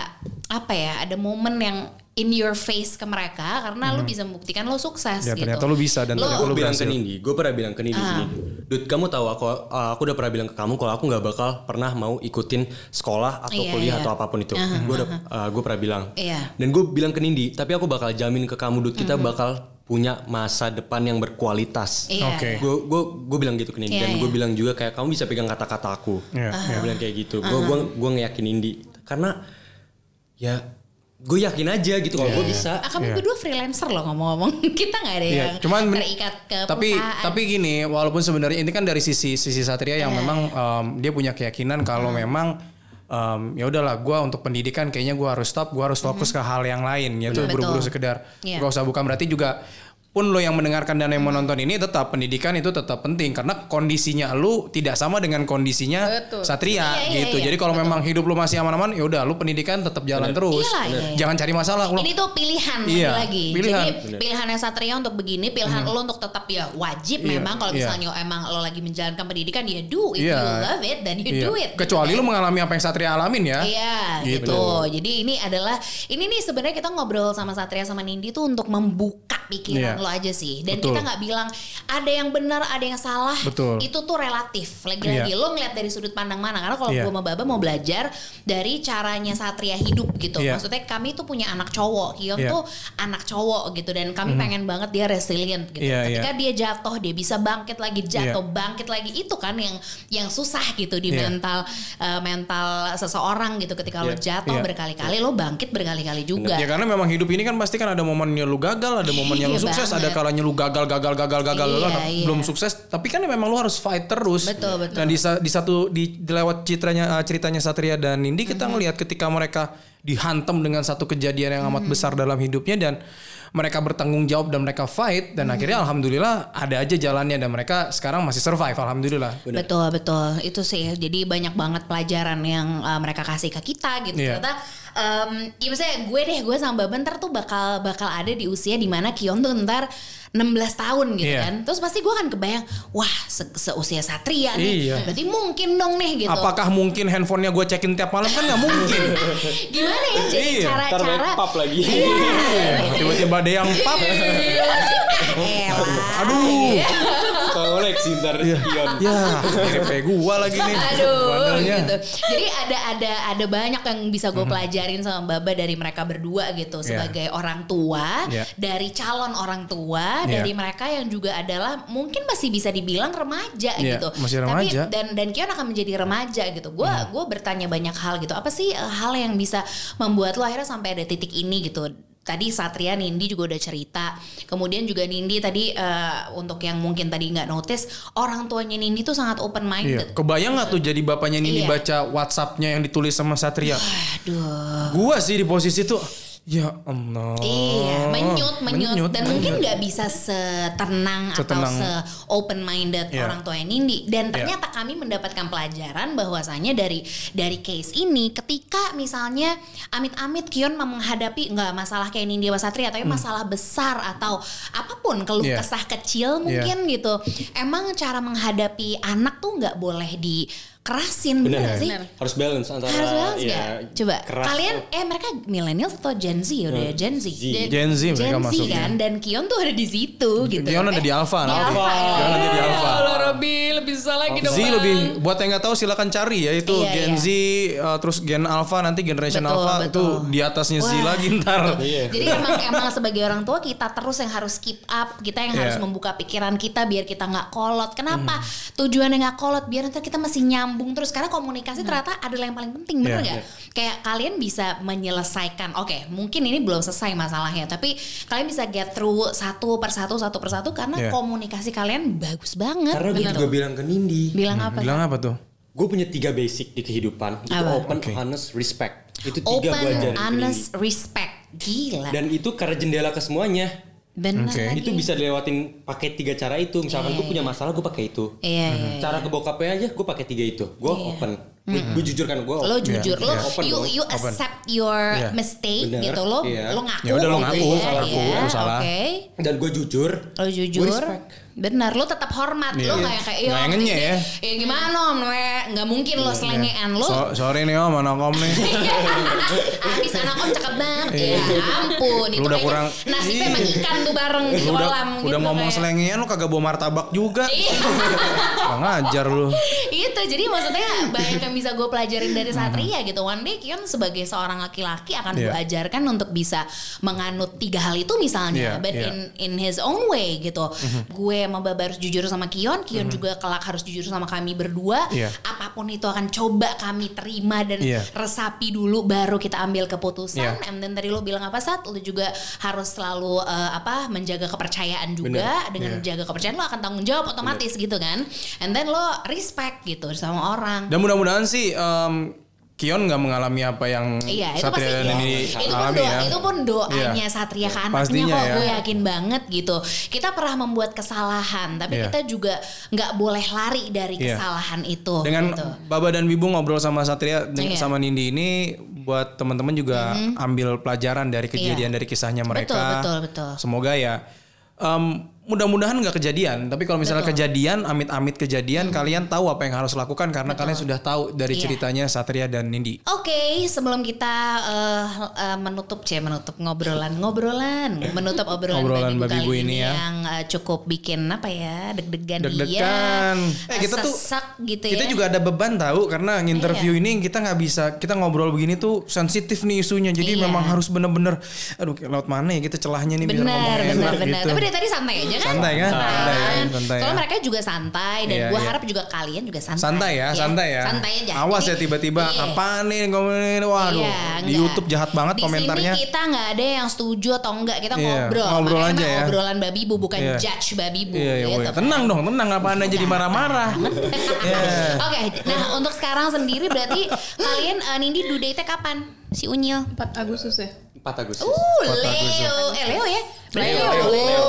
[SPEAKER 2] apa ya ada momen yang in your face ke mereka karena lo bisa membuktikan lo sukses
[SPEAKER 3] Hmm. Ya,
[SPEAKER 2] gitu
[SPEAKER 3] ternyata lo bisa dan ternyata
[SPEAKER 1] Gue
[SPEAKER 3] Lu
[SPEAKER 1] bilang ke
[SPEAKER 3] berhasil.
[SPEAKER 1] Nindi, gue pernah bilang ke Nindi
[SPEAKER 2] Ah.
[SPEAKER 1] gini, Dut kamu tahu aku, uh, aku udah pernah bilang ke kamu kalau aku nggak bakal pernah mau ikutin sekolah atau
[SPEAKER 2] Iya,
[SPEAKER 1] kuliah
[SPEAKER 2] iya.
[SPEAKER 1] atau apapun itu. Gue udah, uh, gue pernah bilang.
[SPEAKER 2] Iya.
[SPEAKER 1] Dan gue bilang ke Nindi, tapi aku bakal jamin ke kamu Dut kita
[SPEAKER 2] Mm-hmm.
[SPEAKER 1] bakal punya masa depan yang berkualitas.
[SPEAKER 2] Iya.
[SPEAKER 3] Oke.
[SPEAKER 1] Gue gue gue bilang gitu ke Nindi
[SPEAKER 2] Iya,
[SPEAKER 1] dan
[SPEAKER 2] iya.
[SPEAKER 1] gue bilang juga kayak kamu bisa pegang kata-kata aku.
[SPEAKER 3] Iya,
[SPEAKER 1] Gue bilang kayak gitu. Gue gue gue ngeyakinin di karena ya gue yakin aja gitu kalau gue bisa.
[SPEAKER 2] Ah, kamu
[SPEAKER 3] Iya.
[SPEAKER 2] berdua freelancer loh ngomong-ngomong kita nggak ada
[SPEAKER 3] Iya,
[SPEAKER 2] yang
[SPEAKER 3] cuman men-
[SPEAKER 2] terikat ke
[SPEAKER 3] tapi
[SPEAKER 2] perusahaan.
[SPEAKER 3] tapi gini, walaupun sebenarnya ini kan dari sisi sisi Satria
[SPEAKER 2] Iya.
[SPEAKER 3] yang memang em, dia punya keyakinan kalau
[SPEAKER 2] Hmm.
[SPEAKER 3] memang em, ya udahlah gua untuk pendidikan kayaknya gua harus stop, gua harus fokus ke hal yang lain yaitu
[SPEAKER 2] Hmm. Betul.
[SPEAKER 3] buru-buru sekedar
[SPEAKER 2] Iya. Hmm.
[SPEAKER 3] gak usah bukan berarti juga pun lo yang mendengarkan dan yang menonton ini tetap pendidikan itu tetap penting karena kondisinya lu tidak sama dengan kondisinya
[SPEAKER 4] Betul.
[SPEAKER 3] Satria
[SPEAKER 2] Iya, iya,
[SPEAKER 3] gitu.
[SPEAKER 2] iya,
[SPEAKER 3] Jadi kalau memang hidup lu masih aman-aman ya udah lu pendidikan tetap jalan terus.
[SPEAKER 2] Iya, iya, iya.
[SPEAKER 3] Jangan cari masalah lu.
[SPEAKER 2] Ini tuh pilihan
[SPEAKER 3] Iya,
[SPEAKER 2] lagi.
[SPEAKER 3] pilihan. Hmm.
[SPEAKER 2] Jadi pilihannya Satria untuk begini, pilihan lo untuk tetap ya wajib
[SPEAKER 3] Iya,
[SPEAKER 2] memang kalau
[SPEAKER 3] iya.
[SPEAKER 2] misalnya emang lo lagi menjalankan pendidikan ya do if
[SPEAKER 3] Iya.
[SPEAKER 2] you love it then you
[SPEAKER 3] Iya.
[SPEAKER 2] do it. gitu
[SPEAKER 3] Kecuali
[SPEAKER 2] kan.
[SPEAKER 3] lu mengalami apa yang Satria alamin ya.
[SPEAKER 2] Iya
[SPEAKER 3] Gitu.
[SPEAKER 2] gitu. Jadi ini adalah ini nih sebenarnya kita ngobrol sama Satria sama Nindi tuh untuk membuka pikiran
[SPEAKER 3] Iya.
[SPEAKER 2] lo aja sih. Dan
[SPEAKER 3] Betul.
[SPEAKER 2] kita nggak bilang ada yang benar, ada yang salah.
[SPEAKER 3] Betul.
[SPEAKER 2] Itu tuh relatif. Lagi-lagi
[SPEAKER 3] Iya.
[SPEAKER 2] lo ngeliat dari sudut pandang mana? Karena kalau
[SPEAKER 3] Iya.
[SPEAKER 2] gue sama Baba mau belajar dari caranya Satria hidup gitu.
[SPEAKER 3] Iya.
[SPEAKER 2] Maksudnya kami tuh punya anak cowok. Kion
[SPEAKER 3] Iya. Mhm.
[SPEAKER 2] tuh anak cowok gitu dan kami pengen banget dia resilient gitu.
[SPEAKER 3] Iya,
[SPEAKER 2] Ketika dia jatuh dia bisa bangkit lagi, jatuh bangkit lagi. Itu kan yang yang susah gitu di
[SPEAKER 3] Iya.
[SPEAKER 2] mental eh, mental seseorang gitu ketika lo
[SPEAKER 1] Iya.
[SPEAKER 2] jatuh
[SPEAKER 3] Iya.
[SPEAKER 2] berkali-kali lo bangkit berkali-kali juga.
[SPEAKER 3] Ya karena memang hidup ini kan pasti kan ada momennya lu gagal, ada momennya lu
[SPEAKER 2] Iya
[SPEAKER 3] sukses, ada
[SPEAKER 2] banget.
[SPEAKER 3] kalanya lu gagal, gagal, gagal, gagal,
[SPEAKER 2] Iya,
[SPEAKER 3] gagal,
[SPEAKER 2] iya.
[SPEAKER 3] belum sukses. Tapi kan memang lu harus fight terus.
[SPEAKER 2] Betul, betul.
[SPEAKER 3] Dan di, sa- di satu di, di lewat citranya eh, ceritanya Satria dan Nindi
[SPEAKER 2] Mm-hmm.
[SPEAKER 3] kita ngelihat ketika mereka dihantam dengan satu kejadian yang
[SPEAKER 2] Mm-hmm.
[SPEAKER 3] amat besar dalam hidupnya dan mereka bertanggung jawab dan mereka fight
[SPEAKER 2] Mm-hmm.
[SPEAKER 3] dan akhirnya alhamdulillah ada aja jalannya dan mereka sekarang masih survive alhamdulillah.
[SPEAKER 2] Betul betul itu sih ya. jadi banyak banget pelajaran yang uh, mereka kasih ke kita gitu
[SPEAKER 3] Iya.
[SPEAKER 2] ternyata um, ya misalnya gue deh gue sama Baba ntar tuh bakal bakal ada di usia dimana Kion tuh ntar 16 tahun gitu
[SPEAKER 3] Iya.
[SPEAKER 2] kan terus pasti gue akan kebayang wah se- seusia Satria nih
[SPEAKER 3] Iya.
[SPEAKER 2] berarti mungkin dong nih gitu
[SPEAKER 3] Apakah mungkin handphonenya gue cekin tiap malam kan nggak mungkin.
[SPEAKER 2] gimana ya jadi
[SPEAKER 3] Iya.
[SPEAKER 1] Ntar
[SPEAKER 2] cara-cara
[SPEAKER 1] wake up lagi.
[SPEAKER 2] Iya.
[SPEAKER 3] Tiba-tiba ada yang pap. Iya.
[SPEAKER 2] Elah.
[SPEAKER 3] Aduh.
[SPEAKER 2] Iya.
[SPEAKER 1] Koleksi ntar Kion.
[SPEAKER 3] Ya, DP gua lagi nih.
[SPEAKER 2] Aduh,
[SPEAKER 3] Bandelnya.
[SPEAKER 2] gitu. Jadi ada ada ada banyak yang bisa
[SPEAKER 3] Mm-hmm.
[SPEAKER 2] gue pelajarin sama Baba dari mereka berdua gitu
[SPEAKER 3] Iya.
[SPEAKER 2] sebagai orang tua,
[SPEAKER 3] Iya.
[SPEAKER 2] dari calon orang tua,
[SPEAKER 3] Iya.
[SPEAKER 2] dari mereka yang juga adalah mungkin masih bisa dibilang remaja
[SPEAKER 3] Iya,
[SPEAKER 2] gitu.
[SPEAKER 3] masih remaja. Mm.
[SPEAKER 2] Tapi dan dan Kion akan menjadi remaja gitu. Gue gue bertanya banyak hal gitu. Apa sih eh, hal yang bisa membuat lo akhirnya sampai ada titik ini gitu? Tadi Satria Nindi juga udah cerita. Kemudian juga Nindi tadi eh, untuk yang mungkin tadi nggak notice orang tuanya Nindi tuh sangat open
[SPEAKER 3] Iya.
[SPEAKER 2] minded.
[SPEAKER 3] Kebayang nggak tuh jadi bapaknya Nini
[SPEAKER 2] Iya.
[SPEAKER 3] baca WhatsApp-nya yang ditulis sama Satria?
[SPEAKER 2] Aduh.
[SPEAKER 3] Gua sih di posisi tuh ya Allah.
[SPEAKER 2] Iya, menyut, menyut, dan mungkin
[SPEAKER 3] Oh, menyut.
[SPEAKER 2] nggak bisa setenang, atau
[SPEAKER 3] Setenang.
[SPEAKER 2] se open minded
[SPEAKER 3] Iya.
[SPEAKER 2] orang tua Nindi. Dan ternyata kami mendapatkan pelajaran bahwasannya dari dari case ini, ketika misalnya amit-amit Kion mau menghadapi nggak masalah kayak Nindi sama Satria, tapi ya masalah besar atau apapun keluh
[SPEAKER 3] Hmm. Iya.
[SPEAKER 2] kesah kecil mungkin gitu, emang cara menghadapi anak tuh nggak boleh di kerasin
[SPEAKER 1] Benar.
[SPEAKER 2] bener, nggak sih?
[SPEAKER 1] Harus balance antara
[SPEAKER 2] Harus balance
[SPEAKER 1] ya,
[SPEAKER 2] nggak? Coba
[SPEAKER 1] keras-
[SPEAKER 2] kalian eh mereka millennials atau Gen Z udah ya Gen Z.
[SPEAKER 1] Z.
[SPEAKER 3] Gen Z mereka
[SPEAKER 2] Gen Z
[SPEAKER 3] masuknya.
[SPEAKER 2] kan dan Kion tuh ada di situ gitu.
[SPEAKER 3] Kion ada di Alpha,
[SPEAKER 2] Di
[SPEAKER 3] nah, oke.
[SPEAKER 2] Alpha. ya.
[SPEAKER 3] Kion ada di Alpha.
[SPEAKER 5] Kalau Robi lebih susah lagi dong.
[SPEAKER 3] Oh, Z
[SPEAKER 5] Bang.
[SPEAKER 3] lebih buat yang nggak tahu silakan cari ya itu
[SPEAKER 2] Iya,
[SPEAKER 3] Gen
[SPEAKER 2] iya.
[SPEAKER 3] Z uh, terus Gen Alpha nanti Generation
[SPEAKER 2] Betul,
[SPEAKER 3] Alpha
[SPEAKER 2] betul.
[SPEAKER 3] itu di atasnya Z
[SPEAKER 2] Wah.
[SPEAKER 3] lagi ntar.
[SPEAKER 1] Iya.
[SPEAKER 2] Jadi emang emang sebagai orang tua kita terus yang harus keep up, kita yang harus
[SPEAKER 3] Iya. Hmm.
[SPEAKER 2] membuka pikiran kita biar kita nggak kolot. Kenapa? Tujuannya nggak kolot biar nanti kita masih nyambung terus karena komunikasi ternyata adalah yang paling penting, bener
[SPEAKER 3] Hmm. Iya,
[SPEAKER 2] nggak? Kayak kalian bisa menyelesaikan. Oke, mungkin ini belum selesai masalahnya, tapi kalian bisa get through satu persatu satu persatu karena
[SPEAKER 3] Iya.
[SPEAKER 2] komunikasi kalian bagus banget.
[SPEAKER 1] Karena gue
[SPEAKER 2] gitu.
[SPEAKER 1] juga bilang ke Nindi,
[SPEAKER 2] bilang apa?
[SPEAKER 3] Hmm. Bilang apa tuh?
[SPEAKER 1] gue punya tiga basic di kehidupan. Itu
[SPEAKER 2] Apa?
[SPEAKER 1] open, honest, respect. Itu tiga
[SPEAKER 2] Open,
[SPEAKER 1] gue ajarin ke Nindi.
[SPEAKER 2] honest, respect, gila.
[SPEAKER 1] Dan itu karena jendela ke semuanya.
[SPEAKER 2] Benar
[SPEAKER 3] Oke.
[SPEAKER 2] lagi.
[SPEAKER 1] Itu bisa dilewatin pakai tiga cara itu. Misalkan gue punya masalah, gue pakai itu.
[SPEAKER 2] Iya,
[SPEAKER 3] Hmm.
[SPEAKER 2] iya, iya.
[SPEAKER 1] Cara ke bokapnya aja, gue pakai tiga itu. Gue open. Gue jujur kan,
[SPEAKER 3] Oh,
[SPEAKER 1] gue
[SPEAKER 2] lo jujur lo
[SPEAKER 1] Iya, open
[SPEAKER 2] you
[SPEAKER 1] dong,
[SPEAKER 2] you accept your
[SPEAKER 3] Iya.
[SPEAKER 2] mistake
[SPEAKER 1] Bener,
[SPEAKER 2] gitu lo
[SPEAKER 1] iya.
[SPEAKER 2] lo ngaku
[SPEAKER 3] Ya udah, lo
[SPEAKER 2] gitu
[SPEAKER 3] ngaku,
[SPEAKER 2] ya,
[SPEAKER 3] salah aku,
[SPEAKER 2] iya,
[SPEAKER 3] aku salah.
[SPEAKER 2] oke
[SPEAKER 1] Dan gue jujur.
[SPEAKER 2] lo
[SPEAKER 1] Gue
[SPEAKER 2] jujur
[SPEAKER 1] respect.
[SPEAKER 2] benar lo tetap hormat lo nggak yang kayak iya
[SPEAKER 3] Nggak
[SPEAKER 2] Om,
[SPEAKER 3] ngenye
[SPEAKER 2] ini-
[SPEAKER 3] ya." Iya,
[SPEAKER 2] ya gimana om Nwe? nggak mungkin lo selengean lo
[SPEAKER 3] So- sorry nih om, anak om nih.
[SPEAKER 2] habis anak om cakep banget ya ampun itu
[SPEAKER 3] Iya. Lu udah
[SPEAKER 2] kayaknya
[SPEAKER 3] kurang-
[SPEAKER 2] nasibnya emang ikan tuh bareng di
[SPEAKER 3] Eh, Lu udah,
[SPEAKER 2] kolam
[SPEAKER 3] udah
[SPEAKER 2] gitu
[SPEAKER 3] ngomong
[SPEAKER 2] kayak. Iya.
[SPEAKER 3] selengean lu kagak bawa martabak juga. Kurang ngajar lu.
[SPEAKER 2] itu jadi maksudnya banyak yang bisa gue pelajarin dari Satria gitu one day Kion sebagai seorang laki-laki akan
[SPEAKER 3] Iya.
[SPEAKER 2] gue ajarkan untuk bisa menganut tiga hal itu misalnya
[SPEAKER 3] Iya,
[SPEAKER 2] but
[SPEAKER 3] iya. Mhm.
[SPEAKER 2] in in his own way gitu gue sama Baba harus jujur sama Kion Kion juga kelak harus jujur sama kami berdua
[SPEAKER 3] Iya.
[SPEAKER 2] apapun itu akan coba kami terima dan
[SPEAKER 3] Iya.
[SPEAKER 2] resapi dulu baru kita ambil keputusan
[SPEAKER 3] Iya.
[SPEAKER 2] and then tadi lo bilang apa saat lo juga harus selalu eh, apa menjaga kepercayaan juga dengan
[SPEAKER 3] Iya.
[SPEAKER 2] jaga kepercayaan lo akan tanggung jawab otomatis gitu kan and then lo respect gitu sama orang
[SPEAKER 3] Dan mudah-mudahan sih em, Kion nggak mengalami apa yang
[SPEAKER 2] Iya, itu pasti
[SPEAKER 3] Satria dan ini
[SPEAKER 2] itu pun
[SPEAKER 3] alami
[SPEAKER 2] doa,
[SPEAKER 3] ya.
[SPEAKER 2] itu pun doanya
[SPEAKER 3] Iya.
[SPEAKER 2] Satria ke anaknya
[SPEAKER 3] Pastinya
[SPEAKER 2] kok
[SPEAKER 3] ya.
[SPEAKER 2] gue yakin banget gitu. Kita pernah membuat kesalahan, tapi
[SPEAKER 3] Iya.
[SPEAKER 2] kita juga nggak boleh lari dari
[SPEAKER 3] Iya.
[SPEAKER 2] kesalahan itu.
[SPEAKER 3] dengan
[SPEAKER 2] gitu.
[SPEAKER 3] Baba dan Bibu ngobrol sama Satria deng-
[SPEAKER 2] Iya. Mm-hmm.
[SPEAKER 3] sama Nindi ini buat teman-teman juga ambil pelajaran dari kejadian dari kisahnya mereka.
[SPEAKER 2] Iya. betul, betul.
[SPEAKER 3] Semoga ya em, mudah-mudahan nggak kejadian. Tapi kalau misalnya kejadian, amit-amit kejadian, kalian tahu apa yang harus lakukan karena kalian sudah tahu
[SPEAKER 2] Mm-hmm.
[SPEAKER 3] dari
[SPEAKER 2] Iya.
[SPEAKER 3] ceritanya Satria dan Nindi.
[SPEAKER 2] Oke, sebelum kita eh, eh, menutup cie menutup ngobrolan ngobrolan menutup obrolan
[SPEAKER 3] Obrolan
[SPEAKER 2] babi bu
[SPEAKER 3] babi
[SPEAKER 2] kali
[SPEAKER 3] bu ini ya.
[SPEAKER 2] yang eh, cukup bikin apa ya deg-degan
[SPEAKER 3] Deg-degan.
[SPEAKER 2] iya,
[SPEAKER 3] Eh, kita tuh-
[SPEAKER 2] sesak gitu
[SPEAKER 3] Kita
[SPEAKER 2] ya. Iya.
[SPEAKER 3] juga ada beban tahu karena nginterview ini kita nggak bisa kita ngobrol begini tuh sensitif nih isunya. Jadi
[SPEAKER 2] Iya.
[SPEAKER 3] memang harus bener-bener aduh laut mana ya kita celahnya nih bisa
[SPEAKER 2] Benar,
[SPEAKER 3] ngomong
[SPEAKER 2] benar,
[SPEAKER 3] enak
[SPEAKER 2] benar.
[SPEAKER 3] gitu.
[SPEAKER 2] Tapi dari tadi santai aja kan?
[SPEAKER 3] Santai kan? Santai, santai
[SPEAKER 2] Soalnya
[SPEAKER 3] ya.
[SPEAKER 2] mereka juga santai dan
[SPEAKER 3] Iya,
[SPEAKER 2] gue
[SPEAKER 3] iya.
[SPEAKER 2] harap juga kalian juga santai. Iya,
[SPEAKER 3] Santai ya, santai ya.
[SPEAKER 2] Santai aja.
[SPEAKER 3] Awas
[SPEAKER 2] Jadi-
[SPEAKER 3] ya tiba-tiba
[SPEAKER 2] Iya.
[SPEAKER 3] apaan nih ngomongin waduh.
[SPEAKER 2] Iya,
[SPEAKER 3] di
[SPEAKER 2] enggak.
[SPEAKER 3] YouTube jahat banget
[SPEAKER 2] Di
[SPEAKER 3] komentarnya.
[SPEAKER 2] sini gitu kita nggak ada yang setuju atau enggak kita
[SPEAKER 3] Iya,
[SPEAKER 2] ngobrol.
[SPEAKER 3] ngobrol
[SPEAKER 2] Makanya
[SPEAKER 3] aja
[SPEAKER 2] emang
[SPEAKER 3] ya.
[SPEAKER 2] Obrolan babi bu bukan
[SPEAKER 3] Iya.
[SPEAKER 2] judge babi bu.
[SPEAKER 3] Iya, iya,
[SPEAKER 2] gitu
[SPEAKER 3] woy.
[SPEAKER 2] kan.
[SPEAKER 3] Tenang dong, tenang apaan aja dimarah-marah. Iya.
[SPEAKER 2] Oke, nah untuk sekarang sendiri berarti kalian eh, Nindi due date kapan? Si Unyil.
[SPEAKER 4] 4 Agustus ya.
[SPEAKER 1] 4 Agustus.
[SPEAKER 2] Uh,
[SPEAKER 3] Kota
[SPEAKER 2] Leo. Eh Leo ya? Leo.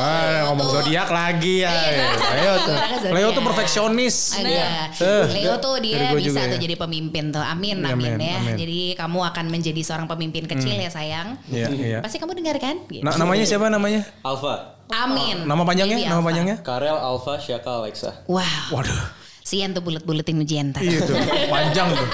[SPEAKER 3] Ah, ngomong
[SPEAKER 2] Betul.
[SPEAKER 3] zodiak lagi ya.
[SPEAKER 2] Iya,
[SPEAKER 3] Leo tuh,
[SPEAKER 2] zodiak.
[SPEAKER 3] Leo tuh perfeksionis.
[SPEAKER 2] Ada.
[SPEAKER 3] Eh,
[SPEAKER 2] Leo tuh
[SPEAKER 3] dari
[SPEAKER 2] dia
[SPEAKER 3] gua
[SPEAKER 2] bisa
[SPEAKER 3] juga
[SPEAKER 2] tuh
[SPEAKER 3] ya.
[SPEAKER 2] jadi pemimpin tuh. Amin,
[SPEAKER 3] Iya,
[SPEAKER 2] amin,
[SPEAKER 3] amin,
[SPEAKER 2] ya.
[SPEAKER 3] amin.
[SPEAKER 2] Jadi kamu akan menjadi seorang pemimpin kecil ya sayang.
[SPEAKER 3] Iya, iya.
[SPEAKER 2] Pasti kamu dengar kan? Gitu.
[SPEAKER 3] Na- namanya siapa namanya?
[SPEAKER 1] Alpha.
[SPEAKER 2] Amin.
[SPEAKER 3] Nama panjangnya?
[SPEAKER 2] Baby
[SPEAKER 3] Nama
[SPEAKER 2] Alpha.
[SPEAKER 3] panjangnya?
[SPEAKER 1] Karel, Alpha, Syaka, Alexa.
[SPEAKER 2] Wow.
[SPEAKER 3] Waduh.
[SPEAKER 2] Sian tuh bulet-buletin ujian ntar.
[SPEAKER 3] Iya tuh, panjang tuh.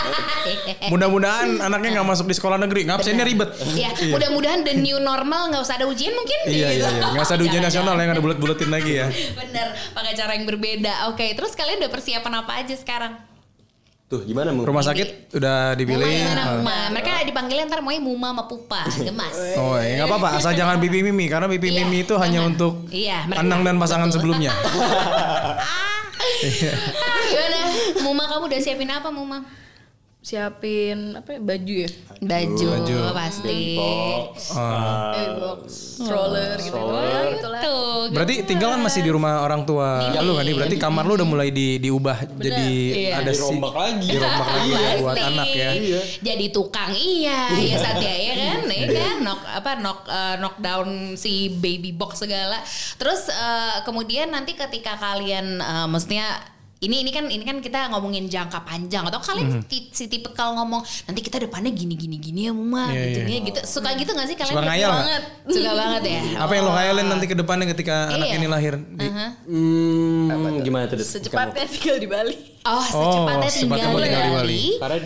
[SPEAKER 2] Eh.
[SPEAKER 3] Mudah-mudahan anaknya nggak masuk di sekolah negeri, ngabsennya ribet.
[SPEAKER 2] ya, mudah-mudahan the new normal nggak usah ada ujian mungkin.
[SPEAKER 3] Iya,
[SPEAKER 2] gitu.
[SPEAKER 3] iya, iya. Nggak usah ada ujian
[SPEAKER 2] Jangan-jangan.
[SPEAKER 3] nasional yang ada bulet-buletin lagi ya.
[SPEAKER 2] Bener, pakai cara yang berbeda. Oke, terus kalian udah persiapan apa aja sekarang?
[SPEAKER 1] Tuh, gimana mau?
[SPEAKER 3] Rumah sakit udah
[SPEAKER 2] Muma,
[SPEAKER 3] dipilih.
[SPEAKER 2] gimana
[SPEAKER 3] Ah.
[SPEAKER 2] Muma? Mereka dipanggilnya ntar maunya Muma sama Pupa, gemas.
[SPEAKER 3] Oh, ya nggak apa-apa. Asal jangan pipi mimi karena pipi
[SPEAKER 2] Iya,
[SPEAKER 3] mimi itu hanya
[SPEAKER 2] jangan.
[SPEAKER 3] untuk
[SPEAKER 2] Iya, mereka.
[SPEAKER 3] anang dan pasangan
[SPEAKER 2] Betul.
[SPEAKER 3] sebelumnya.
[SPEAKER 2] Ah, Gimana? Muma kamu udah siapin apa Muma?
[SPEAKER 4] Siapin apa ya, baju ya?
[SPEAKER 2] Baju, pasti.
[SPEAKER 4] Eh, box, stroller gitu. Ya, gitulah.
[SPEAKER 2] Tuh.
[SPEAKER 3] Berarti tinggal kan masih di rumah orang tua
[SPEAKER 2] Iya,
[SPEAKER 3] lu kan nih. Berarti kamar lu udah mulai di diubah jadi ada si
[SPEAKER 1] Dirombak lagi.
[SPEAKER 3] dirombak lagi ya buat
[SPEAKER 2] Pasti.
[SPEAKER 3] anak ya.
[SPEAKER 2] Jadi tukang iya, ya Satya ya kan,
[SPEAKER 3] Iya.
[SPEAKER 2] ya kan, knock apa knock eh, knock down si baby box segala. Terus eh, kemudian nanti ketika kalian eh, maksudnya ini ini kan ini kan kita ngomongin jangka panjang atau kalian ti- si tipikal ngomong nanti kita depannya gini gini gini ya Muma
[SPEAKER 3] Iya,
[SPEAKER 2] gitu
[SPEAKER 3] iya.
[SPEAKER 2] ya, gitu suka gitu gak sih kalian
[SPEAKER 3] Suka ngayal nggak?
[SPEAKER 2] banget suka banget ya
[SPEAKER 3] Apa yang lo khayalin nanti ke depannya ketika anak
[SPEAKER 2] Iya.
[SPEAKER 3] ini lahir? Di,
[SPEAKER 1] Hmm, gimana tuh? Dit?
[SPEAKER 4] Secepatnya tinggal di Bali.
[SPEAKER 2] oh secepatnya
[SPEAKER 3] secepatnya
[SPEAKER 2] tinggal
[SPEAKER 3] mau
[SPEAKER 2] di
[SPEAKER 3] tinggal di
[SPEAKER 2] Bali
[SPEAKER 1] Kamu? Karena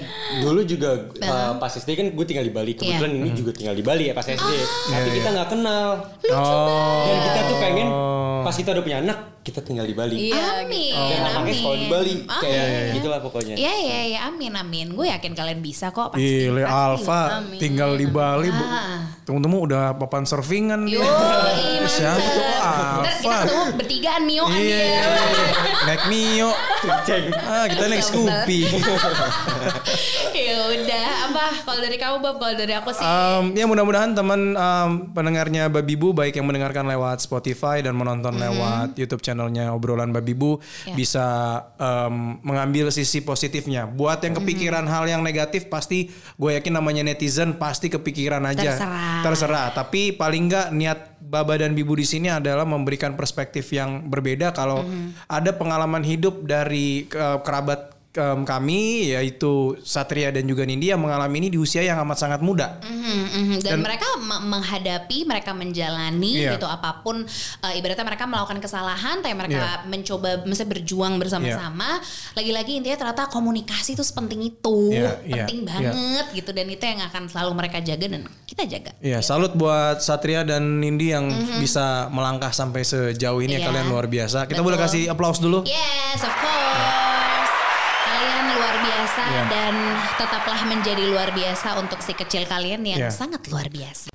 [SPEAKER 1] dulu juga uh, pas SD kan gue tinggal di Bali.
[SPEAKER 2] Iya.
[SPEAKER 1] Kebetulan ini juga tinggal di Bali ya pas SD. Tapi
[SPEAKER 2] Ah.
[SPEAKER 1] kita nggak kenal.
[SPEAKER 3] oh,
[SPEAKER 1] Dan kita tuh pengen pas kita udah punya anak kita tinggal di Bali.
[SPEAKER 3] Iya.
[SPEAKER 4] Iya, gitu.
[SPEAKER 2] amin
[SPEAKER 1] Dan anaknya sekolah di Bali.
[SPEAKER 2] Iya. Amin.
[SPEAKER 1] Kayak gitulah pokoknya.
[SPEAKER 2] Iya iya iya amin amin. Gue yakin kalian bisa kok pasti. pasti.
[SPEAKER 3] Ile
[SPEAKER 2] Ah.
[SPEAKER 3] Alfa tinggal di Bali. Bu. Tunggu-tunggu udah papan surfingan
[SPEAKER 2] Yo,
[SPEAKER 3] dia.
[SPEAKER 2] iya,
[SPEAKER 3] Siapa tuh
[SPEAKER 2] mantap. Ntar kita
[SPEAKER 3] Alfa?
[SPEAKER 2] ketemu ya. bertigaan Mio
[SPEAKER 3] Iya,
[SPEAKER 2] Andi.
[SPEAKER 3] iya, iya. naik Mio. Ah, kita naik Scoopy.
[SPEAKER 2] Ya udah, apa kalau dari kamu Bob, kalau dari aku sih
[SPEAKER 3] Um, ya mudah-mudahan teman um, pendengarnya Babibu baik yang mendengarkan lewat Spotify dan menonton
[SPEAKER 2] Mm-hmm.
[SPEAKER 3] lewat YouTube channelnya obrolan Babibu
[SPEAKER 2] Ya.
[SPEAKER 3] bisa um, mengambil sisi positifnya. Buat yang
[SPEAKER 2] Mm-hmm.
[SPEAKER 3] kepikiran hal yang negatif pasti gue yakin namanya netizen pasti kepikiran aja.
[SPEAKER 2] Terserah.
[SPEAKER 3] Terserah. Tapi paling nggak niat Baba dan Bibu di sini adalah memberikan perspektif yang berbeda kalau
[SPEAKER 2] Mm-hmm.
[SPEAKER 3] ada pengalaman hidup dari eh, kerabat em, kami yaitu Satria dan juga Nindi yang mengalami ini di usia yang amat sangat muda.
[SPEAKER 2] Mhm, mhm. Dan, mereka me- menghadapi, mereka menjalani
[SPEAKER 3] Iya.
[SPEAKER 2] gitu apapun eh, ibaratnya mereka melakukan kesalahan, tapi
[SPEAKER 3] Iya.
[SPEAKER 2] mereka mencoba mesti berjuang bersama-sama. Lagi-lagi intinya ternyata komunikasi itu sepenting itu,
[SPEAKER 3] Iya, iya,
[SPEAKER 2] penting
[SPEAKER 3] iya.
[SPEAKER 2] banget gitu dan itu yang akan selalu mereka jaga dan kita jaga.
[SPEAKER 3] Iya, salut buat Satria dan Nindi yang bisa melangkah sampai sejauh ini.
[SPEAKER 2] Mhm.
[SPEAKER 3] ya
[SPEAKER 2] Iya.
[SPEAKER 3] Kalian luar biasa.
[SPEAKER 2] Betul.
[SPEAKER 3] Kita boleh kasih applause dulu.
[SPEAKER 2] Yes, of course. Kalian luar
[SPEAKER 3] Iya.
[SPEAKER 2] biasa dan tetaplah menjadi luar biasa untuk si kecil kalian yang
[SPEAKER 3] Iya.
[SPEAKER 2] sangat luar biasa.